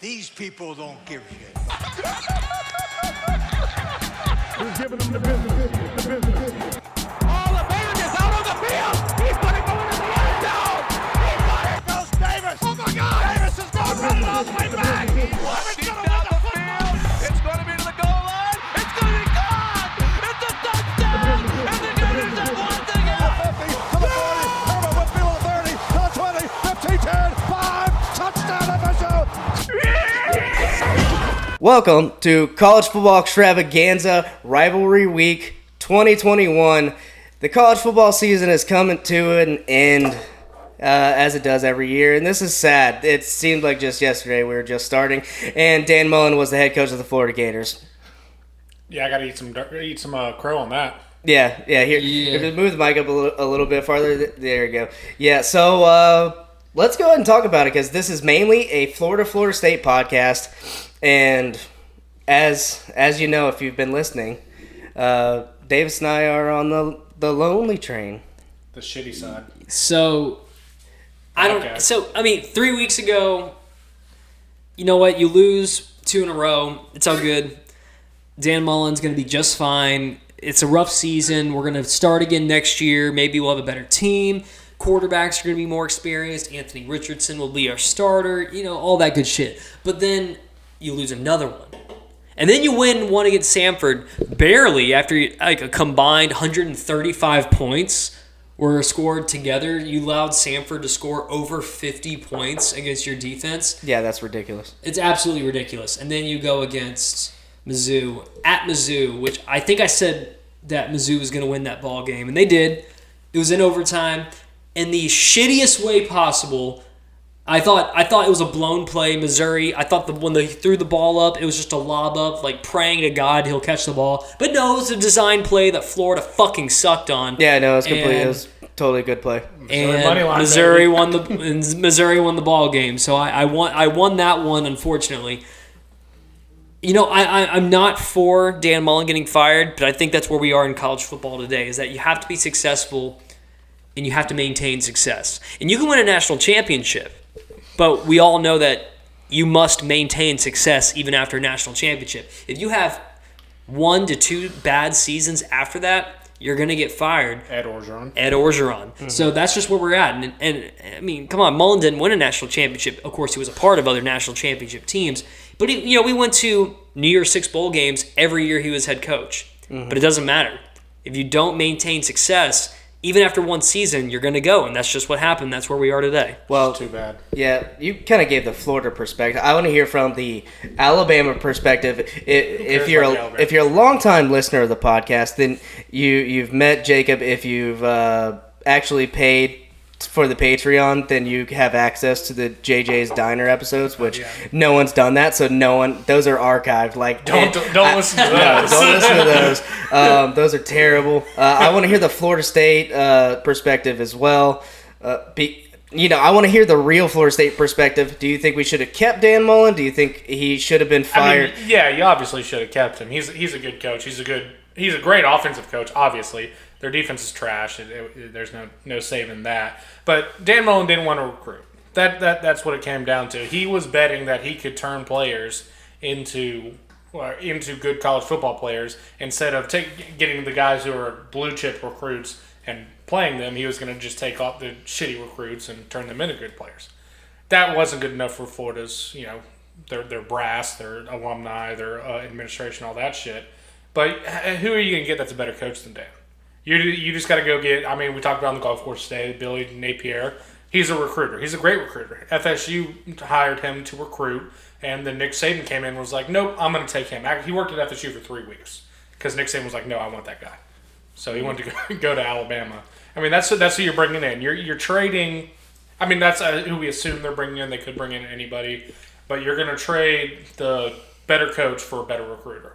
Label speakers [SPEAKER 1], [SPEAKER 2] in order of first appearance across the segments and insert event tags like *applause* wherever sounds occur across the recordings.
[SPEAKER 1] These people don't give a shit.
[SPEAKER 2] We're giving them the business. The business.
[SPEAKER 3] All the band is out on the field. He's going to go into the end zone. He's got it. Goes Davis. Oh my God. Davis is going to run it all the way back. Levin's going to win the field. It's going to be to the goal line. It's going to be gone. It's a touchdown. And the Gators have won it again.
[SPEAKER 4] 50, to the 40, over Whitfield to the 30, to the 20, 15, 10, 5, touchdown FSU!
[SPEAKER 5] Welcome to College Football Extravaganza Rivalry Week 2021. The college football season is coming to an end, uh, as it does every year, and this is sad. It seemed like just yesterday we were just starting, and Dan Mullen was the head coach of the Florida Gators.
[SPEAKER 6] Yeah, I gotta eat some gotta eat some uh, crow on that.
[SPEAKER 5] Yeah, yeah. Here, if you move the mic up a little, a little bit farther, th- there you go. Yeah. So uh, let's go ahead and talk about it because this is mainly a Florida Florida State podcast, and as as you know, if you've been listening, uh, Davis and I are on the the lonely train.
[SPEAKER 6] The shitty side.
[SPEAKER 7] So I don't.
[SPEAKER 6] Okay.
[SPEAKER 7] So I mean, three weeks ago, you know what? You lose two in a row. It's all good. Dan Mullen's going to be just fine. It's a rough season. We're going to start again next year. Maybe we'll have a better team. Quarterbacks are going to be more experienced. Anthony Richardson will be our starter. You know all that good shit. But then you lose another one. And then you win one against Samford barely after like a combined 135 points were scored together. You allowed Samford to score over 50 points against your defense.
[SPEAKER 5] Yeah, that's ridiculous.
[SPEAKER 7] It's absolutely ridiculous. And then you go against Mizzou at Mizzou, which I think I said that Mizzou was going to win that ball game, and they did. It was in overtime in the shittiest way possible. I thought I thought it was a blown play, Missouri. I thought the when they threw the ball up, it was just a lob up, like praying to God he'll catch the ball. But no, it was a design play that Florida fucking sucked on.
[SPEAKER 5] Yeah, no, it's completely it
[SPEAKER 7] And-
[SPEAKER 5] was totally a good play.
[SPEAKER 7] and
[SPEAKER 6] money line,
[SPEAKER 7] Missouri
[SPEAKER 6] baby.
[SPEAKER 7] won the and Missouri won the ball game. So I, I won I won that one. Unfortunately, you know I, I I'm not for Dan Mullen getting fired, but I think that's where we are in college football today. Is that you have to be successful, and you have to maintain success, and you can win a national championship, but we all know that you must maintain success even after a national championship. If you have one to two bad seasons after that, you're gonna get fired.
[SPEAKER 6] Ed Orgeron.
[SPEAKER 7] Ed Orgeron. So that's just where we're at. And, and I mean, come on, Mullen didn't win a national championship. Of course, he was a part of other national championship teams. But, he, you know, we went to New Year's Six Bowl games every year he was head coach. But it doesn't matter. If you don't maintain success, even after one season, you're going to go. And that's just what happened. That's where we are today.
[SPEAKER 5] Well,
[SPEAKER 6] Too bad.
[SPEAKER 5] Yeah, you kind of gave the Florida perspective. I want to hear from the Alabama perspective. I- If you're
[SPEAKER 6] about the
[SPEAKER 5] a,
[SPEAKER 6] Alabama?
[SPEAKER 5] if you're a longtime listener of the podcast, then you you've met Jacob. If you've uh, actually paid for the Patreon, then you have access to the JJ's Diner episodes, which
[SPEAKER 6] Oh,
[SPEAKER 5] no one's done that. So no one those are archived. Like
[SPEAKER 6] Don't
[SPEAKER 5] eh,
[SPEAKER 6] don't,
[SPEAKER 5] I-
[SPEAKER 6] listen to
[SPEAKER 5] no,
[SPEAKER 6] that.
[SPEAKER 5] don't listen
[SPEAKER 6] *laughs*
[SPEAKER 5] to those. Um, those are terrible. Uh, I want to hear the Florida State uh, perspective as well. Uh, be, you know, I want to hear the real Florida State perspective. Do you think we should have kept Dan Mullen? Do you think he should have been
[SPEAKER 6] I
[SPEAKER 5] fired?
[SPEAKER 6] mean, yeah, you obviously should have kept him. He's he's a good coach. He's a good he's a great offensive coach. Obviously, their defense is trash. It, it- there's no no saving that. But Dan Mullen didn't want to recruit. That that that's what it came down to. He was betting that he could turn players into or into good college football players instead of take, getting the guys who are blue chip recruits and playing them. He was going to just take off the shitty recruits and turn them into good players that wasn't good enough for Florida's, you know, their their brass, their alumni, their uh, administration, all that shit. But h- who are you gonna get that's a better coach than Dan? You you just gotta go get. I mean, we talked about on the golf course today, Billy Napier. He's a recruiter. He's a great recruiter. FSU hired him to recruit, and then Nick Saban came in and was like, "Nope, I'm gonna take him." Ac- He worked at FSU for three weeks because Nick Saban was like, "No, I want that guy." So he wanted to go, *laughs* go to Alabama. I mean, that's that's who you're bringing in. You're you're trading. I mean, that's uh, who we assume they're bringing in. They could bring in anybody, but you're going to trade the better coach for a better recruiter.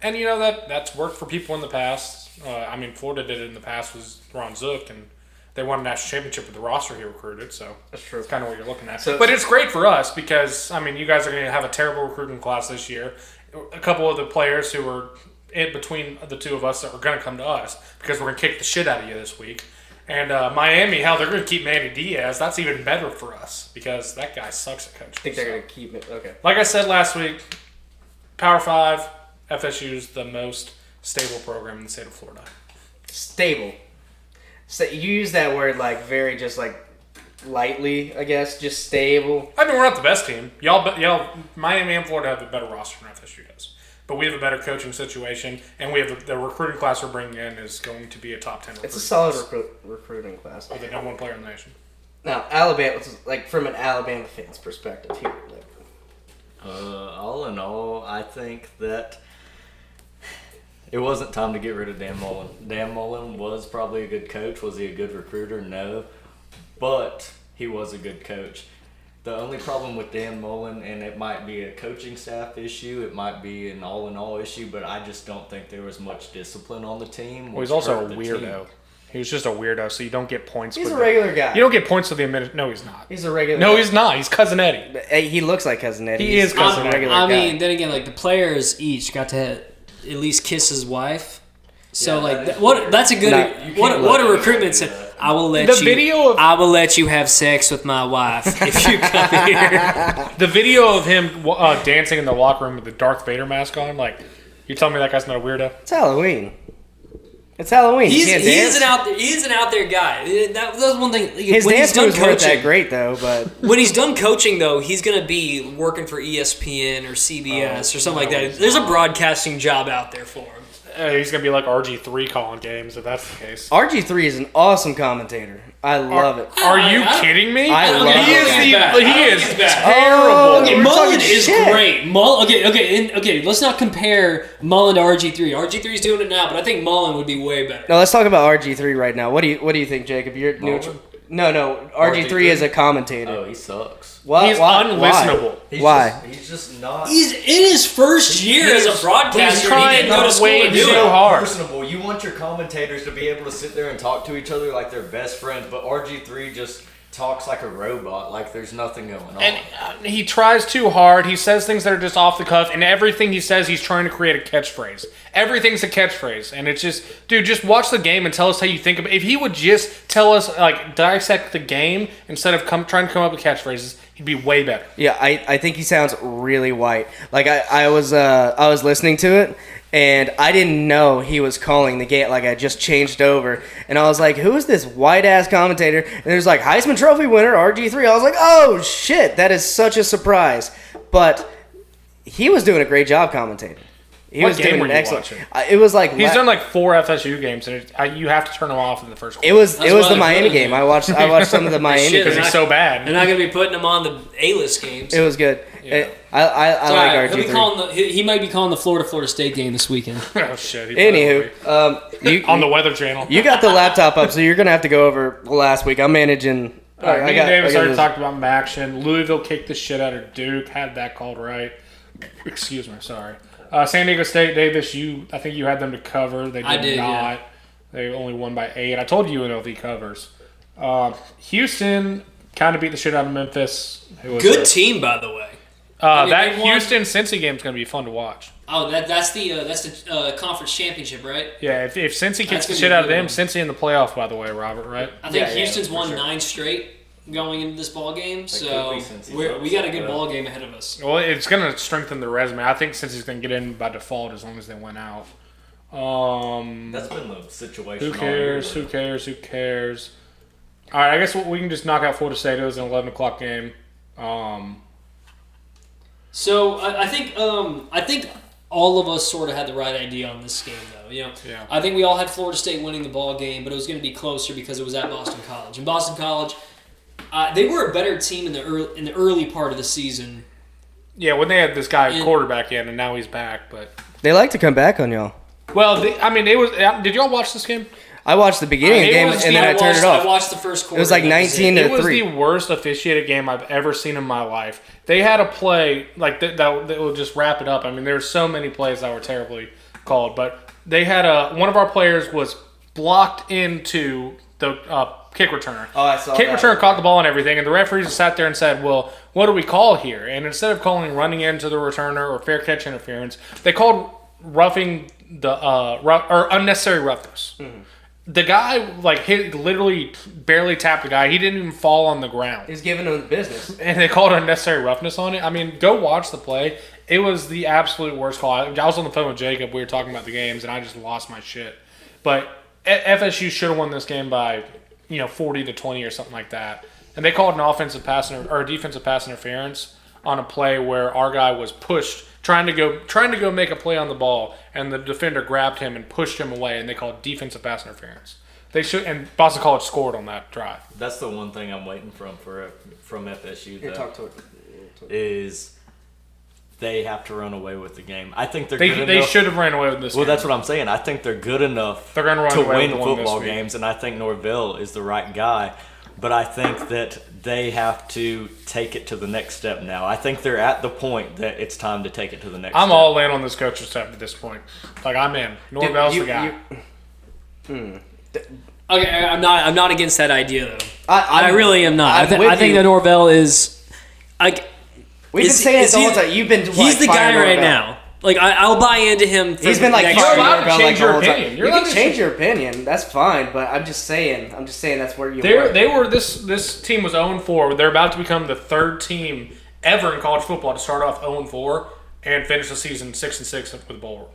[SPEAKER 6] And you know that that's worked for people in the past. Uh, I mean, Florida did it in the past was Ron Zook, and they won a national championship with the roster he recruited. So that's true. It's kind of what you're looking at. but it's great for us because I mean, you guys are going to have a terrible recruiting class this year. A couple of the players who were in between the two of us that are going to come to us because we're going to kick the shit out of you this week And uh, Miami, hell, they're going to keep Manny Diaz. That's even better for us because that guy sucks at coaching.
[SPEAKER 5] think they're going to keep it. Okay.
[SPEAKER 6] Like I said last week, Power Five, FSU is the most stable program in the state of Florida.
[SPEAKER 5] Stable. So you use that word like very just like lightly, I guess. Just stable.
[SPEAKER 6] I mean, we're not the best team. Y'all, be- y'all, Miami and Florida have a better roster than FSU does, but we have a better coaching situation, and we have the recruiting class we're bringing in is going to be a top ten.
[SPEAKER 5] It's a solid recruit, recruiting class.
[SPEAKER 6] With the number one player in the nation.
[SPEAKER 5] Now, Alabama, like from an Alabama fan's perspective here. Like,
[SPEAKER 8] Uh, all in all, I think that it wasn't time to get rid of Dan Mullen. Dan Mullen was probably a good coach. Was he a good recruiter? No. But he was a good coach. The only problem with Dan Mullen, and it might be a coaching staff issue, it might be an all in all issue, but I just don't think there was much discipline on the team.
[SPEAKER 6] Well, he's
[SPEAKER 8] which
[SPEAKER 6] also
[SPEAKER 8] hurt
[SPEAKER 6] a
[SPEAKER 8] the
[SPEAKER 6] weirdo.
[SPEAKER 8] team.
[SPEAKER 6] He was just a weirdo, so you don't get points.
[SPEAKER 5] he's
[SPEAKER 6] with
[SPEAKER 5] a
[SPEAKER 6] the-
[SPEAKER 5] regular guy.
[SPEAKER 6] You don't get points with the admin. No, he's not.
[SPEAKER 5] he's a regular.
[SPEAKER 6] No,
[SPEAKER 5] guy.
[SPEAKER 6] he's not. He's cousin Eddie.
[SPEAKER 5] Hey, he looks like cousin Eddie.
[SPEAKER 6] He
[SPEAKER 5] He's
[SPEAKER 6] is
[SPEAKER 5] just
[SPEAKER 6] Cousin
[SPEAKER 5] a
[SPEAKER 6] Eddie.
[SPEAKER 5] regular
[SPEAKER 7] Um, I
[SPEAKER 5] guy.
[SPEAKER 7] mean, then again, like the players each got to at least kiss his wife. So
[SPEAKER 8] Yeah,
[SPEAKER 7] like
[SPEAKER 8] that
[SPEAKER 7] that-
[SPEAKER 8] is
[SPEAKER 7] what
[SPEAKER 8] weird.
[SPEAKER 7] that's a good e,
[SPEAKER 5] Nah,
[SPEAKER 8] you
[SPEAKER 7] what
[SPEAKER 8] can't
[SPEAKER 7] what a
[SPEAKER 8] let
[SPEAKER 7] recruitment
[SPEAKER 8] anybody
[SPEAKER 7] said.
[SPEAKER 8] do that.
[SPEAKER 7] I will let
[SPEAKER 6] The
[SPEAKER 7] you
[SPEAKER 6] video
[SPEAKER 7] *laughs*
[SPEAKER 6] of-
[SPEAKER 7] I will let you have sex with my wife if you come *laughs* here.
[SPEAKER 6] The video of him uh, dancing in the locker room with the Darth Vader mask on, like, you telling me that guy's not a weirdo?
[SPEAKER 5] It's Halloween. It's Halloween.
[SPEAKER 7] He's,
[SPEAKER 5] you can't
[SPEAKER 7] he
[SPEAKER 5] dance.
[SPEAKER 7] is an out there he is an out there guy. Uh, That, that was one thing.
[SPEAKER 5] His
[SPEAKER 7] when
[SPEAKER 5] dance
[SPEAKER 7] he's done
[SPEAKER 5] moves weren't
[SPEAKER 7] coaching,
[SPEAKER 5] that great though, but
[SPEAKER 7] when he's done coaching though, he's gonna be working for E ESPN or CBS
[SPEAKER 5] Oh,
[SPEAKER 7] or something like that. There's a broadcasting job out there for him.
[SPEAKER 6] Uh, he's going to be like RG3 calling games if that's the case.
[SPEAKER 5] RG three is an awesome commentator. I love it.
[SPEAKER 6] Are you
[SPEAKER 7] I don't-
[SPEAKER 6] kidding me?
[SPEAKER 5] I love
[SPEAKER 6] he
[SPEAKER 5] him.
[SPEAKER 6] is
[SPEAKER 7] He's back.
[SPEAKER 6] the, he
[SPEAKER 7] I
[SPEAKER 6] is
[SPEAKER 7] think he's back.
[SPEAKER 5] Oh,
[SPEAKER 6] terrible.
[SPEAKER 5] we're
[SPEAKER 7] Mullen
[SPEAKER 5] talking
[SPEAKER 7] is
[SPEAKER 5] shit.
[SPEAKER 7] great. Mullen, okay, okay, and, okay. Let's not compare Mullen to RG three. RG 3s doing it now, but I think Mullen would be way better.
[SPEAKER 5] Now let's talk about RG three right now. What do you What do you think, Jacob? You're neutral. No, no. RG three
[SPEAKER 8] RG3?
[SPEAKER 5] is a commentator.
[SPEAKER 8] Oh, he sucks.
[SPEAKER 5] Why-
[SPEAKER 6] He's
[SPEAKER 5] why-
[SPEAKER 6] unlistenable.
[SPEAKER 8] He's
[SPEAKER 5] Why?
[SPEAKER 8] Just, he's just not.
[SPEAKER 7] He's in his first year as a broadcaster.
[SPEAKER 6] he's
[SPEAKER 7] and
[SPEAKER 6] trying
[SPEAKER 7] he didn't go to
[SPEAKER 6] not
[SPEAKER 7] school
[SPEAKER 6] way
[SPEAKER 7] to do
[SPEAKER 6] too
[SPEAKER 7] it.
[SPEAKER 6] hard.
[SPEAKER 8] personable. You want your commentators to be able to sit there and talk to each other like they're best friends, but RG3 just talks like a robot, like there's nothing going on.
[SPEAKER 6] And uh, he tries too hard. He says things that are just off the cuff, and everything he says, he's trying to create a catchphrase. Everything's a catchphrase, and it's just, dude, just watch the game and tell us how you think about. If he would just tell us, like, dissect the game instead of come trying to come up with catchphrases, he'd be way better.
[SPEAKER 5] Yeah, I, I think he sounds really white. Like I, I was uh I was listening to it and I didn't know he was calling the gate like I just changed over and I was like, Who is this white ass commentator? And there's like Heisman Trophy winner, RG three. I was like, Oh shit, that is such a surprise. But he was doing a great job commentating. He
[SPEAKER 6] What
[SPEAKER 5] was
[SPEAKER 6] game
[SPEAKER 5] doing
[SPEAKER 6] were
[SPEAKER 5] an
[SPEAKER 6] you
[SPEAKER 5] excellent
[SPEAKER 6] watching?
[SPEAKER 5] I- it was like
[SPEAKER 6] He's
[SPEAKER 5] la-
[SPEAKER 6] done like four FSU games, and it, I, you have to turn him off in the first.
[SPEAKER 5] it was
[SPEAKER 7] That's
[SPEAKER 5] it was
[SPEAKER 7] what
[SPEAKER 5] the
[SPEAKER 7] I
[SPEAKER 5] Miami
[SPEAKER 7] really
[SPEAKER 5] game.
[SPEAKER 7] do.
[SPEAKER 5] I watched
[SPEAKER 7] *laughs*
[SPEAKER 5] I watched some of the Miami
[SPEAKER 7] Shit,
[SPEAKER 5] game.
[SPEAKER 6] because he's so
[SPEAKER 7] They're
[SPEAKER 6] bad.
[SPEAKER 7] not going to be putting him on the A list games.
[SPEAKER 5] It was good. It- I, I, I
[SPEAKER 7] All
[SPEAKER 5] like
[SPEAKER 7] right,
[SPEAKER 5] RG
[SPEAKER 7] he'll be
[SPEAKER 5] three.
[SPEAKER 7] calling the, he, he might be calling the Florida Florida State game this weekend.
[SPEAKER 6] *laughs* oh shit. he probably
[SPEAKER 5] Anywho, um, you,
[SPEAKER 6] would be. on the Weather Channel.
[SPEAKER 5] You got the laptop up, so you're gonna have to go over last week. I'm managing.
[SPEAKER 6] All right,
[SPEAKER 5] I
[SPEAKER 6] me
[SPEAKER 5] got-
[SPEAKER 6] and Davis
[SPEAKER 5] I got
[SPEAKER 6] already
[SPEAKER 5] this.
[SPEAKER 6] talked about Maction. Louisville kicked the shit out of Duke. Had that called right. Excuse me, sorry. Uh, San Diego State, Davis. You, I think you had them to cover. They did,
[SPEAKER 7] I did,
[SPEAKER 6] not.
[SPEAKER 7] yeah.
[SPEAKER 6] They only won by eight. I told you UNLV covers. Uh, Houston kind of beat the shit out of Memphis. It was
[SPEAKER 7] Good
[SPEAKER 6] a-
[SPEAKER 7] team, by the way.
[SPEAKER 6] Uh,
[SPEAKER 7] mean,
[SPEAKER 6] that
[SPEAKER 7] they won.
[SPEAKER 6] Houston Cincy game's going to be fun to watch.
[SPEAKER 7] Oh, that, that's the uh, that's the uh, conference championship, right?
[SPEAKER 6] Yeah, if, if Cincy
[SPEAKER 7] That's
[SPEAKER 6] kicks the shit
[SPEAKER 7] gonna be a
[SPEAKER 6] out of
[SPEAKER 7] good
[SPEAKER 6] them,
[SPEAKER 7] one.
[SPEAKER 6] Cincy in the playoff. By the way, Robert, right?
[SPEAKER 7] I think
[SPEAKER 8] Yeah, yeah,
[SPEAKER 7] Houston's
[SPEAKER 8] for
[SPEAKER 7] won
[SPEAKER 8] sure.
[SPEAKER 7] nine straight going into this ball game, so
[SPEAKER 8] could be since he's
[SPEAKER 7] we're,
[SPEAKER 8] up,
[SPEAKER 7] we got a
[SPEAKER 8] so,
[SPEAKER 7] good
[SPEAKER 8] uh,
[SPEAKER 7] ball game ahead of us.
[SPEAKER 6] Well, it's going to strengthen the resume. I think Cincy's going to get in by default as long as they win out. Um,
[SPEAKER 8] That's been the situation.
[SPEAKER 6] Who
[SPEAKER 8] all year,
[SPEAKER 6] cares?
[SPEAKER 8] though.
[SPEAKER 6] Who cares? Who cares? All right, I guess we can just knock out Florida State. It was an eleven o'clock game. Um,
[SPEAKER 7] So I, I think um, I think all of us sort of had the right idea on this game, though. You know,
[SPEAKER 6] Yeah.
[SPEAKER 7] I think we all had Florida State winning the ball game, but it was going to be closer because it was at Boston College. And Boston College, uh, they were a better team in the early, in the early part of the season.
[SPEAKER 6] yeah, when they had this guy
[SPEAKER 7] And-
[SPEAKER 6] quarterback in, and now he's back. But
[SPEAKER 5] They like to come back on y'all.
[SPEAKER 6] well, the, I mean, it was. uh, Did y'all watch this game?
[SPEAKER 5] I watched the beginning of the
[SPEAKER 6] It
[SPEAKER 5] game
[SPEAKER 6] was
[SPEAKER 5] and then I
[SPEAKER 7] watched,
[SPEAKER 5] turned it
[SPEAKER 7] I
[SPEAKER 5] off.
[SPEAKER 7] watched the first quarter.
[SPEAKER 5] was like
[SPEAKER 7] and that it.
[SPEAKER 5] 19 to-
[SPEAKER 6] It was
[SPEAKER 5] three.
[SPEAKER 6] the worst officiated game I've ever seen in my life. They had a play like that. That, that will just wrap it up. I mean, there were so many plays that were terribly called, but they had a one of our players was blocked into the uh, kick returner.
[SPEAKER 5] Oh, I saw
[SPEAKER 6] Kick
[SPEAKER 5] that.
[SPEAKER 6] returner caught the ball and everything, and the referees sat there and said, "Well, what do we call here?" And instead of calling running into the returner or fair catch interference, they called roughing the uh, rough, or unnecessary roughness the guy like hit, literally barely tapped the guy. He didn't even fall on the ground,
[SPEAKER 5] He's giving him the business.
[SPEAKER 6] and they called unnecessary roughness on it. I mean, go watch the play. It was the absolute worst call. I, I was on the phone with Jacob. We were talking about the games, and I just lost my shit. But F- FSU should have won this game by you know forty to twenty or something like that. And they called an offensive pass inter- or a defensive pass interference on a play where our guy was pushed trying to go trying to go make a play on the ball, and the defender grabbed him and pushed him away, and they called defensive pass interference. They should and Boston College scored on that drive.
[SPEAKER 8] That's the one thing I'm waiting from for from FSU
[SPEAKER 5] Here, talk
[SPEAKER 8] though,
[SPEAKER 5] to it.
[SPEAKER 8] is they have to run away with the game. I think they're
[SPEAKER 6] They,
[SPEAKER 8] good
[SPEAKER 6] they
[SPEAKER 8] enough.
[SPEAKER 6] should have ran away with this.
[SPEAKER 8] Well,
[SPEAKER 6] game.
[SPEAKER 8] that's what I'm saying. I think they're good enough
[SPEAKER 6] They're gonna run
[SPEAKER 8] to
[SPEAKER 6] away with
[SPEAKER 8] win
[SPEAKER 6] the one this
[SPEAKER 8] football
[SPEAKER 6] week.
[SPEAKER 8] games, and I think Norville is the right guy. But I think that they have to take it to the next step now. I think they're at the point that it's time to take it to the next.
[SPEAKER 6] I'm
[SPEAKER 8] step.
[SPEAKER 6] all in on this coaching staff at this point. Like I'm in. Norvell's
[SPEAKER 5] you-
[SPEAKER 6] the guy.
[SPEAKER 7] Okay, I- I'm not. I'm not against that idea though.
[SPEAKER 5] I,
[SPEAKER 7] I,
[SPEAKER 5] I'm-
[SPEAKER 7] really am not. i
[SPEAKER 5] I'm
[SPEAKER 7] th-
[SPEAKER 5] with
[SPEAKER 7] I think
[SPEAKER 5] you.
[SPEAKER 7] that Norvell is like
[SPEAKER 5] We've been
[SPEAKER 7] is-
[SPEAKER 5] saying
[SPEAKER 7] is
[SPEAKER 5] this all
[SPEAKER 7] he-
[SPEAKER 5] the time. You've been
[SPEAKER 7] he's the guy right now. Like I, I'll buy into him. For
[SPEAKER 5] He's been like,
[SPEAKER 7] next
[SPEAKER 5] "Fuck
[SPEAKER 7] year.
[SPEAKER 6] allowed to
[SPEAKER 5] Norvell," like,
[SPEAKER 6] change
[SPEAKER 5] the
[SPEAKER 6] your
[SPEAKER 5] whole time.
[SPEAKER 6] opinion. You're
[SPEAKER 5] You
[SPEAKER 6] allowed
[SPEAKER 5] can
[SPEAKER 6] to
[SPEAKER 5] change your opinion. That's fine, but I'm just saying. I'm just saying that's where you.
[SPEAKER 6] They
[SPEAKER 5] were.
[SPEAKER 6] they were this this team was 0 4. They're about to become the third team ever in college football to start off 0 4 and finish the season 6 and 6 with a bowl.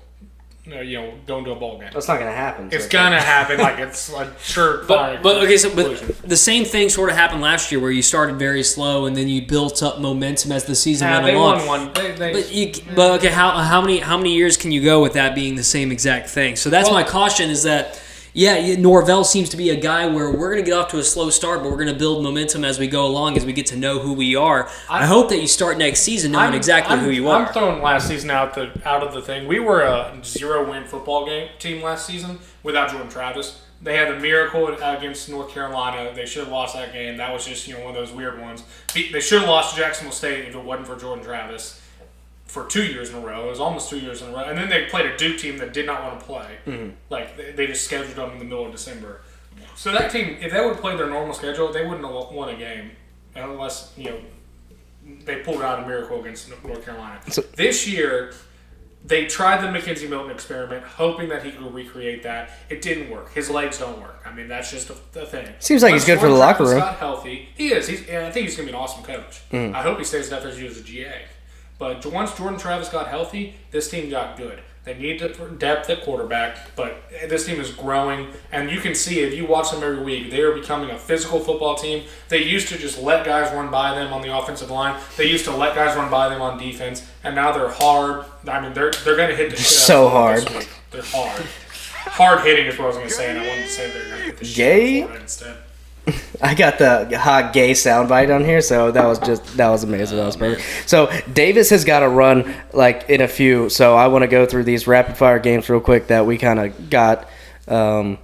[SPEAKER 6] uh, You know, going to a bowl game.
[SPEAKER 5] That's not gonna happen.
[SPEAKER 6] It's
[SPEAKER 5] so-
[SPEAKER 6] gonna happen. Like it's a sure.
[SPEAKER 7] But,
[SPEAKER 6] fine
[SPEAKER 7] but okay, so
[SPEAKER 6] conclusion.
[SPEAKER 7] but the same thing sort of happened last year where you started very slow and then you built up momentum as the season
[SPEAKER 6] Nah,
[SPEAKER 7] went
[SPEAKER 6] they
[SPEAKER 7] along.
[SPEAKER 6] won one. They, they,
[SPEAKER 7] But, you, but okay, how, how many how many years can you go with that being the same exact thing? So that's my caution is that yeah, you- Norvell seems to be a guy where we're going to get off to a slow start, but we're going to build momentum as we go along as we get to know who we are. I, hope that you start next season knowing exactly
[SPEAKER 6] I'm-
[SPEAKER 7] who you
[SPEAKER 6] I'm
[SPEAKER 7] are.
[SPEAKER 6] throwing last season out the out of the thing. We were a zero win football game team last season without Jordan Travis. They had a miracle against North Carolina. They should have lost that game. That was just you know one of those weird ones. Be- They should have lost to Jacksonville State if it wasn't for Jordan Travis for two years in a row. It was almost two years in a row. And then they played a Duke team that did not want to play.
[SPEAKER 7] Mm-hmm.
[SPEAKER 6] Like they, they just scheduled them in the middle of December. So that team, if they would have played their normal schedule, they wouldn't have won a game unless you know they pulled out a miracle against North Carolina. this year, they tried the McKenzie Milton experiment, hoping that he could recreate that. It didn't work. His legs don't work. I mean, that's just a, a thing.
[SPEAKER 5] Seems like he's good for the locker room.
[SPEAKER 6] Not healthy. He is. He's, and I think he's going to be an awesome coach.
[SPEAKER 5] Hmm.
[SPEAKER 6] I hope he stays at FSU as a GA. But j- once Jordan Travis got healthy, this team got good. They need to for depth at quarterback, but eh, this team is growing, and you can see if you watch them every week, they are becoming a physical football team. They used to just let guys run by them on the offensive line. They used to let guys run by them on defense, and now they're hard. I mean, they're they're going to hit the shit
[SPEAKER 5] so
[SPEAKER 6] out of them
[SPEAKER 5] hard.
[SPEAKER 6] this week. They're hard. Hard hitting is what I was going to say, and I wanted to say they're going to hit the
[SPEAKER 5] Gay?
[SPEAKER 6] shit out of them instead.
[SPEAKER 5] I got the hot gay soundbite on here, so that was just that was amazing. that was perfect. So Davis has got to run like in a few. So I want to go through these rapid fire games real quick that we kind of got um,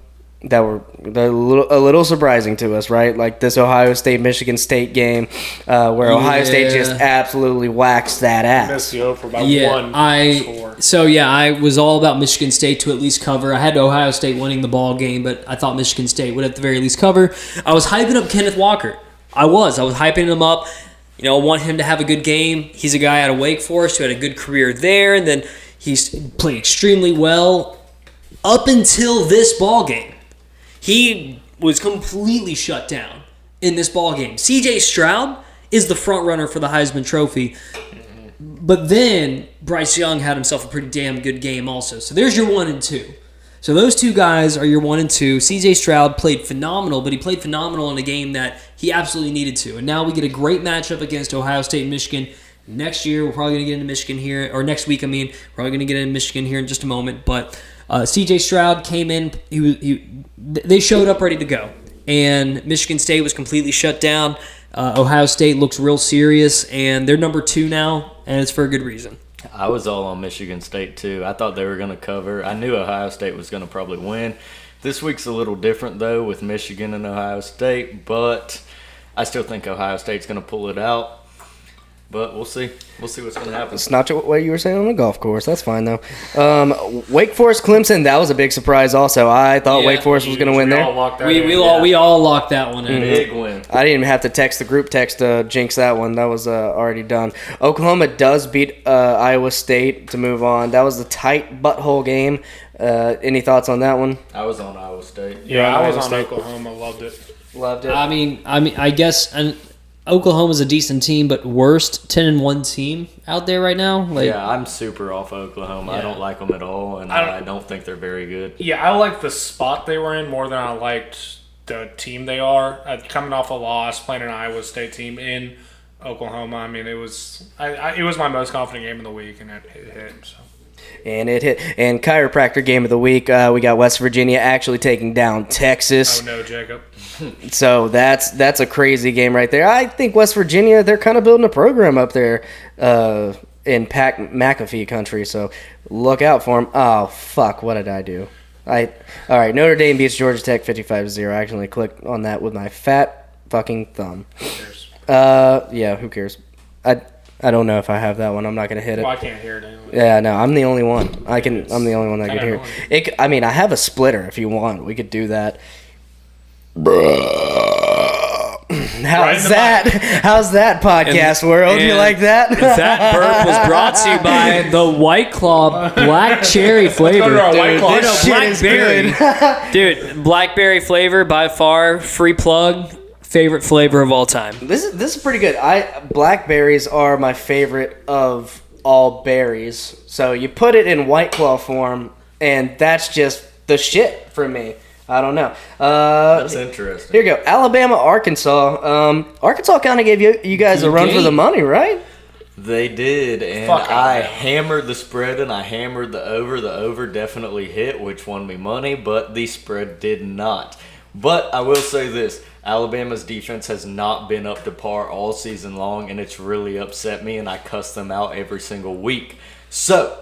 [SPEAKER 5] that were they're a little, a little surprising to us, right? Like this Ohio State Michigan State game uh, where Ohio State just
[SPEAKER 7] Yeah.
[SPEAKER 5] absolutely waxed that ass.
[SPEAKER 6] SEO for about
[SPEAKER 7] Yeah,
[SPEAKER 6] one
[SPEAKER 7] I
[SPEAKER 6] score.
[SPEAKER 7] so yeah, I was all about Michigan State to at least cover. I had Ohio State winning the ball game, but I thought Michigan State would at the very least cover. I was hyping up Kenneth Walker. I was. I was hyping him up. You know, I want him to have a good game. He's a guy out of Wake Forest who had a good career there, and then he's played extremely well up until this ball game. He was completely shut down in this ball game. CJ Stroud is the front runner for the Heisman Trophy. But then Bryce Young had himself a pretty damn good game also. So there's your one and two. So those two guys are your one and two. CJ Stroud played phenomenal, but he played phenomenal in a game that he absolutely needed to. And now we get a great matchup against Ohio State and Michigan. Next year, we're probably going to get into Michigan here, or next week, I mean, we're probably going to get into Michigan here in just a moment. But uh, CJ Stroud came in, he, was- he, th- they showed up ready to go. And Michigan State was completely shut down. Uh, Ohio State looks real serious, and they're number two now, and it's for a good reason.
[SPEAKER 8] I was all on Michigan State too. I thought they were going to cover. I knew Ohio State was going to probably win. This week's a little different though with Michigan and Ohio State, but I still think Ohio State's going to pull it out. But we'll see. We'll see what's going to happen.
[SPEAKER 5] It's not what you were saying on the golf course. That's fine though. Um, Wake Forest, Clemson. That was a big surprise. Also, I thought
[SPEAKER 7] Yeah,
[SPEAKER 5] Wake Forest was going to win
[SPEAKER 6] we
[SPEAKER 5] there.
[SPEAKER 6] All locked that
[SPEAKER 7] We,
[SPEAKER 6] in.
[SPEAKER 7] we, all, we all locked that one in.
[SPEAKER 8] Big win.
[SPEAKER 5] I didn't even have to text the group text to jinx that one. That was uh, already done. Oklahoma does beat uh, Iowa State to move on. That was the tight butthole game. Uh, any thoughts on that one?
[SPEAKER 8] I was on Iowa State.
[SPEAKER 6] yeah, I was
[SPEAKER 5] Iowa
[SPEAKER 6] on
[SPEAKER 5] State.
[SPEAKER 6] Oklahoma. Loved it.
[SPEAKER 5] Loved it.
[SPEAKER 7] I mean, I mean, I guess an, Oklahoma's a decent team, but worst ten and one team out there right now. Like,
[SPEAKER 8] Yeah, I'm super off Oklahoma. I don't like them at all, and
[SPEAKER 6] I
[SPEAKER 8] I
[SPEAKER 6] don't-
[SPEAKER 8] don't, think they're very good.
[SPEAKER 6] Yeah, I liked the spot they were in more than I liked the team they are. Uh, coming off a loss, playing an Iowa State team in Oklahoma. I mean, it was I, I, it was my most confident game of the week, and it, it hit. So.
[SPEAKER 5] And it hit. And chiropractor game of the week. Uh, we got West Virginia actually taking down Texas.
[SPEAKER 6] Oh no, Jacob.
[SPEAKER 5] So that's that's a crazy game right there. I think West Virginia they're kind of building a program up there uh, in Pac McAfee country. So look out for them. Oh fuck, what did I do? I all right. Notre Dame beats Georgia Tech 55-0. I accidentally clicked on that with my fat fucking thumb. Uh, yeah, who cares? I I don't know if I have that one. I'm not gonna hit it.
[SPEAKER 6] Well, I can't hear it anyway.
[SPEAKER 5] Yeah, no, I'm the only one. I can. I'm the only one that can
[SPEAKER 6] Kinda
[SPEAKER 5] hear.
[SPEAKER 6] annoying.
[SPEAKER 5] it. It. c- I mean, I have a splitter. If you want, we could do that. How's
[SPEAKER 6] the
[SPEAKER 5] that? *laughs* How's that podcast world? you
[SPEAKER 7] and-
[SPEAKER 5] like that?
[SPEAKER 7] *laughs* *laughs* that burp was brought to you by the White Claw Black Cherry flavor.
[SPEAKER 6] to our White Dude, Claw.
[SPEAKER 7] No, no,
[SPEAKER 5] this shit is
[SPEAKER 7] blackberry.
[SPEAKER 6] *laughs*
[SPEAKER 7] Dude, blackberry flavor by far free plug. Favorite flavor of all time.
[SPEAKER 5] this is this is pretty good. I blackberries are my favorite of all berries. So you put it in white claw form, and that's just the shit for me. I don't know. Uh,
[SPEAKER 8] That's interesting.
[SPEAKER 5] Here you go. Alabama, Arkansas. Um, Arkansas kind of gave you you guys a run for the money, right?
[SPEAKER 8] They did, and
[SPEAKER 6] Fuck
[SPEAKER 8] I
[SPEAKER 6] Alabama.
[SPEAKER 8] hammered the spread and I hammered the over. The over definitely hit, which won me money, but the spread did not. But I will say this Alabama's defense has not been up to par all season long, and it's really upset me, and I cuss them out every single week. So,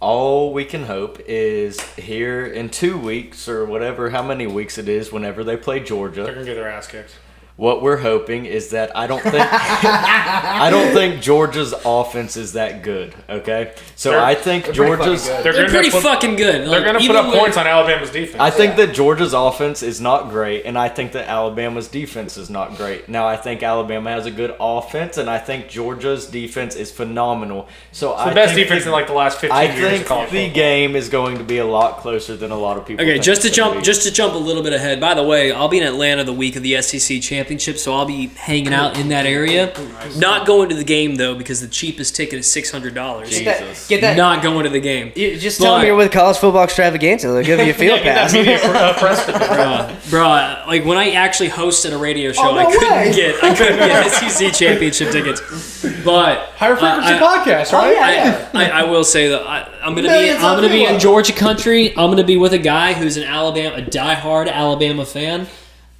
[SPEAKER 8] all we can hope is here in two weeks or whatever, how many weeks it is, whenever they play Georgia
[SPEAKER 6] They're gonna get their ass kicked.
[SPEAKER 8] what we're hoping is that I don't think I
[SPEAKER 7] *laughs*
[SPEAKER 8] don't think Georgia's offense is that good. Okay, so
[SPEAKER 6] They're-
[SPEAKER 8] I think Georgia's
[SPEAKER 6] They're,
[SPEAKER 7] They're
[SPEAKER 6] gonna
[SPEAKER 7] pretty
[SPEAKER 6] put,
[SPEAKER 7] fucking good.
[SPEAKER 6] They're gonna put up points on Alabama's defense.
[SPEAKER 8] I think that Georgia's offense is not great, and I think that Alabama's defense is not great. Now I think Alabama has a good offense, and I think Georgia's defense is phenomenal. So
[SPEAKER 6] the
[SPEAKER 8] I
[SPEAKER 6] best
[SPEAKER 8] think
[SPEAKER 6] defense in like the last fifteen
[SPEAKER 8] I
[SPEAKER 6] years.
[SPEAKER 8] think
[SPEAKER 6] of college
[SPEAKER 8] the
[SPEAKER 6] football.
[SPEAKER 8] game is going to be a lot closer than a lot of people.
[SPEAKER 7] Okay,
[SPEAKER 8] think
[SPEAKER 7] just to
[SPEAKER 8] it's gonna
[SPEAKER 7] jump,
[SPEAKER 8] be.
[SPEAKER 7] just to jump a little bit ahead. By the way, I'll be in Atlanta the week of the SEC championship, so I'll be hanging out in that area. Not going to the game though, because the cheapest ticket is six hundred dollars.
[SPEAKER 5] Get that.
[SPEAKER 8] Jesus.
[SPEAKER 5] Get that
[SPEAKER 7] Not going to the game,
[SPEAKER 5] you, just tell
[SPEAKER 7] But-
[SPEAKER 5] me you're with college football extravaganza. They'll give you a field
[SPEAKER 6] Yeah,
[SPEAKER 5] pass.
[SPEAKER 6] get that media for- uh, press for them.
[SPEAKER 7] bro. Like when I actually hosted a radio show,
[SPEAKER 5] Oh,
[SPEAKER 7] I
[SPEAKER 5] no
[SPEAKER 7] couldn't
[SPEAKER 5] way.
[SPEAKER 7] get, I couldn't get *laughs* SEC championship tickets. But
[SPEAKER 6] Higher frequency
[SPEAKER 7] I- I-
[SPEAKER 6] podcast, right?
[SPEAKER 5] Oh, yeah.
[SPEAKER 7] I, I, I will say that I, I'm gonna
[SPEAKER 5] Millions
[SPEAKER 7] be I'm
[SPEAKER 5] of
[SPEAKER 7] gonna be
[SPEAKER 5] people.
[SPEAKER 7] in Georgia country. I'm gonna be with a guy who's an Alabama, a diehard Alabama fan.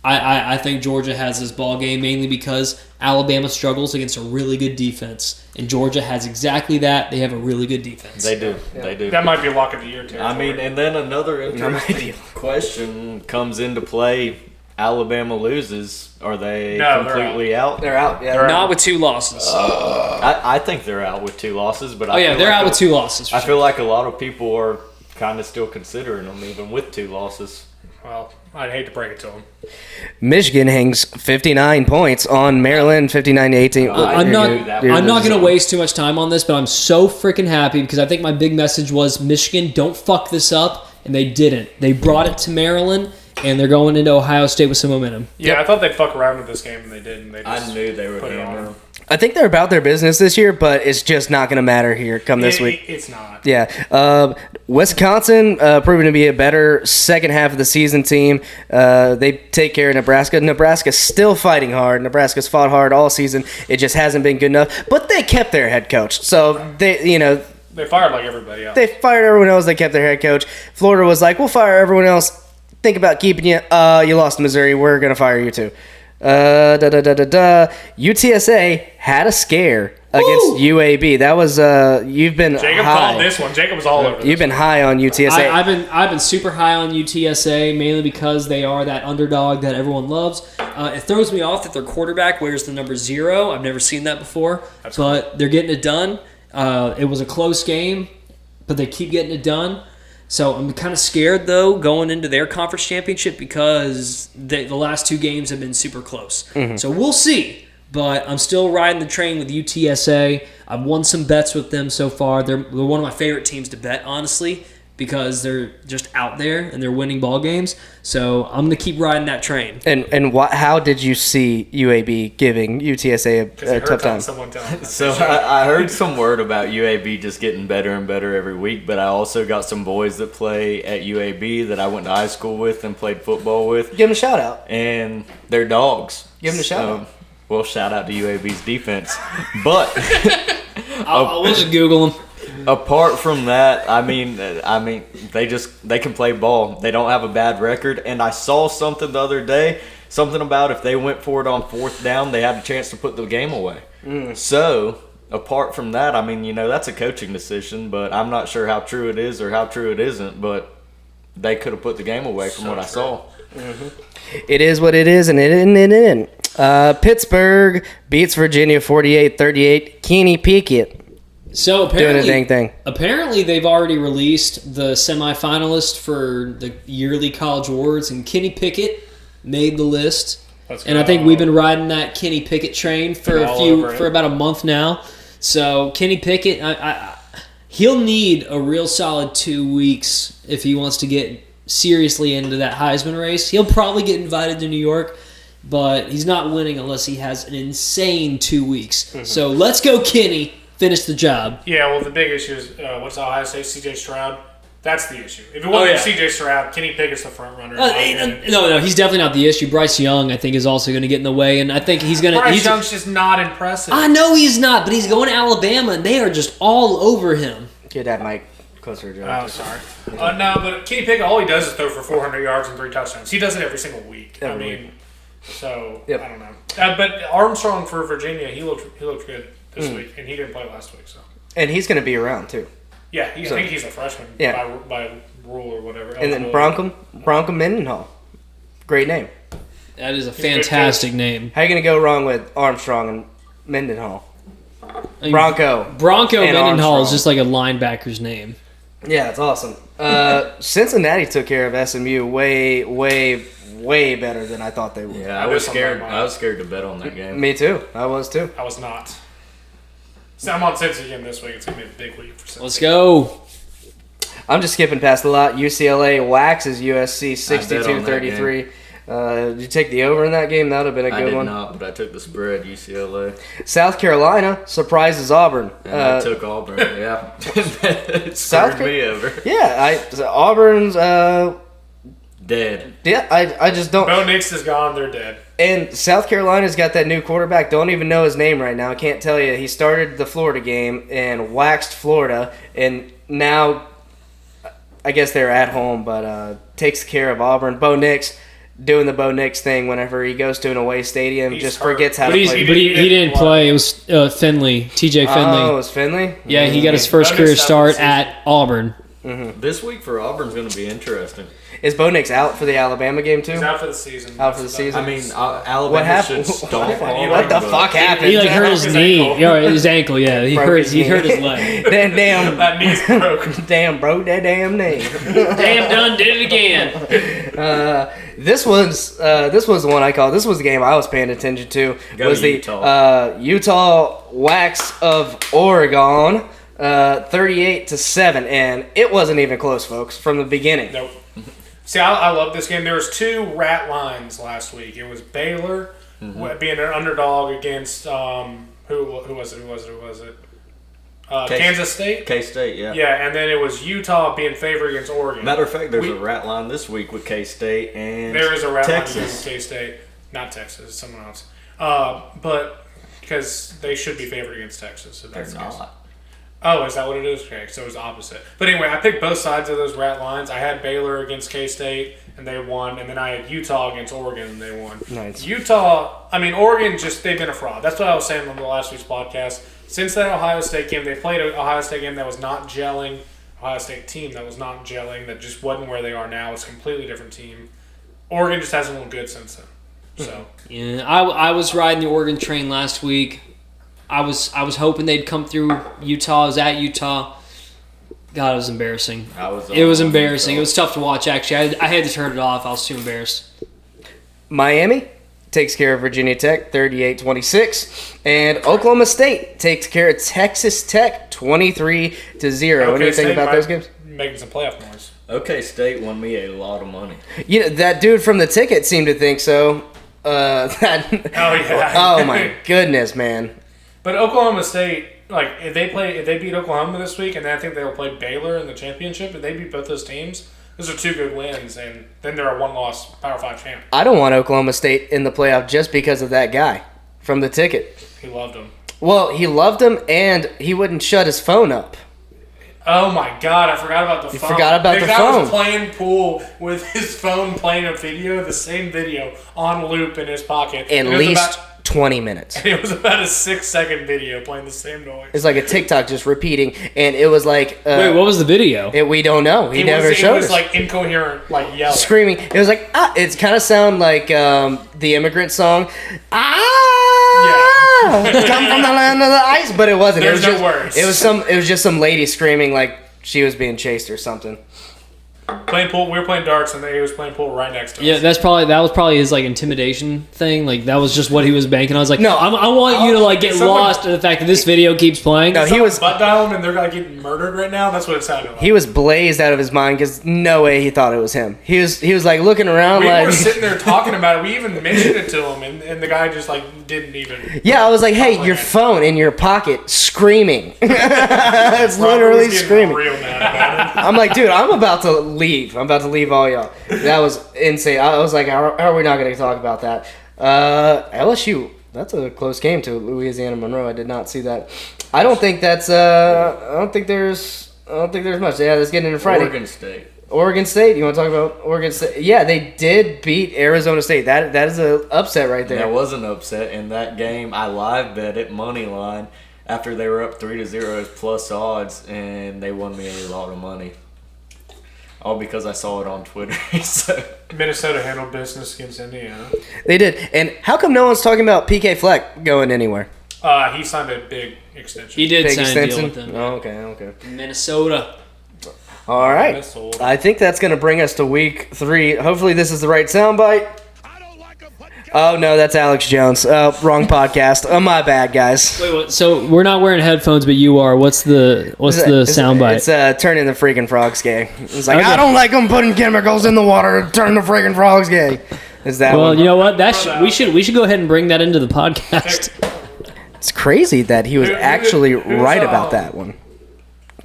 [SPEAKER 7] I, I, I think Georgia has this ball game mainly because Alabama struggles against a really good defense, and Georgia has exactly that. They have a really good defense.
[SPEAKER 8] they do, they do.
[SPEAKER 6] That might be lock of the year too.
[SPEAKER 8] I mean, and then another interesting *laughs* question comes into play. Alabama loses. Are they
[SPEAKER 6] No, they're
[SPEAKER 8] completely out?
[SPEAKER 5] They're out. Yeah.
[SPEAKER 6] They're out.
[SPEAKER 7] Not with two losses.
[SPEAKER 8] Uh, I, I think they're out with two losses, but
[SPEAKER 7] oh
[SPEAKER 8] I
[SPEAKER 7] yeah,
[SPEAKER 8] feel
[SPEAKER 7] they're
[SPEAKER 8] like
[SPEAKER 7] out
[SPEAKER 8] a-
[SPEAKER 7] with two losses. for
[SPEAKER 8] I
[SPEAKER 7] sure.
[SPEAKER 8] feel like a lot of people are kind of still considering them even with two losses.
[SPEAKER 6] well, I'd hate to break it to them.
[SPEAKER 5] Michigan hangs 59 points on Maryland, 59 to 18.
[SPEAKER 7] I'm
[SPEAKER 8] knew
[SPEAKER 7] not.
[SPEAKER 8] that was
[SPEAKER 7] I'm not going
[SPEAKER 8] coming.
[SPEAKER 7] to waste too much time on this, but I'm so freaking happy because I think my big message was Michigan, don't fuck this up, and they didn't. They brought it to Maryland, and they're going into Ohio State with some momentum.
[SPEAKER 6] Yeah, I thought they'd fuck around with this game, and they didn't. They just
[SPEAKER 8] I knew they would
[SPEAKER 6] put it on
[SPEAKER 8] hammer
[SPEAKER 6] them.
[SPEAKER 8] them.
[SPEAKER 5] I think they're about their business this year, but it's just not going to matter here come this
[SPEAKER 6] It-
[SPEAKER 5] week.
[SPEAKER 6] it- it's not.
[SPEAKER 5] Yeah, uh, Wisconsin uh, proven to be a better second half of the season team. Uh, they take care of Nebraska. Nebraska's still fighting hard. Nebraska's fought hard all season. It just hasn't been good enough. But they kept their head coach, so they, you know,
[SPEAKER 6] They fired like everybody else.
[SPEAKER 5] they fired everyone else. They kept their head coach. Florida was like, "We'll fire everyone else. Think about keeping you. Uh, you lost to Missouri. We're gonna fire you too." Uh, da, da, da, da, da. UTSA had a scare against UAB. That was uh, you've been
[SPEAKER 6] Jacob
[SPEAKER 5] high.
[SPEAKER 6] called this one. Jacob was all over.
[SPEAKER 5] You've
[SPEAKER 6] this.
[SPEAKER 5] been high on UTSA.
[SPEAKER 7] I, I've been I've been super high on UTSA mainly because they are that underdog that everyone loves. Uh, it throws me off that their quarterback wears the number zero. I've never seen that before, but they're getting it done. Uh, it was a close game, but they keep getting it done. So I'm kind of scared though going into their conference championship because they, the last two games have been super close.
[SPEAKER 5] Mm-hmm.
[SPEAKER 7] So we'll see. But I'm still riding the train with UTSA. I've won some bets with them so far. They're, they're one of my favorite teams to bet, honestly, because they're just out there and they're winning ball games. So I'm gonna keep riding that train.
[SPEAKER 5] and and what? How did you see UAB giving UTSA
[SPEAKER 6] 'Cause
[SPEAKER 5] a,
[SPEAKER 6] I
[SPEAKER 5] a
[SPEAKER 6] heard
[SPEAKER 5] tough time?
[SPEAKER 6] Someone tell him.
[SPEAKER 8] So I, I heard some word about UAB just getting better and better every week, but I also got some boys that play at UAB that I went to high school with and played football with,
[SPEAKER 5] Give them a shout out.
[SPEAKER 8] and they're dogs.
[SPEAKER 5] Give 'em a shout out.
[SPEAKER 8] Well, shout out to UAB's defense, but. *laughs*
[SPEAKER 7] I'll, we'll just Google them.
[SPEAKER 8] apart from that, I mean, uh, I mean, they just they can play ball. They don't have a bad record. And I saw something the other day, something about if they went for it on fourth down, they had a chance to put the game away.
[SPEAKER 5] Mm.
[SPEAKER 8] So apart from that, I mean, you know, that's a coaching decision, but I'm not sure how true it is or how true it isn't. But they could have put the game away from what I saw.
[SPEAKER 5] It is what it is, and it and it in. Uh, Pittsburgh beats Virginia 48-38. Keeney Pickett
[SPEAKER 7] So
[SPEAKER 5] doing
[SPEAKER 7] apparently,
[SPEAKER 5] a dang thing.
[SPEAKER 7] Apparently, they've already released the semifinalist for the yearly college awards, and Kenny Pickett made the list.
[SPEAKER 6] Let's
[SPEAKER 7] *laughs* and I
[SPEAKER 6] go.
[SPEAKER 7] think we've been riding that Kenny Pickett train for
[SPEAKER 6] Been
[SPEAKER 7] a
[SPEAKER 6] all
[SPEAKER 7] few
[SPEAKER 6] over it.
[SPEAKER 7] for about a month now. So Kenny Pickett, I, I, I- he'll need a real solid two weeks if he wants to get seriously into that Heisman race. He'll probably get invited to New York. But he's not winning unless he has an insane two weeks.
[SPEAKER 6] Mm-hmm.
[SPEAKER 7] So let's go, Kenny. Finish the job.
[SPEAKER 6] Yeah, well, the big issue is uh, what's Ohio State? CJ Stroud. That's the issue. If it wasn't
[SPEAKER 7] yeah.
[SPEAKER 6] CJ Stroud, Kenny Pickett's the front runner.
[SPEAKER 7] Uh, no, no, he's definitely not the issue. Bryce Young, I think, is also going to get in the way, and I think he's going to.
[SPEAKER 6] Bryce
[SPEAKER 7] He's,
[SPEAKER 6] Young's just not impressive.
[SPEAKER 7] I know he's not, but he's going to Alabama, and they are just all over him.
[SPEAKER 5] Get that mic.
[SPEAKER 8] Closer, Joe.
[SPEAKER 6] Oh, sorry. Uh, no, but Kenny Pickett, all he does is throw for 400 yards and three touchdowns. He does it every single week. I
[SPEAKER 5] Every
[SPEAKER 6] mean, so
[SPEAKER 5] Yep.
[SPEAKER 6] I don't know. Uh, but Armstrong for Virginia, he looked he looked good this
[SPEAKER 5] Hmm.
[SPEAKER 6] week, and he didn't play last week. So
[SPEAKER 5] And he's going to be around too.
[SPEAKER 6] yeah, he, I think he's a freshman
[SPEAKER 5] Yeah.
[SPEAKER 6] by, by rule or whatever.
[SPEAKER 5] And then
[SPEAKER 7] Oh.
[SPEAKER 6] Eligibility.
[SPEAKER 5] Broncom Broncom Mendenhall. Great name.
[SPEAKER 7] That is a
[SPEAKER 6] a good
[SPEAKER 7] fantastic name.
[SPEAKER 5] How you going to go wrong with Armstrong and Mendenhall?
[SPEAKER 7] I mean,
[SPEAKER 5] Bronco.
[SPEAKER 7] Bronco
[SPEAKER 5] and
[SPEAKER 7] Mendenhall is
[SPEAKER 5] Armstrong.
[SPEAKER 7] just like a linebacker's name.
[SPEAKER 5] Yeah, it's awesome.
[SPEAKER 8] *laughs*
[SPEAKER 5] Uh, Cincinnati took care of SMU way, way, way better than I thought they would.
[SPEAKER 8] Yeah, I
[SPEAKER 6] I
[SPEAKER 8] was
[SPEAKER 6] was on
[SPEAKER 8] scared.
[SPEAKER 6] my
[SPEAKER 8] I was scared to bet on that game.
[SPEAKER 5] Me too. I was too.
[SPEAKER 6] I was not. So I'm on Cincy again this week. It's gonna be a big week for Cincy.
[SPEAKER 7] Let's go.
[SPEAKER 5] I'm just skipping past a lot. UCLA waxes USC
[SPEAKER 8] I bet on that
[SPEAKER 5] 62-33. Uh, did you take the over in that game? That would have been a
[SPEAKER 8] I
[SPEAKER 5] good
[SPEAKER 8] did
[SPEAKER 5] one.
[SPEAKER 8] not, but I took the spread UCLA.
[SPEAKER 5] South Carolina surprises Auburn.
[SPEAKER 8] And
[SPEAKER 5] Uh,
[SPEAKER 8] I took
[SPEAKER 5] *laughs*
[SPEAKER 8] Auburn. Yeah, *laughs* it
[SPEAKER 5] South
[SPEAKER 8] screwed
[SPEAKER 5] Car-
[SPEAKER 8] me over.
[SPEAKER 5] yeah, I so Auburn's. Uh,
[SPEAKER 8] Dead.
[SPEAKER 5] yeah, I, I just don't.
[SPEAKER 6] Bo Nix is gone. They're dead.
[SPEAKER 5] And South Carolina's got that new quarterback. Don't even know his name right now. I can't tell you. He started the Florida game and waxed Florida, and now I guess they're at home, but uh, takes care of Auburn. Bo Nix doing the Bo Nix thing whenever he goes to an away stadium,
[SPEAKER 6] He's
[SPEAKER 5] just
[SPEAKER 6] hurt.
[SPEAKER 5] forgets how
[SPEAKER 7] But,
[SPEAKER 5] to
[SPEAKER 7] he's,
[SPEAKER 5] play.
[SPEAKER 7] but he, he didn't
[SPEAKER 6] Wow.
[SPEAKER 7] play. It was uh, Finley, TJ Finley.
[SPEAKER 5] Oh, it was Finley.
[SPEAKER 7] yeah, he got his first
[SPEAKER 6] Bo
[SPEAKER 7] career
[SPEAKER 6] Nix out
[SPEAKER 7] start
[SPEAKER 6] this season.
[SPEAKER 7] at Auburn.
[SPEAKER 8] This week for Auburn's going to be interesting.
[SPEAKER 5] Is Bo Nix out for the Alabama game too?
[SPEAKER 6] He's out for the season.
[SPEAKER 5] Out for the
[SPEAKER 6] That's
[SPEAKER 5] season.
[SPEAKER 6] about-
[SPEAKER 8] I mean, uh, Alabama
[SPEAKER 5] What *laughs*
[SPEAKER 8] should
[SPEAKER 5] happened?
[SPEAKER 8] stomp Auburn.
[SPEAKER 5] what the
[SPEAKER 8] but-
[SPEAKER 5] fuck happened?
[SPEAKER 7] He like
[SPEAKER 5] *laughs*
[SPEAKER 7] hurt his
[SPEAKER 6] His
[SPEAKER 7] knee,
[SPEAKER 6] ankle.
[SPEAKER 7] yeah, his ankle. Yeah, he
[SPEAKER 5] Broke
[SPEAKER 7] hurt. He
[SPEAKER 5] knee.
[SPEAKER 7] hurt
[SPEAKER 5] *laughs*
[SPEAKER 7] his leg.
[SPEAKER 5] damn, damn,
[SPEAKER 6] that
[SPEAKER 5] *laughs*
[SPEAKER 6] knee's broke.
[SPEAKER 5] damn, bro, that damn name.
[SPEAKER 7] Damn, done did it again.
[SPEAKER 5] This was uh, this was the one I called. This was the game I was paying attention to.
[SPEAKER 8] Go
[SPEAKER 5] was
[SPEAKER 8] Utah.
[SPEAKER 5] the uh, Utah Wax of Oregon, uh, thirty-eight to seven, and it wasn't even close, folks, from the beginning.
[SPEAKER 6] Nope. See, I, I love this game. There was two rat lines last week. It was Baylor
[SPEAKER 8] Mm-hmm.
[SPEAKER 6] wa- being an underdog against um, who? wa- Who was it? Who was it? Who was it? Uh,
[SPEAKER 8] Case-
[SPEAKER 6] Kansas State.
[SPEAKER 8] K State, yeah.
[SPEAKER 6] Yeah, and then it was Utah being favored against Oregon.
[SPEAKER 8] Matter of fact, there's
[SPEAKER 6] We-
[SPEAKER 8] a rat line this week with K State and
[SPEAKER 6] there is a rat line against
[SPEAKER 8] Texas.
[SPEAKER 6] K State, not Texas, it's someone else. Uh, but because they should be favored against Texas. If that's
[SPEAKER 8] They're
[SPEAKER 6] the case.
[SPEAKER 8] not.
[SPEAKER 6] Oh, is that what it is? Okay, so it's opposite. But anyway, I picked both sides of those rat lines. I had Baylor against K State, and they won. And then I had Utah against Oregon, and they won.
[SPEAKER 5] Nice.
[SPEAKER 6] Utah, I mean, Oregon just, they've been a fraud. That's what I was saying on the last week's podcast. Since that Ohio State game, they played an Ohio State game that was not gelling, Ohio State team that was not gelling, that just wasn't where they are now. It's a completely different team. Oregon just hasn't looked good since then.
[SPEAKER 5] Hmm.
[SPEAKER 6] So,
[SPEAKER 7] Yeah, I, I was riding the Oregon train last week. I was I was hoping they'd come through Utah. I was at Utah. God, it was embarrassing.
[SPEAKER 8] I was
[SPEAKER 7] It was
[SPEAKER 8] on
[SPEAKER 7] embarrassing. It
[SPEAKER 8] Utah.
[SPEAKER 7] was tough to watch. Actually, I, I had to turn it off. I was too embarrassed.
[SPEAKER 5] Miami takes care of Virginia Tech 38 26. And Oklahoma State takes care of Texas Tech 23 to 0. What do you think
[SPEAKER 6] State
[SPEAKER 5] about
[SPEAKER 6] might
[SPEAKER 5] those games?
[SPEAKER 6] Making some playoff noise.
[SPEAKER 8] Okay, State won me a lot of money.
[SPEAKER 5] You know, that dude from the ticket seemed to think so. Uh, *laughs* that,
[SPEAKER 6] Oh, yeah.
[SPEAKER 5] oh, my goodness, man.
[SPEAKER 6] But Oklahoma State, like if they play, if they beat Oklahoma this week, and then I think they'll play Baylor in the championship. If they beat both those teams, those are two good wins, and then they're a one-loss Power Five champ.
[SPEAKER 5] I don't want Oklahoma State in the playoff just because of that guy from the ticket.
[SPEAKER 6] He loved them.
[SPEAKER 5] Well, he loved him and he wouldn't shut his phone up.
[SPEAKER 6] Oh my God! I forgot about the phone.
[SPEAKER 5] forgot about
[SPEAKER 6] Because
[SPEAKER 5] the
[SPEAKER 6] I was
[SPEAKER 5] phone.
[SPEAKER 6] playing pool with his phone, playing a video, the same video on loop in his pocket.
[SPEAKER 5] At
[SPEAKER 6] And it was
[SPEAKER 5] least
[SPEAKER 6] about- *laughs*
[SPEAKER 5] 20 minutes.
[SPEAKER 6] it was about a six-second video playing the same noise.
[SPEAKER 5] It's like a TikTok just repeating, and it was like uh,
[SPEAKER 7] Wait, what was the video?
[SPEAKER 5] it- we don't know. He,
[SPEAKER 6] It
[SPEAKER 5] never
[SPEAKER 6] was,
[SPEAKER 5] showed
[SPEAKER 6] It was
[SPEAKER 5] us.
[SPEAKER 6] like incoherent, like yelling.
[SPEAKER 5] screaming. It was like ah. It's kind of sound like um, the immigrant song. Ah, come from the land of the ice, but it wasn't.
[SPEAKER 6] There's
[SPEAKER 5] it
[SPEAKER 6] no
[SPEAKER 5] was just,
[SPEAKER 6] words.
[SPEAKER 5] It was some. It was just some lady screaming like she was being chased or something.
[SPEAKER 6] Playing pool, we were playing darts, and he was playing pool right next to us.
[SPEAKER 7] Yeah, that's probably that was probably his like intimidation thing. Like that was just what he was banking. I was like,
[SPEAKER 5] No.
[SPEAKER 7] no, I'm, I want you to like get
[SPEAKER 6] Someone-
[SPEAKER 7] lost in the fact that this video keeps playing.
[SPEAKER 5] No, he was
[SPEAKER 6] butt dial them and they're like getting murdered right now. That's what it sounded like.
[SPEAKER 5] he was blazed out of his mind because no way he thought it was him. He was he was like looking around
[SPEAKER 6] we
[SPEAKER 5] like
[SPEAKER 6] were sitting there talking about it. We even mentioned it to him, and, and the guy just like didn't even.
[SPEAKER 5] *laughs* yeah. I was like,
[SPEAKER 6] Oh,
[SPEAKER 5] hey, your phone in your pocket, screaming. *laughs* it's literally
[SPEAKER 6] He's getting
[SPEAKER 5] screaming.
[SPEAKER 6] Real mad about it.
[SPEAKER 5] I'm like, dude, I'm about to leave. I'm about to leave all y'all. That was insane. I was like, how, how are we not going to talk about that? Uh, LSU, that's a close game to Louisiana Monroe. I did not see that. I don't think that's. Uh, I don't think there's. I don't think there's much. Yeah, let's get into Friday. Oregon,
[SPEAKER 8] Oregon State.
[SPEAKER 5] State. You want to talk about Oregon State? Yeah, they did beat Arizona State. That that is a upset right
[SPEAKER 8] There
[SPEAKER 5] there.
[SPEAKER 8] was an upset in that game. I live bet it money line after they were up three to zero as plus odds, and they won me a lot of money. All because I saw it on Twitter. *laughs* so
[SPEAKER 6] *laughs* Minnesota handled business against Indiana.
[SPEAKER 5] They did. And how come no one's talking about PK Fleck going anywhere?
[SPEAKER 6] Uh, he signed a big extension.
[SPEAKER 7] he did
[SPEAKER 5] Big
[SPEAKER 7] sign a deal with
[SPEAKER 5] extension.
[SPEAKER 7] them.
[SPEAKER 5] Oh, okay, okay.
[SPEAKER 7] Minnesota.
[SPEAKER 5] All right.
[SPEAKER 6] Sold.
[SPEAKER 5] I think that's going to bring us to week three. Hopefully, this is the right soundbite. Oh no, that's Alex Jones. Uh, wrong podcast. Oh my bad, guys.
[SPEAKER 7] Wait, what? So we're not wearing headphones, but you are. What's the what's the
[SPEAKER 5] It's-
[SPEAKER 7] soundbite?
[SPEAKER 5] It's uh, turning the freaking frogs gay. It's like
[SPEAKER 7] Okay.
[SPEAKER 5] I don't like them putting chemicals in the water to turn the freaking frogs gay. Is that
[SPEAKER 7] well,
[SPEAKER 5] one?
[SPEAKER 7] you know what? That should, we should we should go ahead and bring that into the podcast.
[SPEAKER 5] it's crazy that he was
[SPEAKER 6] Who- who-
[SPEAKER 5] actually
[SPEAKER 6] who's,
[SPEAKER 5] right
[SPEAKER 6] uh,
[SPEAKER 5] about that one.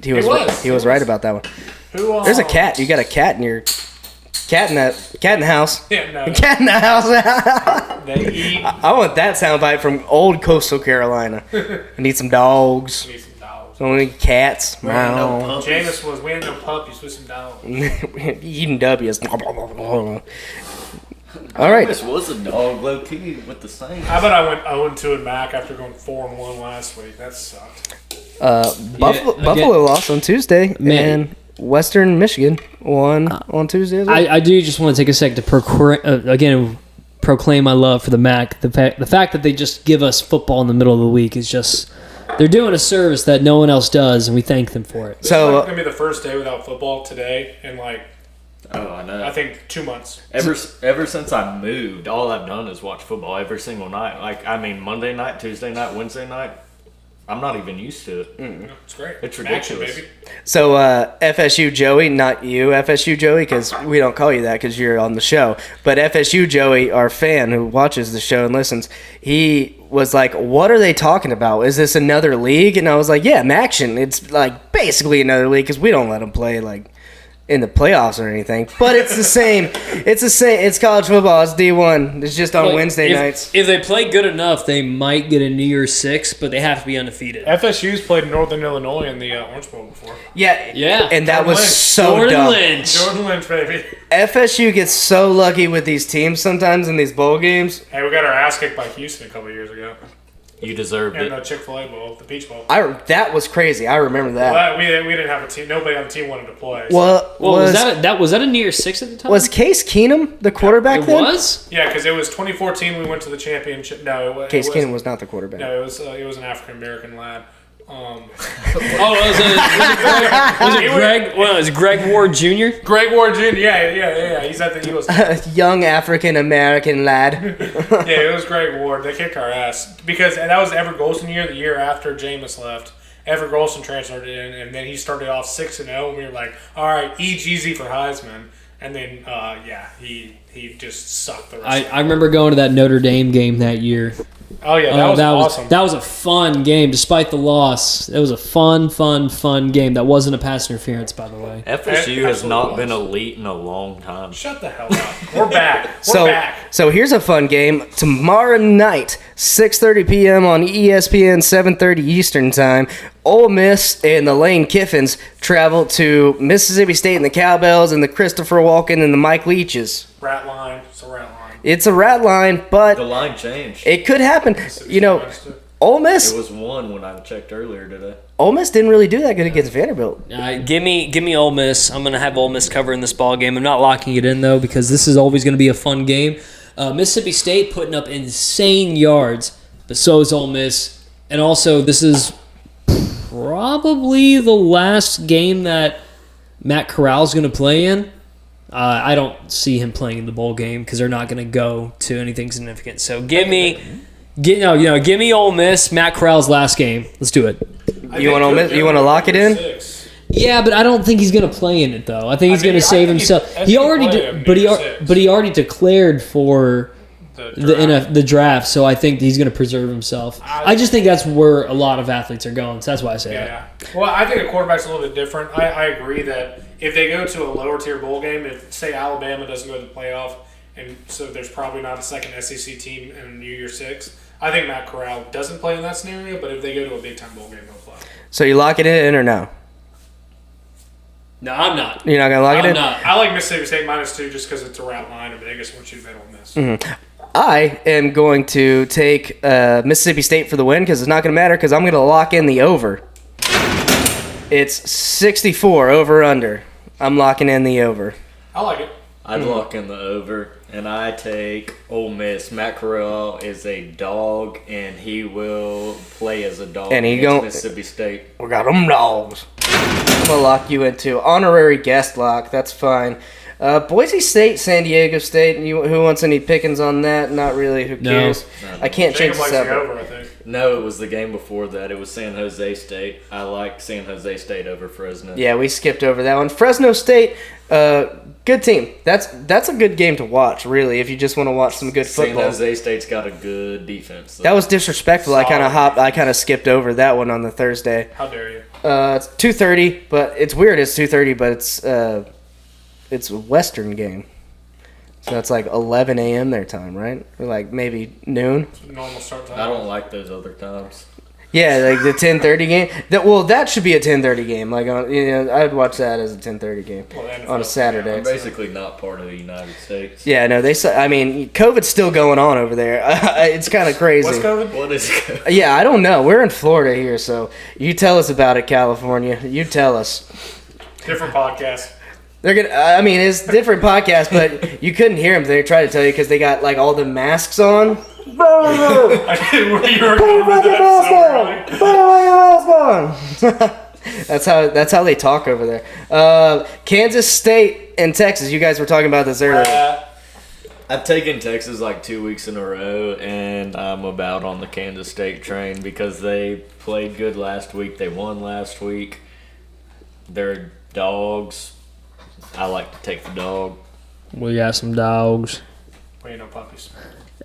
[SPEAKER 5] He was,
[SPEAKER 6] was.
[SPEAKER 5] he was right about that one.
[SPEAKER 6] Who, uh,
[SPEAKER 5] There's a cat. You got a cat in your cat in that cat in the house. *laughs*
[SPEAKER 6] Yeah, no,
[SPEAKER 5] Cat in the house. *laughs*
[SPEAKER 6] they eat.
[SPEAKER 5] I want that soundbite from old coastal Carolina. I need some dogs.
[SPEAKER 6] We had some dogs.
[SPEAKER 5] I want cats. Meow.
[SPEAKER 8] no
[SPEAKER 6] Jameis was we had no puppies with some dogs.
[SPEAKER 5] *laughs* Eating W's. All right.
[SPEAKER 8] this was a dog low key with the same.
[SPEAKER 6] How about I went 0 2 and Mac after going 4 and 1 last week? That sucked.
[SPEAKER 5] Uh, Buffalo,
[SPEAKER 7] again-
[SPEAKER 5] Buffalo lost on Tuesday,
[SPEAKER 7] Man.
[SPEAKER 5] and Western Michigan won on Tuesday. as well.
[SPEAKER 7] Uh, I, I do just want to take a sec to procre- uh, again proclaim my love for the Mac. The fact the fact that they just give us football in the middle of the week is just they're doing a service that no one else does, and we thank them for it.
[SPEAKER 5] so uh,
[SPEAKER 6] it's gonna be the first day without football today in like
[SPEAKER 8] Oh, I know.
[SPEAKER 6] I think two months.
[SPEAKER 8] Ever ever since I moved, all I've done is watch football every single night. Like I mean, Monday night, Tuesday night, Wednesday night. I'm not even used to it.
[SPEAKER 6] It's great.
[SPEAKER 8] It's
[SPEAKER 6] Action,
[SPEAKER 8] ridiculous.
[SPEAKER 6] baby.
[SPEAKER 5] so uh, FSU Joey, not you, FSU Joey, because we don't call you that because you're on the show. But FSU Joey, our fan who watches the show and listens, he was like, "What are they talking about? Is this another league?" And I was like, "Yeah, Maction. It's like basically another league because we don't let them play like in the playoffs or anything, but it's the same. *laughs* It's the same. It's college football. It's D one. It's just on
[SPEAKER 7] Like,
[SPEAKER 5] Wednesday
[SPEAKER 7] if,
[SPEAKER 5] nights.
[SPEAKER 7] If they play good enough, they might get a New Year's six, but they have to be undefeated.
[SPEAKER 6] FSU's played Northern Illinois in the uh, Orange Bowl before.
[SPEAKER 5] Yeah,
[SPEAKER 7] Yeah.
[SPEAKER 5] And that was so
[SPEAKER 7] Jordan
[SPEAKER 5] dumb.
[SPEAKER 7] Lynch.
[SPEAKER 6] Jordan Lynch, baby.
[SPEAKER 5] FSU gets so lucky with these teams sometimes in these bowl games.
[SPEAKER 6] Hey, we got our ass kicked by Houston a couple of years ago.
[SPEAKER 8] You deserved
[SPEAKER 6] And
[SPEAKER 8] it.
[SPEAKER 6] the Chick Fil A Bowl, the Peach Bowl.
[SPEAKER 5] I that was crazy. I remember that.
[SPEAKER 6] But we, we didn't have a team. Nobody on the team wanted to play. So-
[SPEAKER 5] Well,
[SPEAKER 7] Well,
[SPEAKER 5] was
[SPEAKER 7] was, that a, that was that a New Year's six at the time?
[SPEAKER 5] was Case Keenum the quarterback
[SPEAKER 7] it
[SPEAKER 5] then?
[SPEAKER 7] was?
[SPEAKER 6] Yeah, because it was 2014. We went to the championship. No, it, wa- it
[SPEAKER 5] Case
[SPEAKER 6] was.
[SPEAKER 5] Keenum was not the quarterback. *laughs*
[SPEAKER 6] No, it was. Uh, it was an African American lad. Um,
[SPEAKER 7] Oh, it was a, was it Greg?
[SPEAKER 5] *laughs*
[SPEAKER 7] Was it Greg, well, it was Greg Ward Jr.
[SPEAKER 6] Greg Ward Jr. Yeah, yeah, yeah, yeah. He's at the Eagles. yeah,
[SPEAKER 5] A young African American lad.
[SPEAKER 6] it was Greg Ward. They kicked our ass because and that was Ever Golson year. The year after Jameis left, Ever Golson transferred in, and then he started off six and zero. And we were like, all right, EGZ for Heisman. And then, uh, yeah, he he just sucked the rest.
[SPEAKER 7] I,
[SPEAKER 6] of it.
[SPEAKER 7] I remember going to that Notre Dame game that year.
[SPEAKER 6] oh yeah, that
[SPEAKER 7] Oh,
[SPEAKER 6] was awesome.
[SPEAKER 7] that was a fun game, despite the loss. It was a fun, fun, fun game. That wasn't a pass interference, by the way.
[SPEAKER 8] FSU has
[SPEAKER 6] Absolutely
[SPEAKER 8] not
[SPEAKER 6] was.
[SPEAKER 8] been elite in a long time.
[SPEAKER 6] Shut the hell up. We're back. We're
[SPEAKER 5] So
[SPEAKER 6] back.
[SPEAKER 5] so here's a fun game tomorrow night, 6:30 p.m. on E ESPN, 7:30 Eastern time. Ole Miss and the Lane Kiffins travel to Mississippi State and the Cowbells and the Christopher Walken and the Mike Leaches.
[SPEAKER 6] Rat line. It's a rat line.
[SPEAKER 5] It's a rat line, but
[SPEAKER 8] The line changed. It,
[SPEAKER 5] It could happen. You know, Ole Miss,
[SPEAKER 8] was one when I checked earlier today.
[SPEAKER 5] Ole Miss didn't really do that good against Vanderbilt.
[SPEAKER 7] Uh, give me, give me Ole Miss. I'm gonna have Ole Miss covering this ball game. I'm not locking it in though because this is always gonna be a fun game. Uh, Mississippi State putting up insane yards, but so is Ole Miss. And also, this is probably the last game that Matt Corral's gonna play in. Uh, I don't see him playing in the bowl game because they're not gonna go to anything significant. So give me, get no, you know, give me Ole Miss. Matt Corral's last game. Let's do it.
[SPEAKER 5] You want Ole Miss? You want to lock it in?
[SPEAKER 6] Six.
[SPEAKER 7] Yeah, but I don't think he's gonna play in it though. I think he's
[SPEAKER 6] mean,
[SPEAKER 7] gonna
[SPEAKER 6] I
[SPEAKER 7] save
[SPEAKER 6] think he- I
[SPEAKER 7] himself.
[SPEAKER 6] think
[SPEAKER 7] He
[SPEAKER 6] he'll
[SPEAKER 7] already,
[SPEAKER 6] play
[SPEAKER 7] de-
[SPEAKER 6] him
[SPEAKER 7] but he,
[SPEAKER 6] New Year's
[SPEAKER 7] al-
[SPEAKER 6] Six.
[SPEAKER 7] but he already declared for
[SPEAKER 6] The
[SPEAKER 7] the
[SPEAKER 6] draft.
[SPEAKER 7] NF, the draft, so I think he's gonna preserve himself. I, just think that's where a lot of athletes are going. So that's why I say that.
[SPEAKER 6] Yeah. Well, I think a quarterback's a little bit different. I, I agree that if they go to a lower tier bowl game, if say Alabama doesn't go to the playoff, and so there's probably not a second SEC team in New Year Six. I think Matt Corral doesn't play in that scenario, but if they go to a big time bowl game, he'll play.
[SPEAKER 5] So you lock it in or no?
[SPEAKER 7] No, I'm not.
[SPEAKER 5] You're not gonna lock it
[SPEAKER 7] I'm
[SPEAKER 5] in.
[SPEAKER 7] not.
[SPEAKER 6] I like Mississippi State minus two just because it's a route line, and Vegas wants you to bet on this.
[SPEAKER 5] I am going to take uh, Mississippi State for the win because it's not gonna matter because I'm gonna lock in the over. It's 64 over under. I'm locking in the over.
[SPEAKER 6] I like it.
[SPEAKER 8] I'd lock in the over, and I take Ole Miss. Matt Corral is a dog, and he will play as a dog
[SPEAKER 5] And he
[SPEAKER 8] against
[SPEAKER 5] gon-
[SPEAKER 8] Mississippi State.
[SPEAKER 5] We got them dogs. I'm gonna lock you into honorary guest lock. That's fine. Uh, Boise State, San Diego State. and You, who wants any pickings on that? Not really. Who
[SPEAKER 7] No.
[SPEAKER 5] cares? I can't change
[SPEAKER 6] Jacob likes
[SPEAKER 5] this
[SPEAKER 6] the
[SPEAKER 5] up.
[SPEAKER 6] over, I think.
[SPEAKER 8] No, it was the game before that. It was San Jose State. I like San Jose State over Fresno.
[SPEAKER 5] Yeah, we skipped over that one. Fresno State, uh, good team. That's that's a good game to watch, really, if you just want to watch some good
[SPEAKER 8] San
[SPEAKER 5] football.
[SPEAKER 8] Jose State's got a good defense. though.
[SPEAKER 5] That was disrespectful. I kind of
[SPEAKER 6] Solid.
[SPEAKER 5] hopped. I kind of skipped over that one on the Thursday.
[SPEAKER 6] How dare you?
[SPEAKER 5] Uh, it's two thirty, but it's weird. It's two thirty, but it's uh, it's a Western game, so that's like eleven a.m. their time, right? Or like maybe noon.
[SPEAKER 6] Normal start time.
[SPEAKER 8] I don't like those other times.
[SPEAKER 5] Yeah, like the ten thirty game. That well, that should be a ten thirty game. Like on, you know, I'd watch that as a ten thirty game
[SPEAKER 6] Well, the NFL
[SPEAKER 5] on a
[SPEAKER 6] 's
[SPEAKER 5] Saturday.
[SPEAKER 8] I'm basically not part of the United States.
[SPEAKER 5] Yeah, no, they. su- I mean, COVID's still going on over there. *laughs* it's kind of crazy.
[SPEAKER 6] What's COVID?
[SPEAKER 8] What is?
[SPEAKER 5] Yeah, I don't know. We're in Florida here, so you tell us about it, California. You tell us.
[SPEAKER 6] Different podcast. *laughs*
[SPEAKER 5] They're gonna. I mean, it's a different *laughs* podcast, but you couldn't hear them. They tried to tell you because they got like all the masks on. Put your
[SPEAKER 6] I didn't where you were going with
[SPEAKER 5] fucking
[SPEAKER 6] that.
[SPEAKER 5] mask
[SPEAKER 6] so
[SPEAKER 5] on!
[SPEAKER 6] wrong.
[SPEAKER 5] Put your fucking mask on! *laughs* that's how. That's how they talk over there. Uh, Kansas State and Texas. You guys were talking about this earlier.
[SPEAKER 6] Uh,
[SPEAKER 8] I've taken Texas like two weeks in a row, and I'm about on the Kansas State train because they played good last week. They won last week. They're dogs. I like to take the dog.
[SPEAKER 7] We got some dogs.
[SPEAKER 6] we ain't no puppies.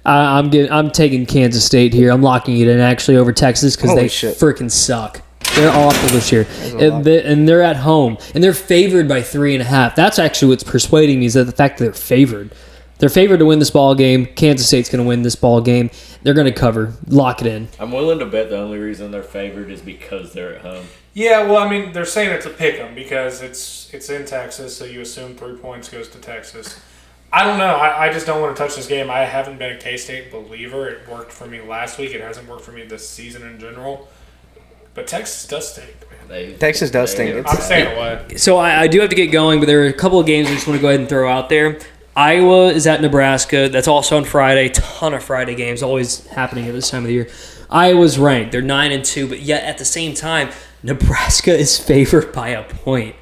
[SPEAKER 7] I, I'm getting. I'm taking Kansas State here. I'm locking it in actually over Texas because
[SPEAKER 5] Holy
[SPEAKER 7] they
[SPEAKER 5] shit.
[SPEAKER 7] freaking suck. They're awful this year, and, they, and they're at home, and they're favored by three and a half. That's actually what's persuading me is that the fact that they're favored. They're favored to win this ball game. Kansas State's going to win this ball game. They're going to cover. Lock it in.
[SPEAKER 8] I'm willing to bet the only reason they're favored is because they're at home.
[SPEAKER 6] Yeah, well, I mean, they're saying it's a pick 'em because it's it's in Texas, so you assume three points goes to Texas. I don't know. I, I just don't want to touch this game. I haven't been a K State believer. It worked for me last week. It hasn't worked for me this season in general. But Texas does stink, man.
[SPEAKER 8] They,
[SPEAKER 5] Texas does stink.
[SPEAKER 8] they-
[SPEAKER 5] It's-
[SPEAKER 6] I'm staying away.
[SPEAKER 7] So I, I do have to get going, but there are a couple of games I just want to go ahead and throw out there. Iowa is at Nebraska. That's also on Friday. Ton of Friday games always happening at this time of the year. Iowa's ranked. They're nine and two, but yet at the same time, Nebraska is *laughs* favored by a point.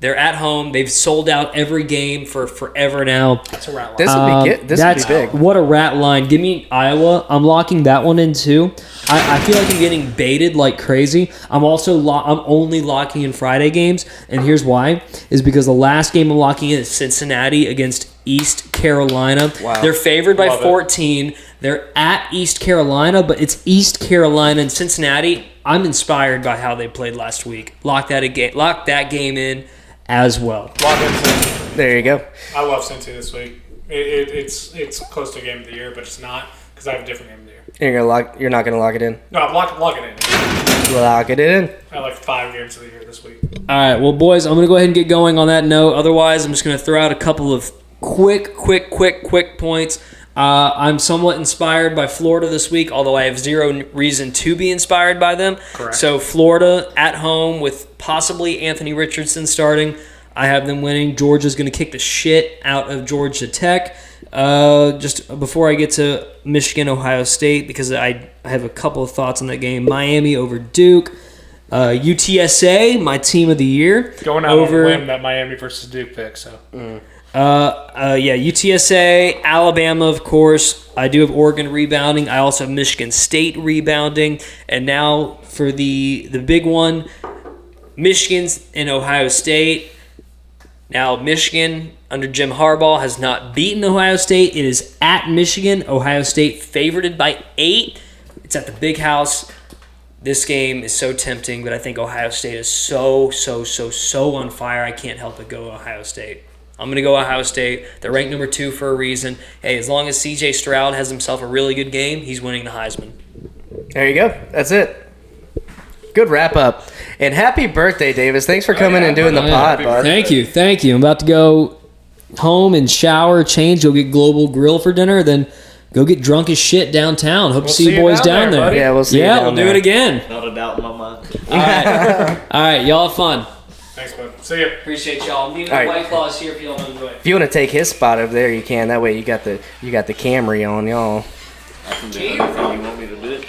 [SPEAKER 7] They're at home. They've sold out every game for forever now.
[SPEAKER 6] It's a rat line.
[SPEAKER 5] This would
[SPEAKER 7] Um,
[SPEAKER 5] be good. This would be
[SPEAKER 7] that's
[SPEAKER 5] big.
[SPEAKER 7] what a rat line. Give me Iowa. I'm locking that one in too. I, I feel like I'm getting baited like crazy. I'm also lo- I'm only locking in Friday games, and here's why: is because the last game I'm locking in is Cincinnati against East Carolina.
[SPEAKER 5] Wow.
[SPEAKER 7] They're favored by
[SPEAKER 6] Love it.
[SPEAKER 7] 14. They're at East Carolina, but it's East Carolina and Cincinnati. I'm inspired by how they played last week. Lock that again. Lock that game in as well.
[SPEAKER 6] Lock in Cincy.
[SPEAKER 5] There you go.
[SPEAKER 6] I love Cincy this week. It, it, it's it's close to game of the year, but it's not because I have a different game of the year.
[SPEAKER 5] You're gonna lock. You're not gonna lock it in.
[SPEAKER 6] No, I'm lock, locking it in.
[SPEAKER 5] Lock it in.
[SPEAKER 6] I have like five games of the year this week.
[SPEAKER 7] All right, well, boys, I'm going to go ahead and get going on that note. Otherwise, I'm just going to throw out a couple of quick, quick, quick, quick points. Uh, I'm somewhat inspired by Florida this week, although I have zero n- reason to be inspired by them.
[SPEAKER 6] Correct.
[SPEAKER 7] So, Florida at home with possibly Anthony Richardson starting. I have them winning. Georgia's going to kick the shit out of Georgia Tech. Uh, just before I get to Michigan, Ohio State, because I, I have a couple of thoughts on that game. Miami over Duke. Uh, UTSA, my team of the year.
[SPEAKER 6] Going out over on a whim that Miami versus Duke pick. So
[SPEAKER 7] Uh, uh, yeah, UTSA, Alabama, of course. I do have Oregon rebounding. I also have Michigan State rebounding. And now for the the big one, Michigan's and Ohio State. Now Michigan under Jim Harbaugh has not beaten Ohio State. It is at Michigan. Ohio State favored by eight. It's at the Big House. This game is so tempting, but I think Ohio State is so so so so on fire. I can't help but go Ohio State. I'm gonna go Ohio State. They're ranked number two for a reason. Hey, as long as C.J. Stroud has himself a really good game, he's winning the Heisman.
[SPEAKER 5] There you go. That's it. Good wrap up. And happy birthday, Davis. Thanks
[SPEAKER 4] Oh,
[SPEAKER 5] for coming and doing the pod, bud.
[SPEAKER 7] Thank you, thank you. I'm about to go home and shower, change, go get Global Grill for dinner, then go get drunk as shit downtown. Hope to see,
[SPEAKER 6] see
[SPEAKER 7] you
[SPEAKER 6] you
[SPEAKER 7] boys down,
[SPEAKER 6] down there,
[SPEAKER 7] there.
[SPEAKER 6] buddy.
[SPEAKER 5] Yeah, we'll see. you
[SPEAKER 7] yeah,
[SPEAKER 5] down
[SPEAKER 7] we'll do
[SPEAKER 5] there.
[SPEAKER 7] it again.
[SPEAKER 8] Not a doubt in my mind.
[SPEAKER 7] *laughs* All right, *laughs* all right, y'all have fun.
[SPEAKER 6] thanks, bud. See ya.
[SPEAKER 7] Appreciate y'all. Leaving
[SPEAKER 5] All right. White
[SPEAKER 7] claws here if y'all enjoy.
[SPEAKER 5] If you want to take his spot over there, you can. That way, you got the you got the Camry on y'all.
[SPEAKER 8] I can do anything you want me to do.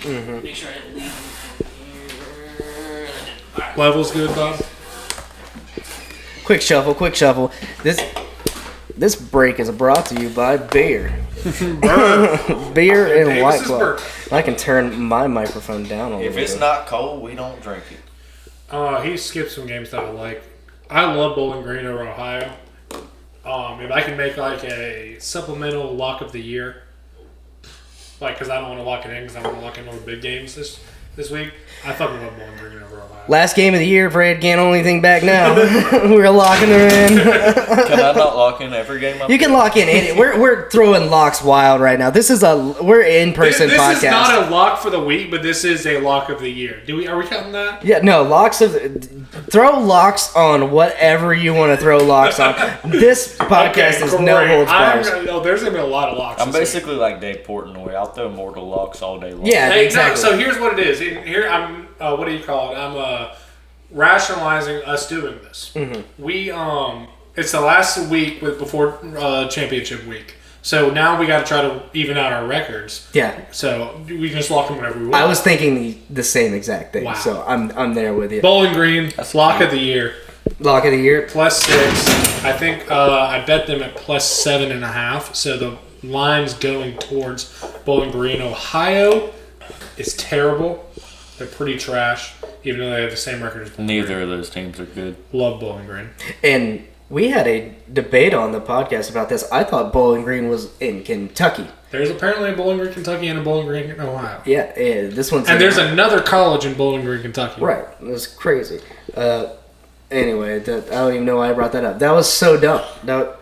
[SPEAKER 7] Make sure I didn't leave.
[SPEAKER 6] Levels good, Bob.
[SPEAKER 5] Quick shuffle, quick shuffle. This this break is brought to you by
[SPEAKER 4] *laughs*
[SPEAKER 5] *laughs* beer, beer and
[SPEAKER 6] Davis
[SPEAKER 5] white
[SPEAKER 6] is
[SPEAKER 5] claw.
[SPEAKER 6] burping.
[SPEAKER 5] I can turn my microphone down a little
[SPEAKER 4] If
[SPEAKER 5] bit.
[SPEAKER 4] it's not cold, we don't drink it.
[SPEAKER 5] *laughs*
[SPEAKER 6] Uh, he skipped some games that I like. I love Bowling Green over Ohio. Um, if I can make like a supplemental lock of the year, like because I don't want to lock it in because I want to lock in all the big games this this week. I fucking love Bowling Green over Ohio.
[SPEAKER 5] Last game of the year, Brad can't hold anything
[SPEAKER 4] *laughs*
[SPEAKER 5] back now. *laughs* we're locking her in.
[SPEAKER 8] Can I not lock in every game? I
[SPEAKER 5] You can lock in. Any, we're, we're throwing locks wild right now. This is a we're in person
[SPEAKER 6] this
[SPEAKER 5] podcast.
[SPEAKER 6] is not a lock for the week, but this is a lock of the year. Do we are we counting that?
[SPEAKER 5] Yeah, no, locks of throw locks on whatever you want to throw locks
[SPEAKER 6] *laughs*
[SPEAKER 5] on. This podcast is no
[SPEAKER 6] great.
[SPEAKER 5] holds
[SPEAKER 6] I'm,
[SPEAKER 5] bars.
[SPEAKER 6] gonna- no, there's gonna be a lot of locks.
[SPEAKER 8] I'm
[SPEAKER 6] this week.
[SPEAKER 8] basically like Dave Portnoy. I'll throw mortal locks all day long.
[SPEAKER 5] Yeah,
[SPEAKER 6] Hey, no,
[SPEAKER 5] exactly.
[SPEAKER 6] so here's what it is. Here- Here I'm. Uh, what do you call it? I'm uh, rationalizing us doing this.
[SPEAKER 5] Mm-hmm.
[SPEAKER 6] We um, it's the last week with before uh, championship week. So now we got to try to even out our records.
[SPEAKER 5] yeah,
[SPEAKER 6] So we just lock them whenever we want.
[SPEAKER 5] I was thinking the, the same exact thing.
[SPEAKER 6] Wow.
[SPEAKER 5] So I'm I'm there with you.
[SPEAKER 6] Bowling Green lock of the year
[SPEAKER 5] Lock of the year.
[SPEAKER 6] plus six. I think uh, I bet them at plus seven and a half. So the lines going towards Bowling Green, Ohio, is terrible. They're pretty trash, even though they have the same record as Bowling Green.
[SPEAKER 8] Neither of those teams are good.
[SPEAKER 6] Love Bowling Green.
[SPEAKER 5] And We had a debate on the podcast about this. I thought Bowling Green was in Kentucky.
[SPEAKER 6] There's apparently a Bowling Green, Kentucky, and a Bowling Green in Ohio.
[SPEAKER 5] Yeah, eh, this one's in-
[SPEAKER 6] And there's another college in Bowling Green, Kentucky.
[SPEAKER 5] Right. That's crazy. Uh, anyway, that, I don't even know why I brought that up. That was so dumb. That,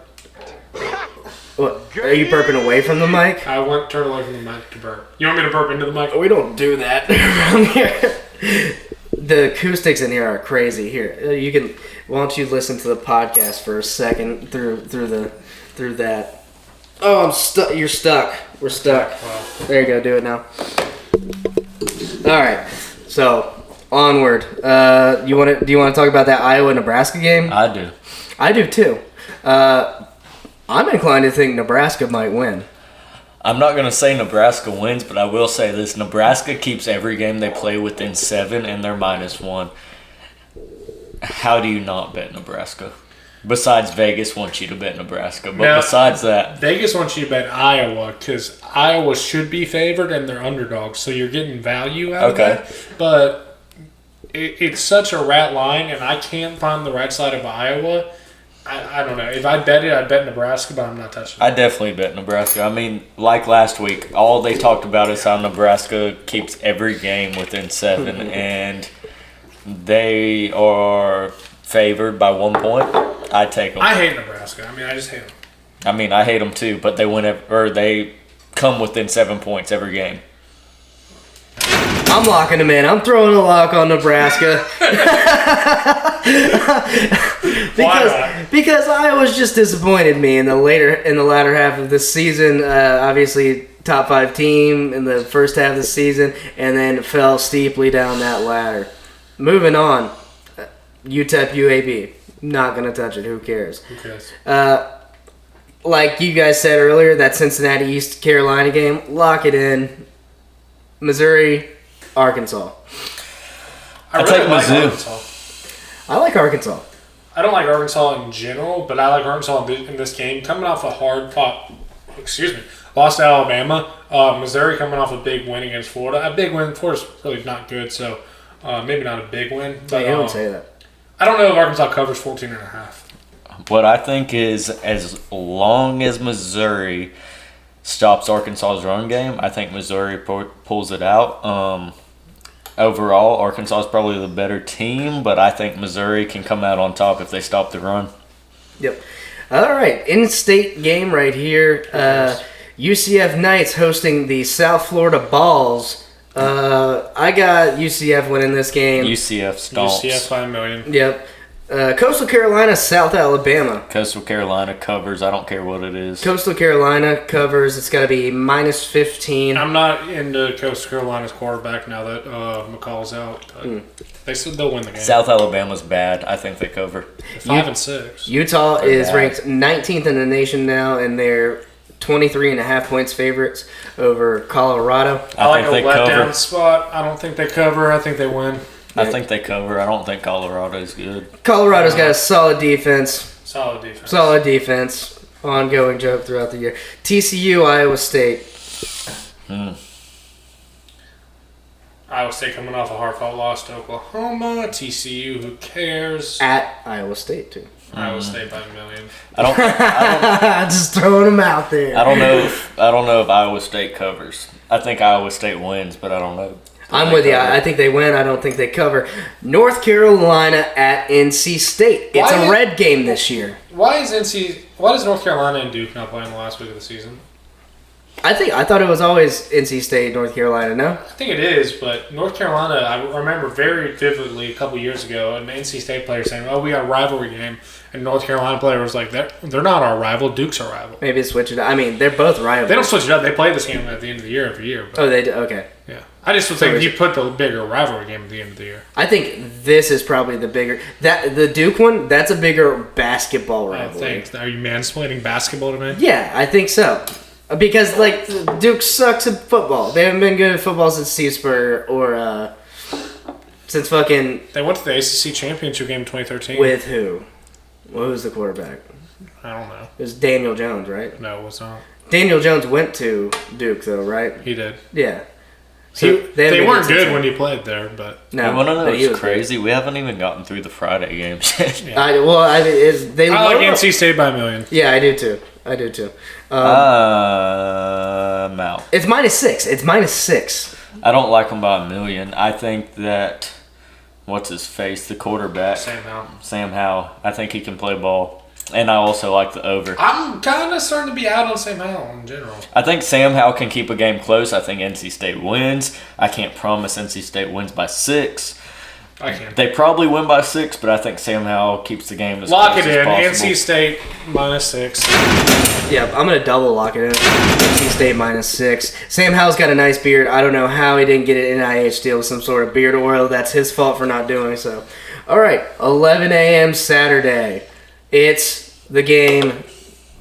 [SPEAKER 5] what, are you burping away from the mic?
[SPEAKER 6] I want turn away from the mic to burp. You want me to burp into the mic?
[SPEAKER 5] We don't do that *laughs* around here. The acoustics in here are crazy. Here, uh, you can. Why don't you listen to the podcast for a second through through the through that? Oh, I'm stuck. You're stuck. We're stuck. There you go. Do it now. All right. So onward. Uh, you want to? Do you want to talk about that Iowa Nebraska game?
[SPEAKER 8] I do.
[SPEAKER 5] I do too. Uh, I'm inclined to think Nebraska might win.
[SPEAKER 8] I'm not going to say Nebraska wins, but I will say this Nebraska keeps every game they play within seven, and they're minus one. How do you not bet Nebraska? Besides, Vegas wants you to bet Nebraska. But
[SPEAKER 6] No.
[SPEAKER 8] besides that,
[SPEAKER 6] Vegas wants you to bet Iowa because Iowa should be favored and they're underdogs, so you're getting value out
[SPEAKER 8] Okay.
[SPEAKER 6] of that. But it, it's such a rat line, and I can't find the right side of Iowa. I, I don't know. If I bet it, I'd bet Nebraska, but I'm not touching it.
[SPEAKER 8] I definitely bet Nebraska. I mean, like last week, all they talked about is how Nebraska keeps every game within seven, and they are favored by one point. I take them.
[SPEAKER 6] I hate Nebraska. I mean, I just hate them.
[SPEAKER 8] I mean, I hate them too, but they win ev- or they come within seven points every game.
[SPEAKER 5] I'm locking him in. I'm throwing a lock on Nebraska. because,
[SPEAKER 6] not?
[SPEAKER 5] because Iowa's just disappointed me in the later in the latter half of this season. Uh, obviously, top five team in the first half of the season, and then fell steeply down that ladder. Moving on, uh, UTEP UAB. Not gonna touch it. Who cares?
[SPEAKER 6] Who cares?
[SPEAKER 5] Uh, like you guys said earlier, that Cincinnati East Carolina game, lock it in. Missouri, Arkansas.
[SPEAKER 6] I,
[SPEAKER 8] I
[SPEAKER 6] really
[SPEAKER 8] take
[SPEAKER 6] like
[SPEAKER 8] Mizzou.
[SPEAKER 6] Arkansas.
[SPEAKER 5] I like Arkansas.
[SPEAKER 6] I don't like Arkansas in general, but I like Arkansas in thi- in this game. Coming off a hard fought, excuse me, lost to Alabama. Uh, Missouri coming off a big win against Florida. A big win. Florida's really not good, so uh, maybe not a big win. But
[SPEAKER 5] I
[SPEAKER 6] um,
[SPEAKER 5] don't say that.
[SPEAKER 6] I don't know if Arkansas covers 14 and a half.
[SPEAKER 8] What I think is, as long as Missouri stops Arkansas's run game, I think Missouri pu- pulls it out. Um, overall, Arkansas is probably the better team, but I think Missouri can come out on top if they stop the run.
[SPEAKER 5] Yep. All right, in-state game right here. Uh, UCF Knights hosting the South Florida Balls. Uh, I got UCF winning this game.
[SPEAKER 8] UCF stomps.
[SPEAKER 6] UCF by a million.
[SPEAKER 5] yep. Uh, Coastal Carolina, South Alabama.
[SPEAKER 8] Coastal Carolina covers. I don't care what it is.
[SPEAKER 5] Coastal Carolina covers. It's got to be minus fifteen.
[SPEAKER 6] I'm not into Coastal Carolina's quarterback now that uh, McCall's out. But
[SPEAKER 5] Hmm.
[SPEAKER 6] They said they'll win the game.
[SPEAKER 8] South Alabama's bad. I think they cover.
[SPEAKER 6] Five and six.
[SPEAKER 5] Utah is
[SPEAKER 8] bad.
[SPEAKER 5] ranked 19th in the nation now, and they're 23 and a half points favorites over Colorado.
[SPEAKER 8] I,
[SPEAKER 6] I like a
[SPEAKER 8] think they
[SPEAKER 6] letdown
[SPEAKER 8] cover.
[SPEAKER 6] spot. I don't think they cover. I think they win.
[SPEAKER 8] I think they cover. I don't think Colorado's good.
[SPEAKER 5] Colorado's got a solid defense,
[SPEAKER 6] Solid defense.
[SPEAKER 5] solid defense, ongoing joke throughout the year. TCU, Iowa State.
[SPEAKER 6] Iowa State coming off a hard fought loss to Oklahoma. TCU, who cares?
[SPEAKER 5] At Iowa State, too.
[SPEAKER 6] Iowa State by a million.
[SPEAKER 8] I don't. I don't
[SPEAKER 5] Just throwing them out there.
[SPEAKER 8] I don't know. If, I don't know if Iowa State covers. I think Iowa State wins, but I don't know.
[SPEAKER 5] I'm with you. I I think they win. I don't think they cover. North Carolina at NC State. It's
[SPEAKER 6] Why
[SPEAKER 5] a
[SPEAKER 6] did-
[SPEAKER 5] red game this year.
[SPEAKER 6] Why is NC? Why does North Carolina and Duke not play in the last week of the season?
[SPEAKER 5] I think I thought it was always NC State, North Carolina. No,
[SPEAKER 6] I think it is, but North Carolina. I remember very vividly a couple years ago, an NC State player saying, "Oh, we got a rivalry game," and North Carolina player was like, "They're they're not our rival. Duke's our rival."
[SPEAKER 5] maybe switch it. I mean, they're both rivals.
[SPEAKER 6] They don't switch it up. They play this game at the end of the year every year. But
[SPEAKER 5] Oh, they do. Okay.
[SPEAKER 6] yeah, I just would think you put the bigger rivalry game at the end of the year.
[SPEAKER 5] I think this is probably the bigger that the Duke one. That's a bigger basketball
[SPEAKER 6] I
[SPEAKER 5] rivalry.
[SPEAKER 6] think. Are you mansplaining basketball to me?
[SPEAKER 5] Yeah, I think so. Because like Duke sucks at football. They haven't been good at football since Steve Spurrier or uh, since fucking
[SPEAKER 6] They went to the ACC championship game in 2013.
[SPEAKER 5] with who? Well, who was the quarterback?
[SPEAKER 6] I don't know.
[SPEAKER 5] It was Daniel Jones, right?
[SPEAKER 6] No, it's not.
[SPEAKER 5] Daniel Jones went to Duke though, right?
[SPEAKER 6] He did.
[SPEAKER 5] Yeah. So
[SPEAKER 6] He-
[SPEAKER 5] had a
[SPEAKER 6] they weren't
[SPEAKER 5] team.
[SPEAKER 6] good when he played there, but
[SPEAKER 5] No,
[SPEAKER 8] want to know
[SPEAKER 5] but he
[SPEAKER 8] what's
[SPEAKER 5] was good.
[SPEAKER 8] crazy? We haven't even gotten through the Friday games yet.
[SPEAKER 5] I, well, I, is, they
[SPEAKER 6] I like NC State by a million.
[SPEAKER 5] Yeah, I do too. I do too. Um,
[SPEAKER 8] Uh, *laughs* I'm out.
[SPEAKER 5] it's minus six. It's minus six.
[SPEAKER 8] I don't like him by a million. I think that what's his face, the quarterback,
[SPEAKER 6] Sam Howell.
[SPEAKER 8] Sam Howell. I think he can play ball, and I also like the over.
[SPEAKER 6] I'm kind of starting to be out on Sam Howell in general.
[SPEAKER 8] I think Sam Howell can keep a game close. I think NC State wins. I can't promise NC State wins by six.
[SPEAKER 6] I can't.
[SPEAKER 8] They probably win by six, but I think Sam Howell keeps the game as
[SPEAKER 6] Lock
[SPEAKER 8] close
[SPEAKER 6] it
[SPEAKER 8] as
[SPEAKER 6] in.
[SPEAKER 8] possible.
[SPEAKER 6] NC State minus six.
[SPEAKER 5] Yeah, I'm gonna double lock it in. NC State minus six. Sam Howell's got a nice beard. I don't know how he didn't get an NIH deal with some sort of beard oil. That's his fault for not doing so. All right, 11 a.m. Saturday. It's the game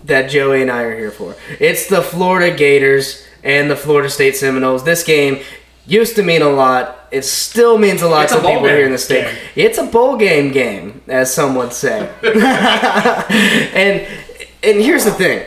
[SPEAKER 5] that Joey and I are here for. It's the Florida Gators and the Florida State Seminoles. This game used to mean a lot. It still means a lot
[SPEAKER 6] It's a
[SPEAKER 5] to
[SPEAKER 6] bowl
[SPEAKER 5] people here in
[SPEAKER 6] game.
[SPEAKER 5] the state.
[SPEAKER 6] Game.
[SPEAKER 5] It's a bowl game game, as some would
[SPEAKER 6] *laughs*
[SPEAKER 5] say. *laughs* and and here's the thing.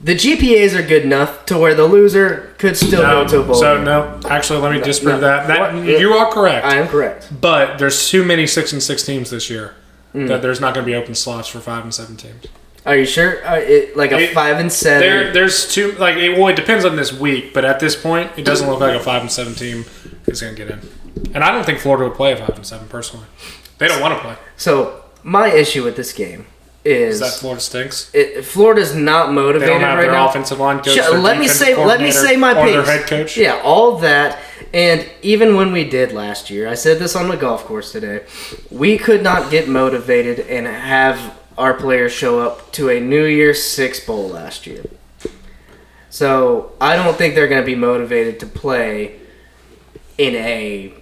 [SPEAKER 5] The GPAs are good enough to where the loser could still
[SPEAKER 6] No.
[SPEAKER 5] go to a bowl.
[SPEAKER 6] So
[SPEAKER 5] game.
[SPEAKER 6] no, actually, let me
[SPEAKER 5] no.
[SPEAKER 6] disprove that. That you are correct.
[SPEAKER 5] I am correct.
[SPEAKER 6] But there's too many six and six teams this year
[SPEAKER 5] Hmm.
[SPEAKER 6] that there's not going to be open slots for five and seven teams.
[SPEAKER 5] Are you sure? Uh, it, like a
[SPEAKER 6] It-
[SPEAKER 5] five and
[SPEAKER 6] There,
[SPEAKER 5] seven.
[SPEAKER 6] there's two. Like, it, well, it depends on this week, but at this point, it doesn't look like a five and seven team is going to get in. And I don't think Florida would play a five and seven personally. They don't want to play.
[SPEAKER 5] So my issue with this game is
[SPEAKER 6] Is that Florida stinks?
[SPEAKER 5] it, Florida's not
[SPEAKER 6] They
[SPEAKER 5] motivated
[SPEAKER 6] don't have
[SPEAKER 5] right
[SPEAKER 6] their
[SPEAKER 5] now.
[SPEAKER 6] offensive line coach.
[SPEAKER 5] Sh-
[SPEAKER 6] their
[SPEAKER 5] let me
[SPEAKER 6] defensive
[SPEAKER 5] say let me
[SPEAKER 6] coordinator,
[SPEAKER 5] say my
[SPEAKER 6] or their
[SPEAKER 5] piece.
[SPEAKER 6] head coach.
[SPEAKER 5] Yeah, all that. And even when we did last year, I said this on the golf course today. We could not get motivated and have our players show up to a New Year's Six bowl last year. So I don't think they're going to be motivated to play in a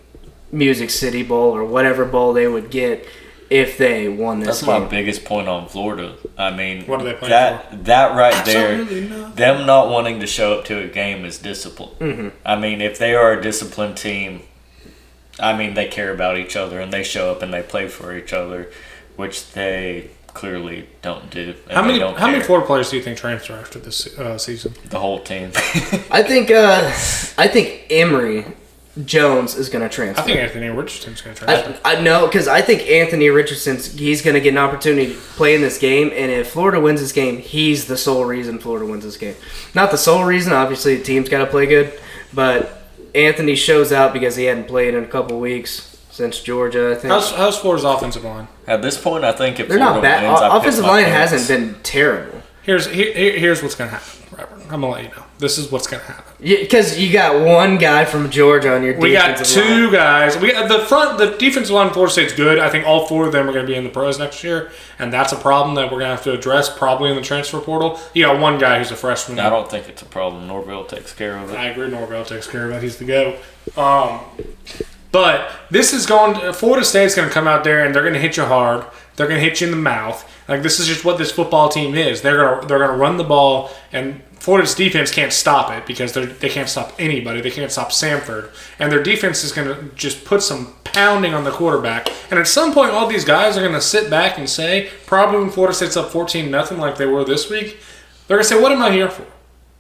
[SPEAKER 5] Music City Bowl or whatever bowl they would get if they won this
[SPEAKER 8] That's my
[SPEAKER 5] game.
[SPEAKER 8] biggest point on Florida. I mean,
[SPEAKER 6] What are they playing
[SPEAKER 8] that that right there,
[SPEAKER 6] Absolutely nothing.
[SPEAKER 8] them not wanting to show up to a game is discipline.
[SPEAKER 6] Mm-hmm.
[SPEAKER 8] I mean, if they are a disciplined team, I mean they care about each other and they show up and they play for each other, which they clearly don't do. and
[SPEAKER 6] How
[SPEAKER 8] they
[SPEAKER 6] many
[SPEAKER 8] don't
[SPEAKER 6] how many
[SPEAKER 8] care,
[SPEAKER 6] Florida players do you think transfer after this uh, season?
[SPEAKER 8] the whole team? *laughs*
[SPEAKER 5] I think uh, I think Emory Jones is going to transfer.
[SPEAKER 6] I think Anthony Richardson's going to transfer.
[SPEAKER 5] I, I know because I think Anthony Richardson's he's going to get an opportunity to play in this game, and if Florida wins this game, he's the sole reason Florida wins this game. Not the sole reason, obviously the team's got to play good, but Anthony shows out because he hadn't played in a couple weeks since Georgia. I think
[SPEAKER 6] How's, how's Florida's offensive line?
[SPEAKER 8] At this point, I think if
[SPEAKER 5] they're
[SPEAKER 8] Florida
[SPEAKER 5] not bad.
[SPEAKER 8] wins, I piss
[SPEAKER 5] offensive
[SPEAKER 8] my
[SPEAKER 5] line
[SPEAKER 8] pants.
[SPEAKER 5] hasn't been terrible
[SPEAKER 6] Here's here, here- here's what's going to happen, Robert. I'm going to let you know. This is what's going to happen.
[SPEAKER 5] because you got one guy from Georgia on your
[SPEAKER 6] We got
[SPEAKER 5] defensive line.
[SPEAKER 6] two guys. We got the front, the defensive line. in Florida State's good. I think all four of them are going to be in the pros next year, and that's a problem that we're going to have to address probably in the transfer portal. You got one guy who's a freshman.
[SPEAKER 8] I don't think it's a problem. Norville takes care of it.
[SPEAKER 6] I agree. Norvell takes care of it. He's the goat. Um, but this is going. Florida State's going to come out there and they're going to hit you hard. They're going to hit you in the mouth. Like this is just what this football team is. They're going to they're going to run the ball and. Florida's defense can't stop it because they they can't stop anybody. They can't stop Samford, and their defense is going to just put some pounding on the quarterback. And at some point, all these guys are going to sit back and say, probably when Florida State's up fourteen nothing like they were this week, they're going to say, "What am I here for?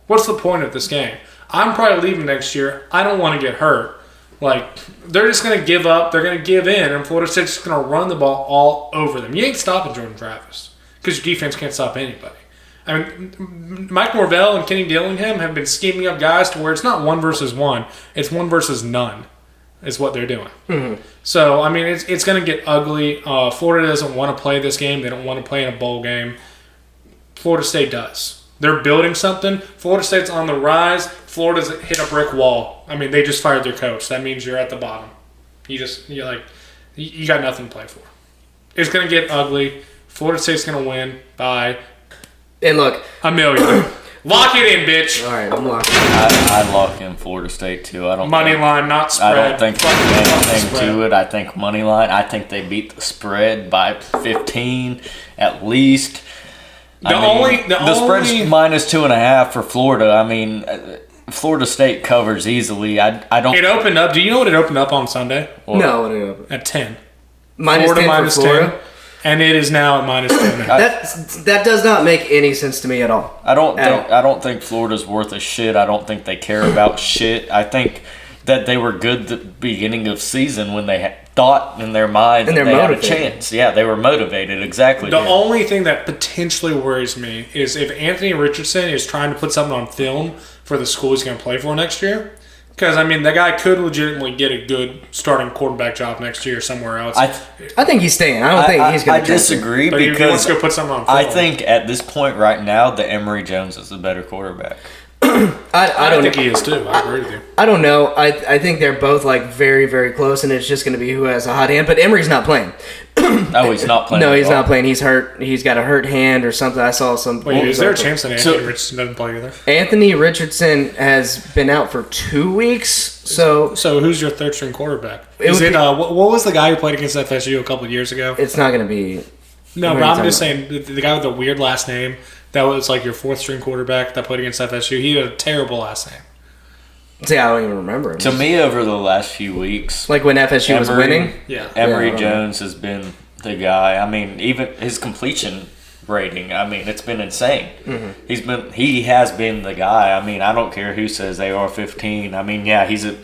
[SPEAKER 6] What's the point of this game? I'm probably leaving next year. I don't want to get hurt. Like, they're just going to give up. They're going to give in, and Florida State's just going to run the ball all over them. You ain't stopping Jordan Travis because your defense can't stop anybody. I mean, Mike Norvell and Kenny Dillingham have been scheming up guys to where it's not one versus one, it's one versus none, is what they're doing. So I mean, it's it's going to get ugly. Uh, Florida doesn't want to play this game. They don't want to play in a bowl game. Florida State does. They're building something. Florida State's on the rise. Florida's hit a brick wall. I mean, they just fired their coach. That means you're at the bottom. You just you're like you you got nothing to play for. It's going to get ugly. Florida State's going to win by
[SPEAKER 5] And look,
[SPEAKER 6] a million.
[SPEAKER 5] *coughs*
[SPEAKER 6] Lock it in, bitch.
[SPEAKER 5] all right, I'm locked.
[SPEAKER 8] I, I lock in Florida State too. I don't
[SPEAKER 6] Money
[SPEAKER 8] think-
[SPEAKER 6] line, not spread.
[SPEAKER 8] I don't think
[SPEAKER 6] Fuck
[SPEAKER 8] there's
[SPEAKER 6] the
[SPEAKER 8] anything
[SPEAKER 6] spread.
[SPEAKER 8] to it. I think money line. I think they beat the spread by 15 at least. The
[SPEAKER 6] only- the
[SPEAKER 8] spread's
[SPEAKER 6] only-
[SPEAKER 8] minus two and a half for Florida. I mean, uh, Florida State covers easily. I I don't.
[SPEAKER 6] It opened up. Do you know what it opened up on Sunday
[SPEAKER 5] No, no, no.
[SPEAKER 6] at ten?
[SPEAKER 5] Minus
[SPEAKER 6] Florida
[SPEAKER 5] 10 for
[SPEAKER 6] minus
[SPEAKER 5] Florida.
[SPEAKER 6] ten, and it is now at minus
[SPEAKER 8] *coughs*
[SPEAKER 6] ten. and a half.
[SPEAKER 5] That that does not make any sense to me at all.
[SPEAKER 8] I don't
[SPEAKER 5] at
[SPEAKER 8] think I don't think Florida's worth a shit. I don't think they care about shit. I think that they were good the beginning of season when they had thought in their mind
[SPEAKER 5] And
[SPEAKER 8] that
[SPEAKER 5] they're
[SPEAKER 8] they had a
[SPEAKER 5] motivated.
[SPEAKER 8] chance. Yeah, they were motivated exactly.
[SPEAKER 6] The
[SPEAKER 8] yeah.
[SPEAKER 6] only thing that potentially worries me is if Anthony Richardson is trying to put something on film for the school he's going to play for next year. Because I mean, the guy could legitimately get a good starting quarterback job next year somewhere else.
[SPEAKER 8] I,
[SPEAKER 5] I think he's staying. I don't think
[SPEAKER 8] I,
[SPEAKER 5] he's
[SPEAKER 8] I
[SPEAKER 5] going to
[SPEAKER 8] disagree
[SPEAKER 6] but if he wants
[SPEAKER 8] because
[SPEAKER 6] to go put something on film,
[SPEAKER 8] I think at this point right now, the Emory Jones is the better quarterback.
[SPEAKER 5] I, I
[SPEAKER 6] I,
[SPEAKER 5] don't
[SPEAKER 6] think he is too. I agree with you.
[SPEAKER 5] I don't know. I I think they're both like very very close, and it's just going to be who has a hot hand. But Emery's not playing. *clears throat*
[SPEAKER 8] No, he's not playing.
[SPEAKER 5] No,
[SPEAKER 8] at
[SPEAKER 5] he's
[SPEAKER 8] all.
[SPEAKER 5] not playing. He's hurt. He's got a hurt hand or something. I saw some.
[SPEAKER 6] Wait, is there a
[SPEAKER 5] something.
[SPEAKER 6] chance that
[SPEAKER 8] So-
[SPEAKER 6] Anthony Richardson doesn't play either?
[SPEAKER 5] Anthony Richardson has been out for two weeks, so
[SPEAKER 6] So who's your third string quarterback?
[SPEAKER 5] It
[SPEAKER 6] Is
[SPEAKER 5] would
[SPEAKER 6] it
[SPEAKER 5] be-
[SPEAKER 6] uh, what, what was the guy who played against FSU a couple of years ago?
[SPEAKER 5] it's not going to be.
[SPEAKER 6] No,
[SPEAKER 5] Who
[SPEAKER 6] but
[SPEAKER 5] are you
[SPEAKER 6] I'm just
[SPEAKER 5] talking
[SPEAKER 6] saying the, the guy with the weird last name that was like your fourth string quarterback that played against FSU. He had a terrible last name.
[SPEAKER 5] See, I don't even remember. Him.
[SPEAKER 8] To me, over the last few weeks,
[SPEAKER 5] like when FSU was
[SPEAKER 8] Emory-
[SPEAKER 5] winning.
[SPEAKER 6] Yeah.
[SPEAKER 5] Yeah,
[SPEAKER 8] Emory
[SPEAKER 5] I don't know.
[SPEAKER 8] Jones has been the guy. I mean, even his completion rating. I mean, it's been insane.
[SPEAKER 5] Mm-hmm.
[SPEAKER 8] He's been he has been the guy. I mean, I don't care who says they are 15. I mean, yeah, he's a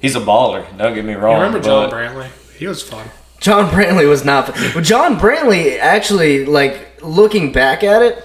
[SPEAKER 8] he's a baller. Don't get me wrong.
[SPEAKER 6] I remember John
[SPEAKER 8] but
[SPEAKER 6] Brantley. He was fun.
[SPEAKER 5] John Brantley was not. Well, John Brantley actually, like looking back at it,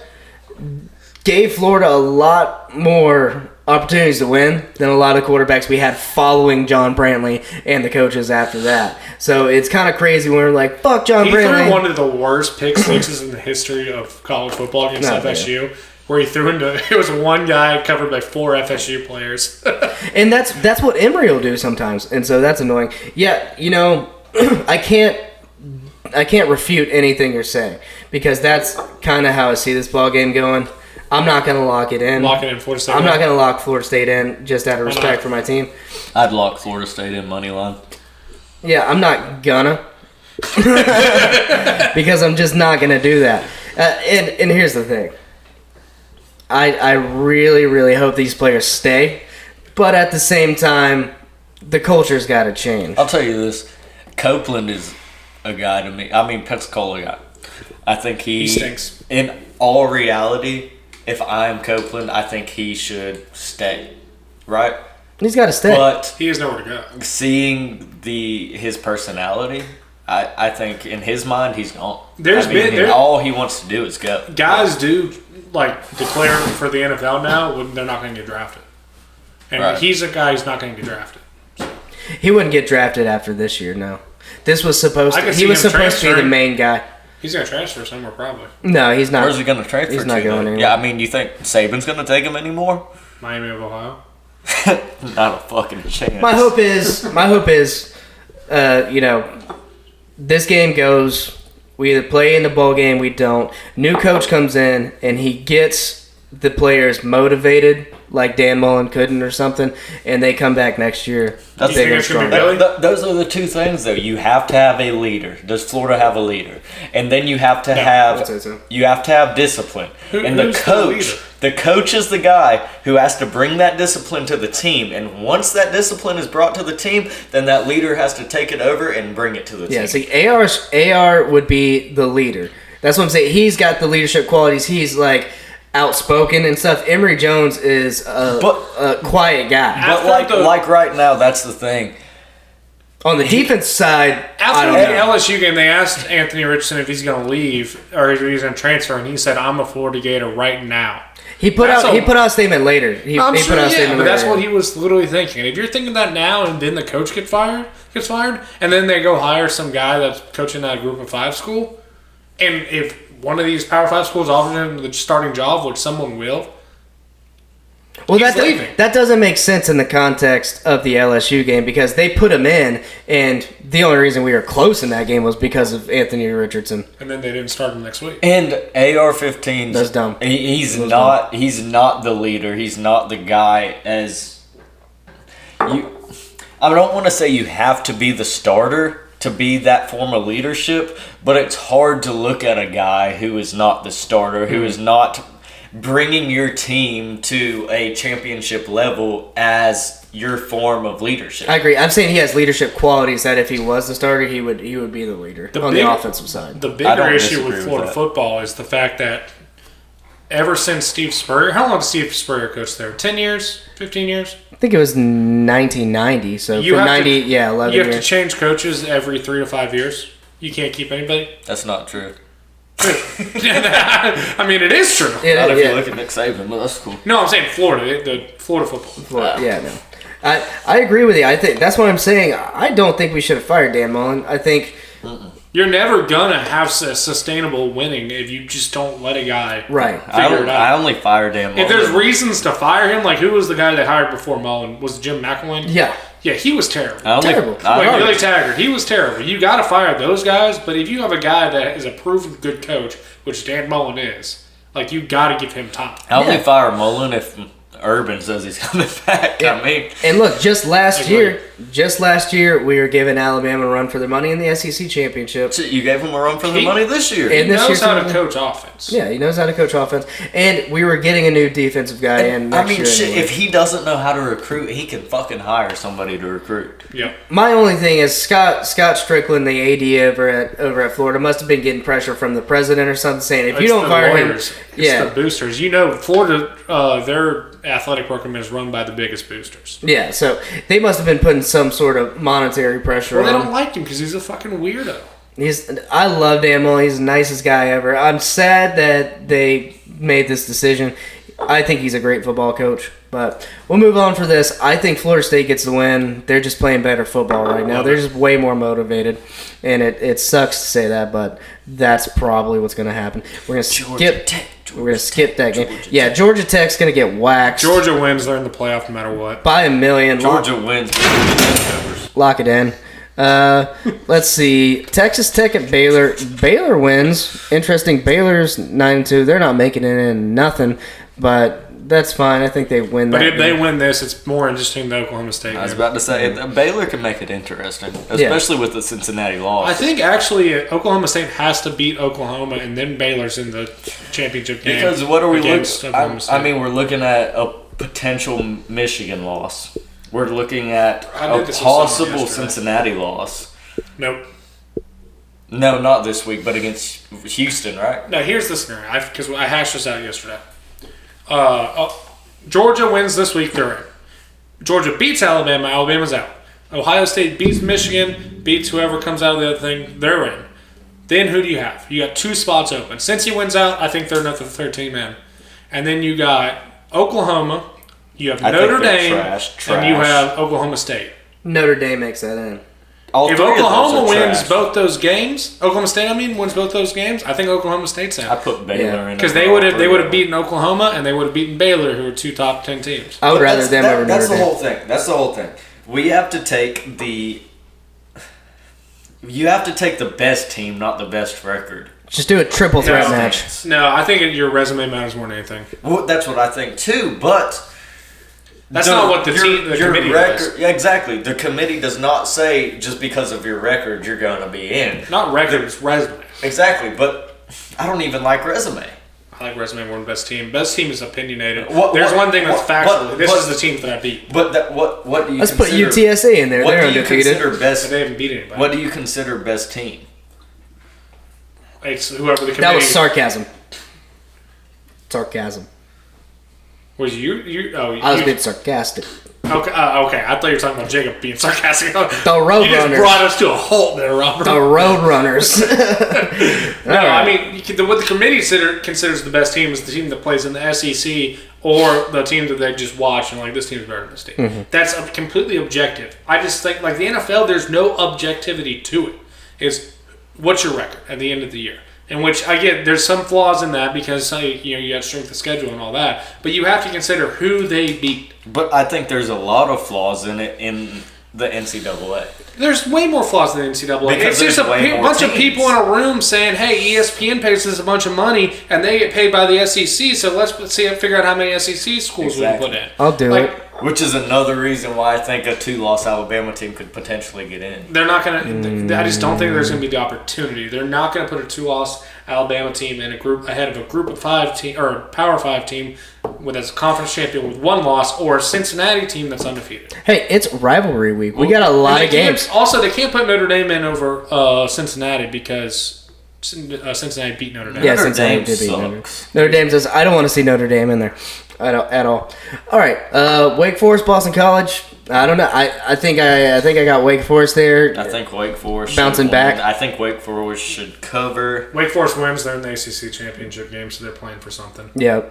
[SPEAKER 5] gave Florida a lot more opportunities to win than a lot of quarterbacks we had following John Brantley and the coaches after that. So it's kind of crazy when we're like, "Fuck John
[SPEAKER 6] He
[SPEAKER 5] Brantley."
[SPEAKER 6] threw one of the worst pick sixes in the history of college football against
[SPEAKER 5] No,
[SPEAKER 6] FSU, where he threw into *laughs* it was one guy covered by four FSU players. *laughs*
[SPEAKER 5] and that's that's what Emory will do sometimes, and so that's annoying. Yeah, you know, *clears throat* I can't I can't refute anything you're saying because that's kind of how I see this ball game going. I'm not gonna lock it in.
[SPEAKER 6] Locking in Florida State.
[SPEAKER 5] I'm not gonna lock Florida State in just out of
[SPEAKER 6] not?
[SPEAKER 5] respect for my team.
[SPEAKER 8] I'd lock Florida State in money line.
[SPEAKER 5] Yeah, I'm not
[SPEAKER 6] *laughs*
[SPEAKER 5] gonna because I'm just not gonna do that. Uh, and and here's the thing. I I really really hope these players stay, but at the same time, the culture's got to change.
[SPEAKER 8] I'll tell you this: Copeland is a guy to me. I mean, Pensacola guy. I think he,
[SPEAKER 6] He stinks.
[SPEAKER 8] In all reality, if I'm Copeland, I think he should stay. Right,
[SPEAKER 5] He's got to stay.
[SPEAKER 8] but
[SPEAKER 6] He has nowhere to go.
[SPEAKER 8] seeing the his personality, I, I think in his mind he's gone.
[SPEAKER 6] There's
[SPEAKER 8] I mean,
[SPEAKER 6] been- there-
[SPEAKER 8] all he wants to do is go.
[SPEAKER 6] Guys do like declare for the NFL now when they're not going to get drafted, and
[SPEAKER 8] Right.
[SPEAKER 6] he's a guy who's not going to get drafted.
[SPEAKER 5] he wouldn't get drafted after this year. No, this was supposed.
[SPEAKER 6] I
[SPEAKER 5] To,
[SPEAKER 6] could
[SPEAKER 5] he
[SPEAKER 6] see
[SPEAKER 5] was
[SPEAKER 6] him
[SPEAKER 5] supposed to be the
[SPEAKER 6] transferring.
[SPEAKER 5] main guy.
[SPEAKER 6] He's going to transfer somewhere probably
[SPEAKER 5] No, he's not.
[SPEAKER 8] Where's he gonna transfer?
[SPEAKER 5] He's not
[SPEAKER 8] to,
[SPEAKER 5] going
[SPEAKER 8] though?
[SPEAKER 5] anywhere.
[SPEAKER 8] Yeah, I mean, you think Saban's gonna take him anymore? *laughs*
[SPEAKER 6] Miami of Ohio.
[SPEAKER 8] not a fucking chance.
[SPEAKER 5] my hope is my hope is uh, you know this game goes we either play in the bowl game we don't new coach comes in and he gets the players motivated like dan mullen couldn't or something and they come back next year bigger
[SPEAKER 8] That's
[SPEAKER 6] think
[SPEAKER 5] and
[SPEAKER 6] it's gonna be
[SPEAKER 5] stronger
[SPEAKER 6] Really?
[SPEAKER 8] Th- th- those are the two things, though. You have to have a leader. Does Florida have a leader? And then you have to
[SPEAKER 5] I
[SPEAKER 8] have
[SPEAKER 5] would say so.
[SPEAKER 8] you have to have discipline.
[SPEAKER 6] Who-
[SPEAKER 8] and the
[SPEAKER 6] who's the
[SPEAKER 8] coach,
[SPEAKER 6] leader?
[SPEAKER 8] the, coach is the guy who has to bring that discipline to the team. And once that discipline is brought to the team, then that leader has to take it over and bring it to the
[SPEAKER 5] yeah
[SPEAKER 8] team.
[SPEAKER 5] see ar 's- ar would be the leader that's what i'm saying he's got the leadership qualities he's like outspoken and stuff emery jones is a,
[SPEAKER 8] But-
[SPEAKER 5] a quiet guy
[SPEAKER 8] but
[SPEAKER 6] After
[SPEAKER 8] like
[SPEAKER 6] the-
[SPEAKER 8] like right now, that's the thing.
[SPEAKER 5] on the defense side I
[SPEAKER 6] After
[SPEAKER 5] don't
[SPEAKER 6] the
[SPEAKER 5] know.
[SPEAKER 6] LSU game, they asked Anthony Richardson if he's going to leave or if he's going to transfer, and he said, "I'm a Florida Gator right now."
[SPEAKER 5] He put
[SPEAKER 6] That's
[SPEAKER 5] out
[SPEAKER 6] a-
[SPEAKER 5] he put out a statement later. He,
[SPEAKER 6] I'm
[SPEAKER 5] he
[SPEAKER 6] sure,
[SPEAKER 5] put out a
[SPEAKER 6] yeah,
[SPEAKER 5] statement
[SPEAKER 6] but
[SPEAKER 5] later.
[SPEAKER 6] that's what he was literally thinking. And if you're thinking that now, and then the coach get fired, gets fired, and then they go hire some guy that's coaching at a Group of Five school, and if one of these Power Five schools offers him the starting job, which someone will,
[SPEAKER 5] well,
[SPEAKER 6] he's
[SPEAKER 5] that do-
[SPEAKER 6] leaving.
[SPEAKER 5] that doesn't make sense in the context of the LSU game because they put him in, and the only reason we were close in that game was because of Anthony Richardson.
[SPEAKER 6] and then they didn't start him next week.
[SPEAKER 8] And AR-15,
[SPEAKER 5] That's dumb.
[SPEAKER 8] he- he's
[SPEAKER 5] That's
[SPEAKER 8] not. He's not the leader. He's not the guy. As you, I don't want to say you have to be the starter to be that form of leadership, but it's hard to look at a guy who is not the starter,
[SPEAKER 5] Mm-hmm.
[SPEAKER 8] who is not bringing your team to a championship level as your form of leadership.
[SPEAKER 5] I agree. I'm saying he has leadership qualities that if he was the starter, he would he would be the leader
[SPEAKER 6] The
[SPEAKER 5] on
[SPEAKER 6] big-
[SPEAKER 5] the offensive side.
[SPEAKER 6] The
[SPEAKER 8] I don't
[SPEAKER 6] bigger issue
[SPEAKER 8] disagree
[SPEAKER 6] with
[SPEAKER 8] with
[SPEAKER 6] Florida
[SPEAKER 8] that.
[SPEAKER 6] football is the fact that ever since Steve Spurrier. How long did Steve Spurrier coach there? Ten years, fifteen years.
[SPEAKER 5] I think it was 1990. So
[SPEAKER 6] You
[SPEAKER 5] for
[SPEAKER 6] have
[SPEAKER 5] 90,
[SPEAKER 6] to,
[SPEAKER 5] yeah, 11
[SPEAKER 6] You have
[SPEAKER 5] years.
[SPEAKER 6] to change coaches every three to five years. You can't keep
[SPEAKER 8] *laughs*
[SPEAKER 6] anybody.
[SPEAKER 8] That's not true.
[SPEAKER 6] I mean, it is true.
[SPEAKER 5] Yeah,
[SPEAKER 8] Not if
[SPEAKER 5] yeah.
[SPEAKER 8] you look at Nick Saban, but that's cool.
[SPEAKER 6] No, I'm saying Florida, the Florida football.
[SPEAKER 5] Well, yeah, no. I, I agree with you. I think that's what I'm saying. I don't think we should have fired Dan Mullen. I think
[SPEAKER 6] You're never gonna have s- sustainable winning if you just don't let a guy.
[SPEAKER 5] right.
[SPEAKER 8] I,
[SPEAKER 6] Figure it
[SPEAKER 8] don't-
[SPEAKER 6] out.
[SPEAKER 8] I only fire Dan Mullen.
[SPEAKER 6] If there's reasons to fire him, like who was the guy they hired before Mullen? Was it Jim McElwain?
[SPEAKER 5] Yeah.
[SPEAKER 6] Yeah, he was terrible.
[SPEAKER 8] I only,
[SPEAKER 5] Terrible.
[SPEAKER 8] I
[SPEAKER 6] Wait,
[SPEAKER 8] only-
[SPEAKER 6] Billy Taggart, he was terrible. You got to fire those guys, but if you have a guy that is a proven good coach, which Dan Mullen is, like you got to give him time.
[SPEAKER 8] I only
[SPEAKER 5] Yeah.
[SPEAKER 8] fire Mullen if Urban says he's coming *laughs* back. I mean,
[SPEAKER 5] And look, just last
[SPEAKER 6] Agree.
[SPEAKER 5] year, just last year, we were giving Alabama a run for their money in the SEC championship.
[SPEAKER 8] shit, you gave him a run for the
[SPEAKER 6] He-
[SPEAKER 8] money this year.
[SPEAKER 5] And
[SPEAKER 6] He
[SPEAKER 5] this
[SPEAKER 6] knows
[SPEAKER 5] year's
[SPEAKER 6] how to
[SPEAKER 5] gonna-
[SPEAKER 6] coach offense.
[SPEAKER 5] Yeah, he knows how to coach offense, and we were getting a new defensive guy in.
[SPEAKER 8] I
[SPEAKER 5] Next
[SPEAKER 8] mean,
[SPEAKER 5] year
[SPEAKER 8] shit,
[SPEAKER 5] anyway.
[SPEAKER 8] if he doesn't know how to recruit, he can fucking hire somebody to recruit.
[SPEAKER 6] Yep.
[SPEAKER 5] My only thing is Scott Scott Strickland, the AD over at over at Florida, must have been getting pressure from the president or something, saying if you
[SPEAKER 6] It's
[SPEAKER 5] don't
[SPEAKER 6] the
[SPEAKER 5] fire
[SPEAKER 6] lawyers.
[SPEAKER 5] him,
[SPEAKER 6] it's
[SPEAKER 5] yeah,
[SPEAKER 6] the boosters. You know, Florida, uh, their athletic program is run by the biggest boosters.
[SPEAKER 5] yeah. So they must have been putting some sort of monetary pressure
[SPEAKER 6] Well, they
[SPEAKER 5] on.
[SPEAKER 6] don't like him because he's a fucking weirdo.
[SPEAKER 5] He's I love Dan Mullen. He's the nicest guy ever. I'm sad that they made this decision. I think he's a great football coach, but we'll move on for this. I think Florida State gets the win. They're just playing better football right now. They're just way more motivated, and it, it sucks to say that, but that's probably what's going to happen. We're going to skip.
[SPEAKER 8] Tech, Georgia
[SPEAKER 5] we're going to skip that game.
[SPEAKER 8] Georgia
[SPEAKER 5] yeah, Georgia Tech's going to get waxed
[SPEAKER 6] Georgia wins. They're in the playoff no matter what.
[SPEAKER 5] by a million. Lock-
[SPEAKER 8] Georgia wins. but they're covers.
[SPEAKER 5] Lock it in. Uh, let's see. Texas Tech at Baylor. Baylor wins. Interesting. Baylor's nine and two. They're not making it in nothing, but that's fine. I think they win.
[SPEAKER 6] But
[SPEAKER 5] that
[SPEAKER 6] if they
[SPEAKER 5] game.
[SPEAKER 6] win this, it's more interesting than Oklahoma State.
[SPEAKER 8] I was
[SPEAKER 6] game.
[SPEAKER 8] about to say Baylor can make it interesting, especially with the Cincinnati
[SPEAKER 6] I
[SPEAKER 8] loss.
[SPEAKER 6] think actually uh, Oklahoma State has to beat Oklahoma, and then Baylor's in the championship game.
[SPEAKER 8] because what are we
[SPEAKER 6] against
[SPEAKER 8] looking?
[SPEAKER 6] Oklahoma
[SPEAKER 8] I,
[SPEAKER 6] State.
[SPEAKER 8] I mean, we're looking at a potential Michigan loss. We're looking at
[SPEAKER 6] I
[SPEAKER 8] a
[SPEAKER 6] did this with someone
[SPEAKER 8] possible
[SPEAKER 6] yesterday.
[SPEAKER 8] Cincinnati loss.
[SPEAKER 6] nope.
[SPEAKER 8] No, not this week, but against Houston, right?
[SPEAKER 6] Now here's the scenario because I hashed this out yesterday. Uh, uh, Georgia wins this week. They're in. Georgia beats Alabama. Alabama's out. Ohio State beats Michigan. Beats whoever comes out of the other thing. They're in. Then who do you have? You got two spots open. Since he wins out, I think they're another third team in. And then you got Oklahoma. You have
[SPEAKER 8] I think
[SPEAKER 6] Notre
[SPEAKER 8] they're
[SPEAKER 6] Dame,
[SPEAKER 8] trash,
[SPEAKER 6] and you
[SPEAKER 8] trash.
[SPEAKER 6] have Oklahoma State.
[SPEAKER 5] Notre Dame makes that in.
[SPEAKER 8] All
[SPEAKER 6] If
[SPEAKER 8] three of those
[SPEAKER 6] Oklahoma
[SPEAKER 8] are
[SPEAKER 6] wins
[SPEAKER 8] trash.
[SPEAKER 6] both those games, Oklahoma State, I mean, wins both those games, I think Oklahoma State's
[SPEAKER 8] I
[SPEAKER 6] out
[SPEAKER 8] put Baylor
[SPEAKER 5] Yeah.
[SPEAKER 8] in
[SPEAKER 6] because
[SPEAKER 8] it
[SPEAKER 6] they
[SPEAKER 8] for all
[SPEAKER 6] would have they
[SPEAKER 8] three
[SPEAKER 6] would
[SPEAKER 8] of
[SPEAKER 6] have beaten Oklahoma and they would have beaten Bayller, who are two top ten teams.
[SPEAKER 5] I would rather
[SPEAKER 8] That's-
[SPEAKER 5] them
[SPEAKER 8] that-
[SPEAKER 5] over Notre
[SPEAKER 8] That's the
[SPEAKER 5] Dame.
[SPEAKER 8] whole thing. That's the whole thing. We have to take the. You have to take the best team, not the best record.
[SPEAKER 5] Just do a triple threat
[SPEAKER 6] Yeah.
[SPEAKER 5] match.
[SPEAKER 6] No, I think it, your resume matters more than anything.
[SPEAKER 8] Well, that's what I think too, but
[SPEAKER 6] That's
[SPEAKER 8] the-
[SPEAKER 6] not what the
[SPEAKER 8] your-
[SPEAKER 6] team the
[SPEAKER 8] your
[SPEAKER 6] committee
[SPEAKER 8] record.
[SPEAKER 6] does.
[SPEAKER 8] Yeah, exactly. The committee does not say just because of your record you're going to be in.
[SPEAKER 6] Not record, it's resume.
[SPEAKER 8] Exactly, but I don't even like resume.
[SPEAKER 6] I like resume more than best team. Best team is opinionated.
[SPEAKER 8] What-
[SPEAKER 6] There's
[SPEAKER 8] what-
[SPEAKER 6] one thing that's
[SPEAKER 8] what-
[SPEAKER 6] factual.
[SPEAKER 8] what-
[SPEAKER 6] this
[SPEAKER 8] what-
[SPEAKER 6] is the team that I beat.
[SPEAKER 8] But that, what what do you
[SPEAKER 5] Let's
[SPEAKER 8] consider,
[SPEAKER 5] put UTSA in there.
[SPEAKER 8] What
[SPEAKER 5] They're
[SPEAKER 8] do you
[SPEAKER 5] undefeated.
[SPEAKER 8] consider best?
[SPEAKER 6] They haven't beat anybody.
[SPEAKER 8] What do you consider best team?
[SPEAKER 6] It's whoever the committee.
[SPEAKER 5] that was sarcasm. Sarcasm.
[SPEAKER 6] Was you? You? Oh,
[SPEAKER 5] I was
[SPEAKER 6] you,
[SPEAKER 5] being sarcastic.
[SPEAKER 6] Okay, uh, okay. I thought you were talking about Jacob being sarcastic. The
[SPEAKER 5] Roadrunners.
[SPEAKER 6] *laughs* You just brought us to a halt there, Robert.
[SPEAKER 5] The Roadrunners. *laughs*
[SPEAKER 6] no, I mean, you can- the, what the committee consider, considers the best team is the team that plays in the SEC or the team that they just watch and like this team's better than this team. That's a, completely objective. I just think like the NFL, there's no objectivity to it. It's what's your record at the end of the year. In which I get there's some flaws in that because like, you know you have strength of schedule and all that, but you have to consider who they beat.
[SPEAKER 8] But I think there's a lot of flaws in it in the NCAA.
[SPEAKER 6] There's way more flaws than the NCAA.
[SPEAKER 8] Because
[SPEAKER 6] it's just a
[SPEAKER 8] there's way
[SPEAKER 6] pe-
[SPEAKER 8] more
[SPEAKER 6] bunch of
[SPEAKER 8] teams.
[SPEAKER 6] people in a room saying, "Hey, E ESPN pays us a bunch of money, and they get paid by the SEC. So let's put- see figure out how many SEC schools
[SPEAKER 8] Exactly.
[SPEAKER 6] we can put in."
[SPEAKER 5] I'll do
[SPEAKER 6] Like,
[SPEAKER 5] it.
[SPEAKER 8] Which is another reason why I think a two-loss Alabama team could potentially get in.
[SPEAKER 6] They're not gonna.
[SPEAKER 5] Mm.
[SPEAKER 6] th- I just don't think there's gonna be the opportunity. They're not gonna put a two-loss Alabama team in a group ahead of a group of five team or a Power Five team with as a conference champion with one loss or a Cincinnati team that's undefeated.
[SPEAKER 5] Hey, it's rivalry week. We got a lot
[SPEAKER 6] And
[SPEAKER 5] of
[SPEAKER 6] they can't-
[SPEAKER 5] games.
[SPEAKER 6] Also, they can't put Notre Dame in over uh, Cincinnati because uh, Cincinnati beat Notre Dame.
[SPEAKER 5] Yeah,
[SPEAKER 8] Notre
[SPEAKER 5] Cincinnati
[SPEAKER 8] Dame
[SPEAKER 5] did beat Notre
[SPEAKER 8] sucks.
[SPEAKER 5] Notre Dame says, I don't want to see Notre Dame in there at all. At all. all right, uh, Wake Forest, Boston College. I don't know. I, I think I, I think I got Wake Forest there.
[SPEAKER 8] I think Wake Forest
[SPEAKER 5] Bouncing
[SPEAKER 8] should-
[SPEAKER 5] back.
[SPEAKER 8] I think Wake Forest should cover.
[SPEAKER 6] Wake Forest wins. They're in the ACC championship game, so they're playing for something.
[SPEAKER 5] Yeah.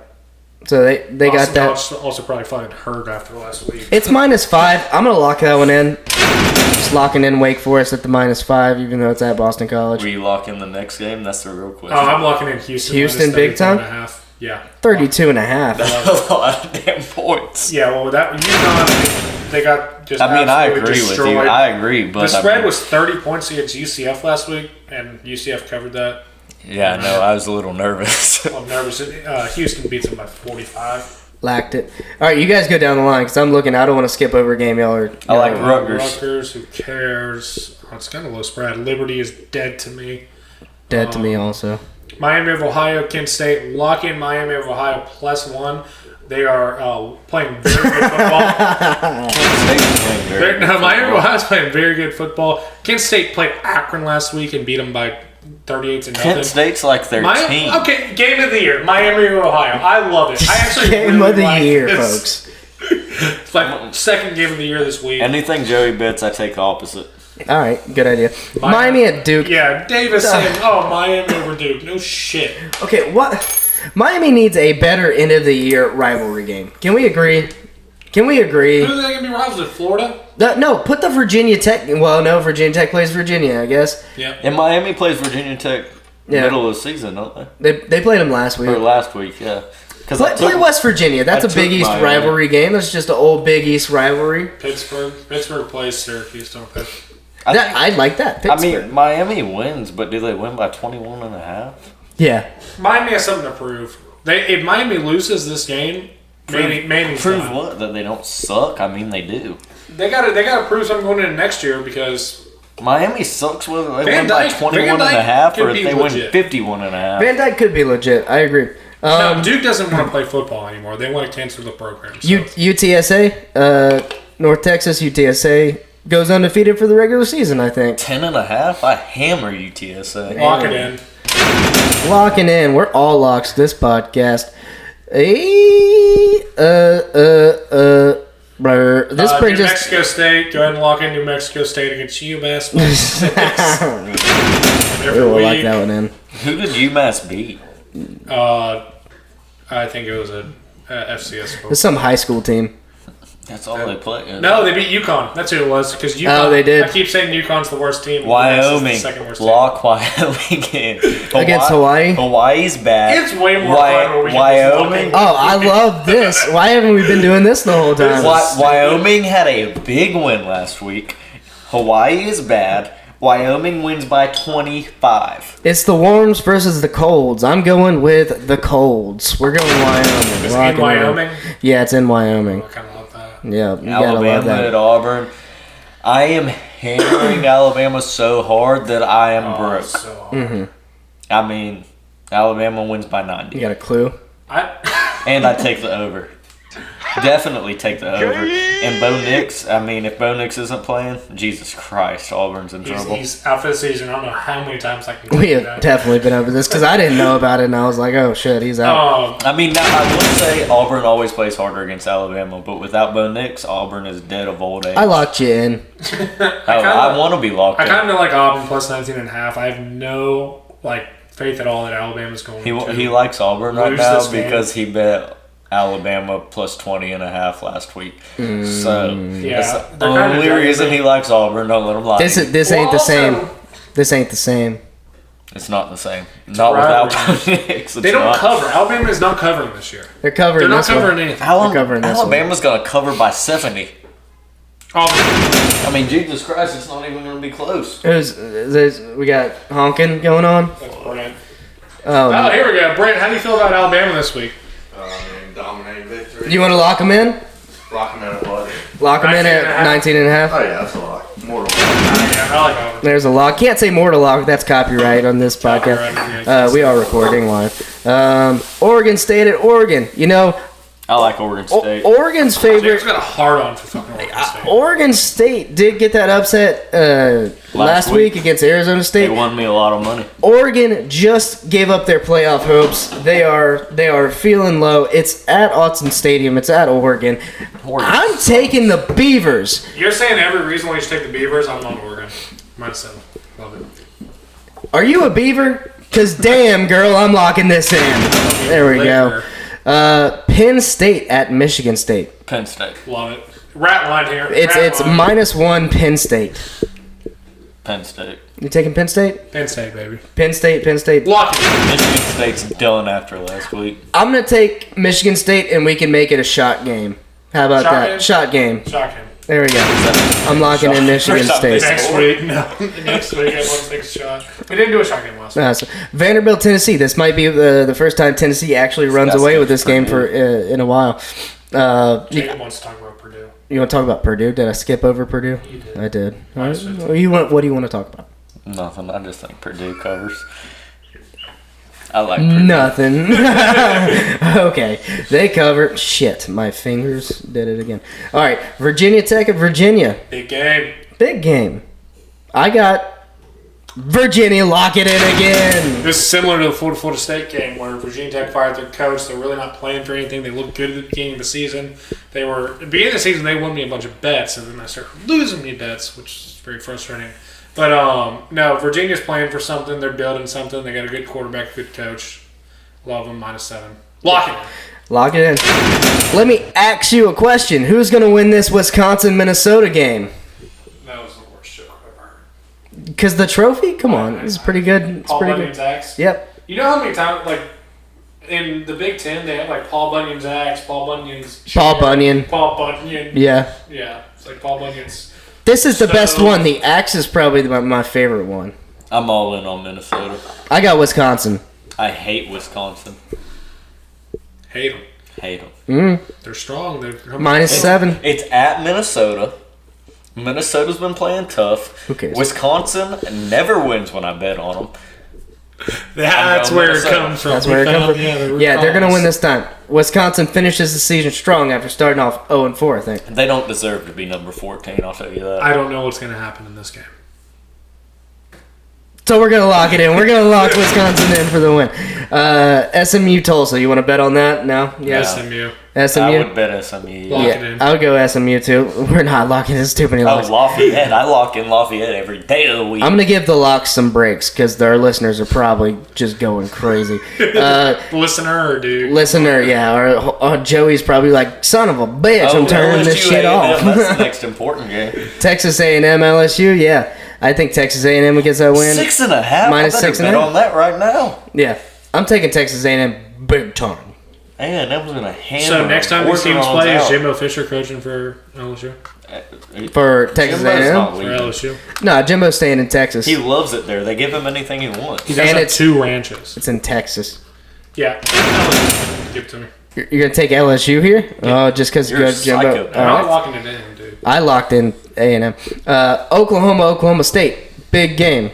[SPEAKER 5] So they they got
[SPEAKER 6] Boston
[SPEAKER 5] that.
[SPEAKER 6] College also probably fucking hurt after last week.
[SPEAKER 5] It's minus five. I'm gonna lock that one in. Just locking in Wake Forest at the minus five, even though it's at Boston College.
[SPEAKER 8] Will you lock in the next game? That's the real question.
[SPEAKER 6] Oh, I'm locking in Houston.
[SPEAKER 5] Houston
[SPEAKER 6] minus
[SPEAKER 5] big
[SPEAKER 6] 32
[SPEAKER 5] time?
[SPEAKER 6] and a half. Yeah.
[SPEAKER 5] 32 and a half.
[SPEAKER 8] That's *laughs* a lot of damn points.
[SPEAKER 6] Yeah, well, that UConn, they got just.
[SPEAKER 8] I mean, I
[SPEAKER 6] absolutely
[SPEAKER 8] agree with
[SPEAKER 6] destroyed.
[SPEAKER 8] you. I agree, but
[SPEAKER 6] the
[SPEAKER 8] I
[SPEAKER 6] spread
[SPEAKER 8] mean-
[SPEAKER 6] was 30 points against UCF last week, and UCF covered that.
[SPEAKER 8] yeah, no, I was a
[SPEAKER 6] *laughs*
[SPEAKER 8] little nervous.
[SPEAKER 6] I'm nervous. Uh, Houston beats them by 45.
[SPEAKER 5] Lacked it. All right, you guys go down the line because I'm looking. I don't want to skip over a game y'all are.
[SPEAKER 8] *laughs* I like
[SPEAKER 5] y'all are-
[SPEAKER 8] Rutgers.
[SPEAKER 6] Rutgers, who cares? Oh, it's kind of low spread. Liberty is dead to me.
[SPEAKER 5] Dead to me also.
[SPEAKER 6] Miami of Ohio, Kent State, lock in Miami of Ohio plus one. They are uh, playing very good football.
[SPEAKER 5] *laughs*
[SPEAKER 6] They're- *laughs* no, Miami of Ohio is playing very good football. Kent State played Akron last week and beat them by 38 to nothing.
[SPEAKER 8] Kent State's like their
[SPEAKER 6] Miami,
[SPEAKER 8] team.
[SPEAKER 6] okay, game of the year, Miami of Ohio. I love it. I
[SPEAKER 5] *laughs*
[SPEAKER 6] actually
[SPEAKER 5] Game
[SPEAKER 6] really
[SPEAKER 5] of the
[SPEAKER 6] like
[SPEAKER 5] year,
[SPEAKER 6] this.
[SPEAKER 5] folks.
[SPEAKER 6] It's like second game of the year this week.
[SPEAKER 8] Anything Joey bets, I take the opposite.
[SPEAKER 5] All right, good idea. Miami at Duke.
[SPEAKER 6] yeah, Davis
[SPEAKER 5] *laughs*
[SPEAKER 6] saying, "Oh, Miami over Duke." No shit.
[SPEAKER 5] Okay, what? Miami needs a better end of the year rivalry game. Can we agree? Can we agree?
[SPEAKER 6] Who are they gonna be rivals with? Florida?
[SPEAKER 5] No, no, put the Virginia Tech. Well, no, Virginia Tech plays Virginia, I guess.
[SPEAKER 6] Yeah.
[SPEAKER 8] And Miami plays Virginia Tech
[SPEAKER 5] Yeah.
[SPEAKER 8] middle of the season, don't they?
[SPEAKER 5] They, they played them last week.
[SPEAKER 8] Or last week, yeah. Because
[SPEAKER 5] Play, play West Virginia. That's
[SPEAKER 8] I
[SPEAKER 5] a Big
[SPEAKER 8] took
[SPEAKER 5] East
[SPEAKER 8] Miami.
[SPEAKER 5] rivalry game. That's just an old Big East rivalry.
[SPEAKER 6] Pittsburgh. Pittsburgh plays Syracuse. Don't they?
[SPEAKER 8] I,
[SPEAKER 5] That,
[SPEAKER 8] think-
[SPEAKER 5] I like that.
[SPEAKER 8] I
[SPEAKER 5] Pittsburgh.
[SPEAKER 8] mean, Miami wins, but do they win by 21 and a half?
[SPEAKER 5] yeah.
[SPEAKER 6] Miami has something to prove. They if Miami loses this game, Manning, Manning's
[SPEAKER 8] Prove
[SPEAKER 6] done.
[SPEAKER 8] what? That they don't suck? I mean, they do.
[SPEAKER 6] They gotta they gotta prove something going into next year because
[SPEAKER 8] Miami sucks whether they
[SPEAKER 6] Van
[SPEAKER 8] win by
[SPEAKER 6] Dyke-
[SPEAKER 8] 21
[SPEAKER 6] Van
[SPEAKER 8] and a
[SPEAKER 6] Dyke
[SPEAKER 8] half
[SPEAKER 6] could
[SPEAKER 8] or
[SPEAKER 6] be
[SPEAKER 8] if they
[SPEAKER 6] legit.
[SPEAKER 8] win 51 and a half.
[SPEAKER 5] Van Dyke could be legit. I agree.
[SPEAKER 6] no,
[SPEAKER 5] Um,
[SPEAKER 6] Duke doesn't want to play football anymore. They want to cancel the program. so-
[SPEAKER 5] U- UTSA, uh, North Texas UTSA goes undefeated for the regular season, I think.
[SPEAKER 8] 10 and a half? I hammer UTSA.
[SPEAKER 6] Lock it in.
[SPEAKER 5] Locking in. We're all locks this podcast. Eh, uh, uh, uh, brr. This
[SPEAKER 6] Uh, New
[SPEAKER 5] brings us.
[SPEAKER 6] Mexico State, go ahead and lock in New Mexico State
[SPEAKER 5] *laughs*
[SPEAKER 6] against UMass. by six. Every
[SPEAKER 5] Ooh, I
[SPEAKER 6] week.
[SPEAKER 5] like that one in.
[SPEAKER 8] Who did UMass beat?
[SPEAKER 6] Uh, I think it was a, a FCS. vote.
[SPEAKER 5] It's some high school team.
[SPEAKER 8] That's all they play.
[SPEAKER 6] No, they beat UConn. That's who it was. Because UConn.
[SPEAKER 5] Oh, they did.
[SPEAKER 6] I keep saying UConn's the worst team. UMass
[SPEAKER 8] Wyoming.
[SPEAKER 6] is The second worst team.
[SPEAKER 8] Lock *laughs* Wyoming in.
[SPEAKER 5] *laughs* Against Hawaii?
[SPEAKER 8] Hawaii's bad.
[SPEAKER 6] It's way more
[SPEAKER 8] Wy-
[SPEAKER 6] fun when we can just look
[SPEAKER 8] Wyoming.
[SPEAKER 5] Oh, I love this. Why haven't we been doing this the whole time?
[SPEAKER 8] Wy- Wyoming had a big win last week. Hawaii is bad. Wyoming wins by 25.
[SPEAKER 5] It's the warms versus the colds. I'm going with the colds. We're going Wyoming.
[SPEAKER 6] It's
[SPEAKER 5] Rock
[SPEAKER 6] in
[SPEAKER 5] and roll.
[SPEAKER 6] Wyoming.
[SPEAKER 5] Yeah, it's in Wyoming.
[SPEAKER 6] I kind of love that.
[SPEAKER 5] Yeah, you gotta love
[SPEAKER 8] Alabama at
[SPEAKER 5] that.
[SPEAKER 8] Auburn. I am hammering *coughs* Alabama so hard that I
[SPEAKER 6] Oh.
[SPEAKER 8] am broke.
[SPEAKER 6] So,
[SPEAKER 5] Mm.
[SPEAKER 8] I mean, Alabama wins by
[SPEAKER 5] You
[SPEAKER 8] 90.
[SPEAKER 5] got a clue? *laughs*
[SPEAKER 6] I,
[SPEAKER 8] And I take the over. Definitely take the over. And Bo Nix, I mean, if Bo Nix isn't playing, Jesus Christ, Auburn's in
[SPEAKER 6] he's,
[SPEAKER 8] trouble.
[SPEAKER 6] he's out for the season. I don't know how many times
[SPEAKER 5] *laughs*
[SPEAKER 6] I can.
[SPEAKER 5] We
[SPEAKER 6] do
[SPEAKER 5] have
[SPEAKER 6] that.
[SPEAKER 5] definitely been over this because I didn't know about it and I was like, oh shit, he's out.
[SPEAKER 6] Um,
[SPEAKER 8] I mean, now I would say Auburn always plays harder against Alabama, but without Bo Nix, Auburn is dead of old age.
[SPEAKER 5] I locked you in.
[SPEAKER 8] Oh,
[SPEAKER 6] kinda-
[SPEAKER 8] I want to be locked
[SPEAKER 6] I
[SPEAKER 8] in.
[SPEAKER 6] kind of like Auburn plus 19 and a half. I have no like faith at all that Alabama's going
[SPEAKER 8] He,
[SPEAKER 6] to.
[SPEAKER 8] he likes Auburn right
[SPEAKER 6] Lose
[SPEAKER 8] now
[SPEAKER 6] this game.
[SPEAKER 8] because he bet Alabama plus 20 and a half last week. So, that's
[SPEAKER 6] Mm. yeah,
[SPEAKER 8] the
[SPEAKER 6] they're kinda
[SPEAKER 8] only
[SPEAKER 6] done.
[SPEAKER 8] reason he likes Auburn. Don't let him lie.
[SPEAKER 5] This is, this ain't the
[SPEAKER 6] Well,
[SPEAKER 5] same.
[SPEAKER 6] also,
[SPEAKER 5] This ain't the same.
[SPEAKER 8] it's not the same. Not
[SPEAKER 6] rivalry.
[SPEAKER 8] without Bo Nix.
[SPEAKER 6] They don't cover. Alabama is not covering this year.
[SPEAKER 5] They're covering.
[SPEAKER 6] They're not
[SPEAKER 5] this one.
[SPEAKER 6] covering anything.
[SPEAKER 8] Alabama,
[SPEAKER 5] They're covering this one.
[SPEAKER 8] Alabama's going to cover by 70.
[SPEAKER 6] Auburn.
[SPEAKER 8] I mean, Jesus Christ, it's not even going to be close.
[SPEAKER 5] There's, there's, we got honking going on.
[SPEAKER 6] That's Brent.
[SPEAKER 5] Oh,
[SPEAKER 6] Oh, here we go. Brent, how do you feel about Alabama this week?
[SPEAKER 1] I mean, dominating victory.
[SPEAKER 5] you want to lock him in?
[SPEAKER 1] Locking in a budget.
[SPEAKER 5] Lock him in
[SPEAKER 6] 19 and a
[SPEAKER 5] at
[SPEAKER 6] half.
[SPEAKER 5] 19 and a half.
[SPEAKER 1] Oh, yeah, that's a lot. More to lock.
[SPEAKER 6] Yeah, I like Auburn.
[SPEAKER 5] There's a lock. Can't say more to lock. That's copyright on this podcast.
[SPEAKER 6] Copyright, yeah.
[SPEAKER 5] Uh, we are recording live. Um, Oregon State at Oregon. You know,
[SPEAKER 8] I like Oregon
[SPEAKER 5] o-
[SPEAKER 8] State.
[SPEAKER 5] Oh, Oregon's favorite.
[SPEAKER 6] Jake's got a hard on for fucking Oregon State.
[SPEAKER 5] Oregon State did get that upset uh, last, week.
[SPEAKER 8] week.
[SPEAKER 5] against Arizona
[SPEAKER 8] They
[SPEAKER 5] State.
[SPEAKER 8] won me a lot of money.
[SPEAKER 5] Oregon just gave up their playoff hopes. They are they are feeling low. It's at Autzen Stadium. It's at Oregon. I'm taking the Beavers.
[SPEAKER 6] You're saying every reason why you should take the Beavers. I'm on Oregon. Minus seven. Love it.
[SPEAKER 5] Are you a Beaver? Cause damn girl, I'm locking this in. There we go. Uh, Penn State at Michigan State.
[SPEAKER 8] Penn State.
[SPEAKER 6] Love it. Rat line here.
[SPEAKER 5] It's
[SPEAKER 6] Rat
[SPEAKER 5] it's
[SPEAKER 6] line.
[SPEAKER 5] minus one Penn State.
[SPEAKER 8] Penn State.
[SPEAKER 5] You taking Penn State?
[SPEAKER 6] Penn State, baby.
[SPEAKER 5] Penn State. Penn State.
[SPEAKER 6] Lock it.
[SPEAKER 8] Michigan State's done after last week.
[SPEAKER 5] I'm gonna take Michigan State, and we can make it a shot game. How about
[SPEAKER 6] Shot
[SPEAKER 5] that?
[SPEAKER 6] game?
[SPEAKER 5] Shot game.
[SPEAKER 6] Shock him.
[SPEAKER 5] There we go. I'm locking in Michigan
[SPEAKER 8] Shot.
[SPEAKER 5] State.
[SPEAKER 6] Next week, no. *laughs* Next week, everyone takes a shot. We didn't do a shot game last week.
[SPEAKER 5] Uh, so- Vanderbilt, Tennessee. This might be the the first time Tennessee actually runs
[SPEAKER 8] That's
[SPEAKER 5] away
[SPEAKER 8] good
[SPEAKER 5] with this
[SPEAKER 8] for
[SPEAKER 5] game for uh, in a while. Uh, you,
[SPEAKER 6] Jacob wants to talk about Purdue.
[SPEAKER 5] want to talk about Purdue? Did I skip over Purdue?
[SPEAKER 6] You did.
[SPEAKER 5] I did.
[SPEAKER 6] I just-
[SPEAKER 5] Well, you want? What do you want to talk about?
[SPEAKER 8] Nothing. I just think Purdue covers. I like Purdue.
[SPEAKER 5] Nothing. *laughs* okay, they cover. Shit, my fingers did it again. All right, Virginia Tech at Virginia.
[SPEAKER 6] Big game.
[SPEAKER 5] Big game. I got Virginia. Lock it in again.
[SPEAKER 6] This is similar to the Florida Florida State game where Virginia Tech fired their coach. They're really not playing for anything. They looked good at the beginning of the season. They were at the beginning of the season they won me a bunch of bets and then I started losing me bets, which is very frustrating. But um, no, Virginia's playing for something. They're building something. They got a good quarterback, good coach. Love them minus seven. Lock it.
[SPEAKER 5] Lock it in. Let me ask you a question. Who's gonna win this Wisconsin Minnesota game?
[SPEAKER 6] That was the worst joke I've ever heard.
[SPEAKER 5] Cause the trophy? Come on, it's pretty good. It's
[SPEAKER 6] Paul
[SPEAKER 5] pretty
[SPEAKER 6] Bunyan's
[SPEAKER 5] good.
[SPEAKER 6] axe.
[SPEAKER 5] Yep.
[SPEAKER 6] You know how many times like in the Big Ten they have like Paul Bunyan's axe, Paul Bunyan's
[SPEAKER 5] Paul Bunyan.
[SPEAKER 6] Paul Bunyan.
[SPEAKER 5] Yeah.
[SPEAKER 6] Yeah, it's like Paul Bunyan's.
[SPEAKER 5] This is the best
[SPEAKER 6] So-
[SPEAKER 5] one. The axe is probably my, my favorite one.
[SPEAKER 8] I'm all in on Minnesota.
[SPEAKER 5] I got Wisconsin.
[SPEAKER 8] I hate Wisconsin.
[SPEAKER 6] Hate them.
[SPEAKER 8] Hate them.
[SPEAKER 6] They're strong. They're coming.
[SPEAKER 5] Minus seven.
[SPEAKER 8] It's at Minnesota. Minnesota's been playing tough. Who
[SPEAKER 5] cares?
[SPEAKER 8] Wisconsin never wins when I bet on them.
[SPEAKER 6] That's
[SPEAKER 8] I'm going
[SPEAKER 6] where it
[SPEAKER 8] Minnesota.
[SPEAKER 6] comes from.
[SPEAKER 5] That's where it
[SPEAKER 6] We
[SPEAKER 5] comes
[SPEAKER 6] found
[SPEAKER 5] from.
[SPEAKER 6] the other root
[SPEAKER 5] Yeah, they're gonna
[SPEAKER 6] cause.
[SPEAKER 5] win this time. Wisconsin finishes the season strong after starting off 0 and 4, I think.
[SPEAKER 8] They don't deserve to be number 14, I'll tell you that.
[SPEAKER 6] I don't know what's gonna happen in this game.
[SPEAKER 5] So we're gonna lock it in. We're gonna lock Wisconsin in for the win. Uh, SMU Tulsa. You want to bet on that? No. Yes.
[SPEAKER 6] SMU.
[SPEAKER 5] SMU.
[SPEAKER 8] I would bet SMU.
[SPEAKER 6] Lock
[SPEAKER 5] yeah,
[SPEAKER 6] it in.
[SPEAKER 5] I would go SMU too. *laughs* We're not locking in too many
[SPEAKER 8] Oh,
[SPEAKER 5] locks.
[SPEAKER 8] Lafayette. I lock in Lafayette every day of the week.
[SPEAKER 5] I'm gonna give the locks some breaks because our listeners are probably just going
[SPEAKER 8] *laughs*
[SPEAKER 5] crazy. Uh,
[SPEAKER 6] Listener, dude.
[SPEAKER 5] listener, yeah, or, or Joey's probably like, "Son of a bitch,
[SPEAKER 8] Oh,
[SPEAKER 5] I'm turning this
[SPEAKER 8] LSU
[SPEAKER 5] shit
[SPEAKER 8] A&M,
[SPEAKER 5] *laughs*
[SPEAKER 8] That's the
[SPEAKER 5] off."
[SPEAKER 8] next important game.
[SPEAKER 5] Texas A&M, LSU, yeah, I think Texas A&M will get that win.
[SPEAKER 8] Six and a half.
[SPEAKER 5] Minus
[SPEAKER 8] I better
[SPEAKER 5] six and
[SPEAKER 8] bet
[SPEAKER 5] a half.
[SPEAKER 8] on that right now.
[SPEAKER 5] Yeah, I'm taking Texas A&M big time.
[SPEAKER 8] And that was gonna hammer.
[SPEAKER 6] So next time these teams
[SPEAKER 8] Orgeron's
[SPEAKER 6] play, is
[SPEAKER 8] out. Uh,
[SPEAKER 6] Jimbo Fisher coaching for LSU?
[SPEAKER 5] For Texas
[SPEAKER 8] Jimbo's
[SPEAKER 5] A&M?
[SPEAKER 8] not
[SPEAKER 6] For
[SPEAKER 8] leaving.
[SPEAKER 6] LSU,
[SPEAKER 5] No, Jimbo's staying in Texas.
[SPEAKER 8] He loves it there. They give him anything he wants.
[SPEAKER 6] he does
[SPEAKER 5] And
[SPEAKER 6] have
[SPEAKER 5] it's-
[SPEAKER 6] two ranches.
[SPEAKER 5] It's in Texas.
[SPEAKER 6] Yeah. LSU. Give it to me.
[SPEAKER 5] You're, you're gonna take LSU here? Oh, just because
[SPEAKER 8] You're a
[SPEAKER 5] Jimbo. All
[SPEAKER 6] I'm
[SPEAKER 8] psycho.
[SPEAKER 5] right.
[SPEAKER 6] not locking it in, dude.
[SPEAKER 5] I locked in A and M. Uh, Oklahoma, Oklahoma State, big game.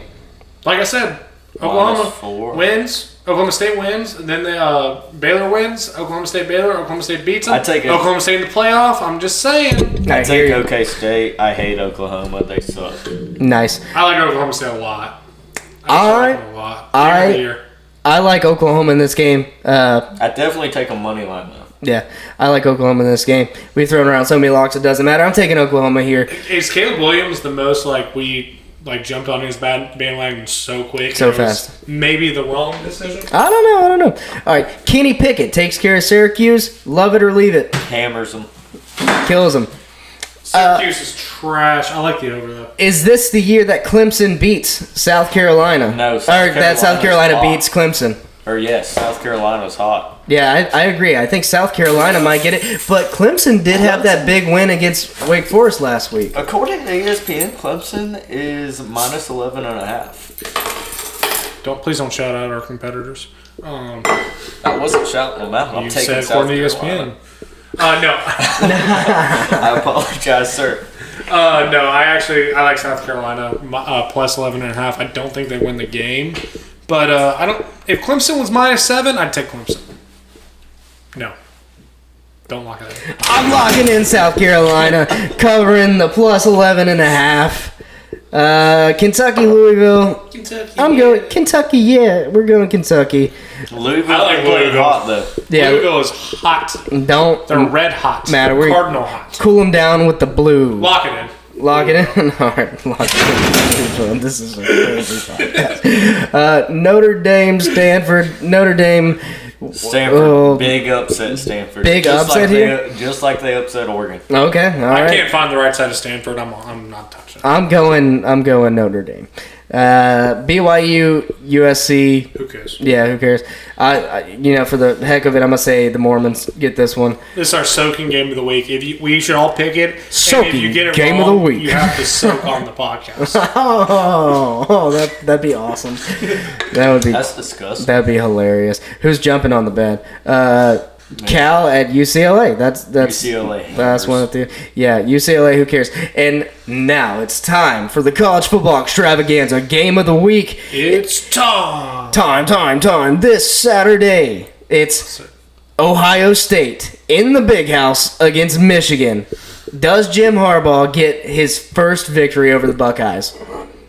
[SPEAKER 6] Like I said,
[SPEAKER 8] Minus
[SPEAKER 6] Oklahoma
[SPEAKER 8] four.
[SPEAKER 6] wins. Oklahoma State wins, and then the, uh, Baylor wins. Oklahoma State Baylor. Oklahoma State beats them.
[SPEAKER 8] I take it.
[SPEAKER 6] Oklahoma State in the playoff. I'm just saying.
[SPEAKER 5] I hear
[SPEAKER 8] I take
[SPEAKER 5] you.
[SPEAKER 8] OK State. I hate Oklahoma. They suck.
[SPEAKER 5] Nice.
[SPEAKER 6] I like Oklahoma State a lot.
[SPEAKER 5] I-
[SPEAKER 6] like them a lot.
[SPEAKER 5] I-
[SPEAKER 6] Game of the year.
[SPEAKER 5] I like Oklahoma in this game. Uh,
[SPEAKER 8] I definitely take a money line though.
[SPEAKER 5] yeah, I like Oklahoma in this game. We've thrown around so many locks, it doesn't matter. I'm taking Oklahoma here
[SPEAKER 6] Is Caleb Williams the most like we like jumped on his band- bandwagon so quick?
[SPEAKER 5] So
[SPEAKER 6] It was
[SPEAKER 5] fast.
[SPEAKER 6] Maybe the wrong decision.
[SPEAKER 5] I don't know. I don't know. All right, Kenny Pickett takes care of Syracuse. Love it or leave it,
[SPEAKER 8] Hammers them.
[SPEAKER 5] kills him.
[SPEAKER 8] Uh,
[SPEAKER 6] Syracuse is trash. I like the over though.
[SPEAKER 5] Is this the year that Clemson beats South Carolina?
[SPEAKER 8] No,
[SPEAKER 5] South
[SPEAKER 8] South
[SPEAKER 5] or that South
[SPEAKER 8] Carolina's
[SPEAKER 5] Carolina
[SPEAKER 8] off.
[SPEAKER 5] beats Clemson.
[SPEAKER 8] Or yes, South Carolina's hot.
[SPEAKER 5] Yeah, I, I agree. I think South Carolina might get it, but Clemson did have that big win against Wake Forest last week.
[SPEAKER 8] According to E ESPN, Clemson is minus 11 and a half.
[SPEAKER 6] Don't please don't shout out our competitors. Um,
[SPEAKER 8] I wasn't shouting them out. I'm
[SPEAKER 6] you
[SPEAKER 8] taking
[SPEAKER 6] said
[SPEAKER 8] South
[SPEAKER 6] according to
[SPEAKER 8] Carolina.
[SPEAKER 6] ESPN. Uh, no.
[SPEAKER 8] I apologize, sir.
[SPEAKER 6] Uh, no, I actually I like South Carolina mi- uh, plus 11 and a half. I don't think they win the game, but uh, I don't. If Clemson was minus seven, I'd take Clemson. No, Don't lock it up.
[SPEAKER 5] I'm locking in South Carolina, covering the plus 11 and a half. Uh, Kentucky, Louisville.
[SPEAKER 7] Kentucky.
[SPEAKER 5] I'm going Kentucky. Yeah, we're going Kentucky.
[SPEAKER 8] Louisville.
[SPEAKER 6] I like
[SPEAKER 8] ain't really
[SPEAKER 6] Louisville.
[SPEAKER 8] hot, though.
[SPEAKER 5] Yeah, Mm-hmm.
[SPEAKER 6] Louisville is hot.
[SPEAKER 5] don't
[SPEAKER 6] They're red hot.
[SPEAKER 5] Matter,
[SPEAKER 6] They're
[SPEAKER 5] we're-
[SPEAKER 6] Cardinal hot.
[SPEAKER 5] cool them down with the blue.
[SPEAKER 6] Lock it in.
[SPEAKER 5] Lock it in. *laughs* All right, lock it in. *laughs* This is a crazy podcast. Uh, Notre Dame, Stanford, Notre Dame.
[SPEAKER 8] Stanford.
[SPEAKER 5] Oh.
[SPEAKER 8] big upset at Stanford.
[SPEAKER 5] Big upset
[SPEAKER 8] like they-
[SPEAKER 5] here?
[SPEAKER 8] just like they upset Oregon.
[SPEAKER 5] Okay, all
[SPEAKER 6] I
[SPEAKER 5] right.
[SPEAKER 6] can't find the right side of Stanford. I'm, I'm not touching it.
[SPEAKER 5] I'm going. I'm going Notre Dame. Uh, BYU, USC.
[SPEAKER 6] Who cares?
[SPEAKER 5] Yeah, who cares? I, I, you know, for the heck of it, I'm gonna say the Mormons get this one.
[SPEAKER 6] This is our soaking game of the week. If you, we should all pick it. and
[SPEAKER 5] Soaking
[SPEAKER 6] if you get it
[SPEAKER 5] game of
[SPEAKER 6] wrong,
[SPEAKER 5] the week.
[SPEAKER 6] You have to soak on
[SPEAKER 5] *laughs*
[SPEAKER 6] the podcast.
[SPEAKER 5] *laughs* Oh, oh that that'd be awesome. That would be
[SPEAKER 8] That's disgusting.
[SPEAKER 5] that'd be hilarious. Who's jumping on the bed? Uh, Cal at UCLA. That's that's
[SPEAKER 8] UCLA.
[SPEAKER 5] That's one of the yeah UCLA. Who cares? And now it's time for the college football extravaganza game of the week.
[SPEAKER 6] it's time.
[SPEAKER 5] Time, time, time. This Saturday, it's Ohio State in the big house against Michigan. Does Jim Harbaugh get his first victory over the Buckeyes?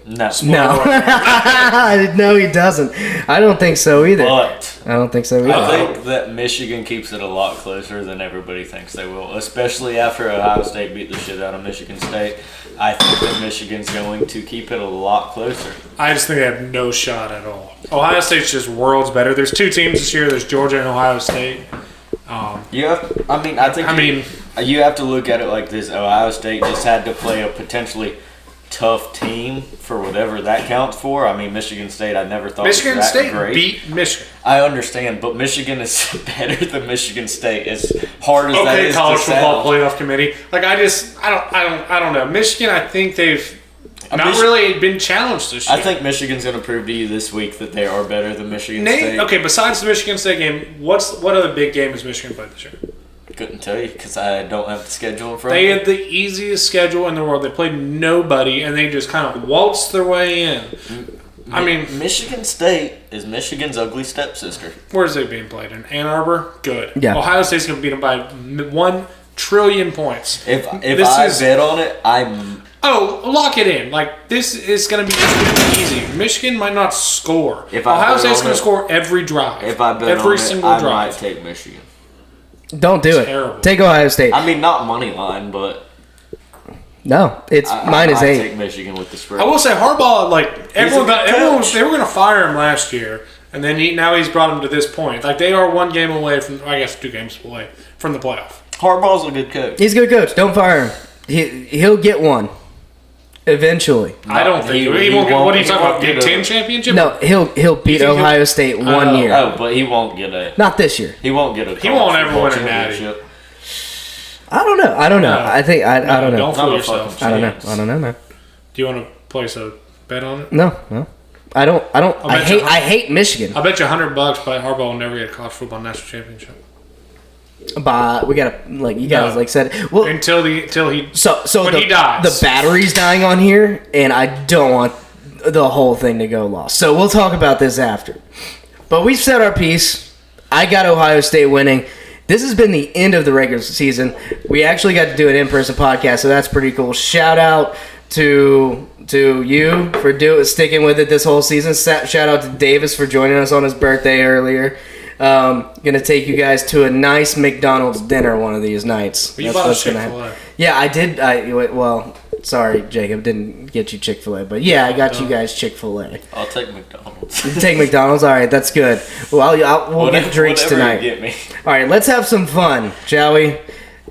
[SPEAKER 8] No.
[SPEAKER 5] No. *laughs* no, he doesn't. I don't think so either. *laughs* I
[SPEAKER 8] But
[SPEAKER 5] don't think so either.
[SPEAKER 8] I think that Michigan keeps it a lot closer than everybody thinks they will, especially after Ohio State beat the shit out of Michigan State. I think that Michigan's going to keep it a lot closer.
[SPEAKER 6] I just think they have no shot at all. Ohio State's just worlds better. There's two teams this year. There's Georgia and Ohio State.
[SPEAKER 8] You have, I mean, I think
[SPEAKER 6] I
[SPEAKER 8] you,
[SPEAKER 6] mean-
[SPEAKER 8] you have to look at it like this. Ohio State just had to play a potentially tough team for whatever that counts for. I mean, Michigan State, I never thought
[SPEAKER 6] Michigan
[SPEAKER 8] was Oh, that
[SPEAKER 6] State
[SPEAKER 8] great.
[SPEAKER 6] beat Michigan.
[SPEAKER 8] I understand, but Michigan is *laughs* better than Michigan State. As hard as that
[SPEAKER 6] Okay,
[SPEAKER 8] is
[SPEAKER 6] college
[SPEAKER 8] to
[SPEAKER 6] football
[SPEAKER 8] sound.
[SPEAKER 6] playoff committee. Like I just, I don't, I don't, I don't know. Michigan, I think they've not
[SPEAKER 8] Mich-
[SPEAKER 6] really been challenged this year.
[SPEAKER 8] I think Michigan's going to prove to you this week that they are better than Michigan
[SPEAKER 6] Nate,
[SPEAKER 8] State.
[SPEAKER 6] okay, besides the Michigan State game, what's what other big game has Michigan played this year?
[SPEAKER 8] Couldn't tell you because I don't have the schedule in front
[SPEAKER 6] They
[SPEAKER 8] of me.
[SPEAKER 6] had the easiest schedule in the world. They played nobody, and they just kind of waltzed their way in.
[SPEAKER 8] Mm-hmm.
[SPEAKER 6] I mean,
[SPEAKER 8] Michigan State is Michigan's ugly stepsister.
[SPEAKER 6] where's it being played? In Ann Arbor? Good.
[SPEAKER 5] Yeah.
[SPEAKER 6] Ohio State's going to beat them by m- one trillion points.
[SPEAKER 8] If if
[SPEAKER 6] This
[SPEAKER 8] I
[SPEAKER 6] is-
[SPEAKER 8] bet on it, I'm
[SPEAKER 6] Oh, lock it in. Like, this is going to be it's gonna be easy. Michigan might not score.
[SPEAKER 8] If I
[SPEAKER 6] Ohio
[SPEAKER 8] bet
[SPEAKER 6] State's
[SPEAKER 8] on
[SPEAKER 6] going
[SPEAKER 8] it-
[SPEAKER 6] to score every drive.
[SPEAKER 8] if I bet
[SPEAKER 6] every
[SPEAKER 8] on
[SPEAKER 6] single
[SPEAKER 8] it, I
[SPEAKER 6] drive.
[SPEAKER 8] might take Michigan.
[SPEAKER 5] Don't do it.
[SPEAKER 6] Terrible.
[SPEAKER 5] Take Ohio State.
[SPEAKER 8] I mean, not money line, but
[SPEAKER 5] no, it's
[SPEAKER 8] I,
[SPEAKER 5] minus
[SPEAKER 8] I, I
[SPEAKER 5] eight.
[SPEAKER 8] take Michigan with the spread.
[SPEAKER 6] I will say Harbaugh, like everyone,
[SPEAKER 8] good
[SPEAKER 6] got, everyone was,
[SPEAKER 8] coach.
[SPEAKER 6] they were going to fire him last year, and then he, now he's brought him to this point. Like they are one game away from, I guess, two games away from the playoff.
[SPEAKER 8] Harbaugh's a good coach.
[SPEAKER 5] He's a good coach. Don't fire him. He he'll get one eventually.
[SPEAKER 6] I don't
[SPEAKER 8] he-
[SPEAKER 6] think he,
[SPEAKER 8] he
[SPEAKER 6] won't. get- What
[SPEAKER 8] won't-
[SPEAKER 6] are you
[SPEAKER 8] he
[SPEAKER 6] talking about?
[SPEAKER 8] won't get
[SPEAKER 6] Big
[SPEAKER 8] a-
[SPEAKER 6] Ten championship?
[SPEAKER 5] No, he'll he'll beat
[SPEAKER 6] he'll-
[SPEAKER 5] Ohio State one year.
[SPEAKER 8] Oh, but he won't get a.
[SPEAKER 5] Not this year.
[SPEAKER 8] He won't get a.
[SPEAKER 6] He won't
[SPEAKER 8] college
[SPEAKER 6] ever
[SPEAKER 8] football
[SPEAKER 6] win a natty.
[SPEAKER 8] championship.
[SPEAKER 5] I don't know. I don't know.
[SPEAKER 6] No.
[SPEAKER 8] uh,
[SPEAKER 5] I think I, I don't know.
[SPEAKER 6] Don't
[SPEAKER 8] Not
[SPEAKER 6] fool
[SPEAKER 8] a
[SPEAKER 6] yourself.
[SPEAKER 8] fucking
[SPEAKER 5] I don't know.
[SPEAKER 8] chance.
[SPEAKER 5] I don't know, man.
[SPEAKER 6] Do you want to place a bet on it?
[SPEAKER 5] No, no. I don't. I don't. I,
[SPEAKER 6] bet
[SPEAKER 5] hate.
[SPEAKER 6] you-
[SPEAKER 5] I hate Michigan.
[SPEAKER 6] I bet you hundred bucks, but Harbaugh will never get a college football national championship
[SPEAKER 5] But we gotta like you guys
[SPEAKER 6] No.
[SPEAKER 5] like said. Well,
[SPEAKER 6] until the until he.
[SPEAKER 5] so so
[SPEAKER 6] when
[SPEAKER 5] the,
[SPEAKER 6] he dies.
[SPEAKER 5] the battery's dying on here, and I don't want the whole thing to go lost. So we'll talk about this after. But we've said our piece. I got Ohio State winning. This has been the end of the regular season. We actually got to do an in-person podcast, so that's pretty cool. Shout out to to you for do sticking with it this whole season. Sa- Shout out to Davis for joining us on his birthday earlier. Um, gonna take you guys to a nice McDonald's dinner one of these nights.
[SPEAKER 6] You
[SPEAKER 5] That's
[SPEAKER 6] bought a
[SPEAKER 5] what's gonna
[SPEAKER 6] Chick-fil-A.
[SPEAKER 5] happen. Yeah, I did. I wait, well, sorry, Jacob, didn't get you Chick Fil A, but yeah, I got you guys Chick Fil A.
[SPEAKER 8] I'll take McDonald's.
[SPEAKER 5] Take McDonald's. All right, that's good. Well, I'll, I'll, we'll
[SPEAKER 8] Whatever-
[SPEAKER 5] get drinks
[SPEAKER 8] whatever you
[SPEAKER 5] tonight.
[SPEAKER 8] Get me.
[SPEAKER 5] All right, let's have some fun, shall we?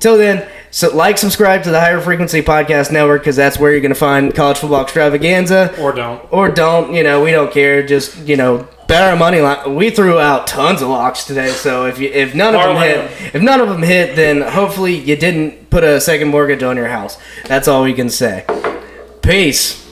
[SPEAKER 5] Till then, so like, subscribe to the Higher Frequency Podcast Network because that's where you're going to find college football extravaganza.
[SPEAKER 6] Or don't.
[SPEAKER 5] Or don't, you know, we don't care. Just, you know, bet our money line. We threw out tons of locks today, so if you, if none of them
[SPEAKER 6] Parlay
[SPEAKER 5] hit, if none of them hit, then hopefully you didn't put a second mortgage on your house. That's all we can say. Peace.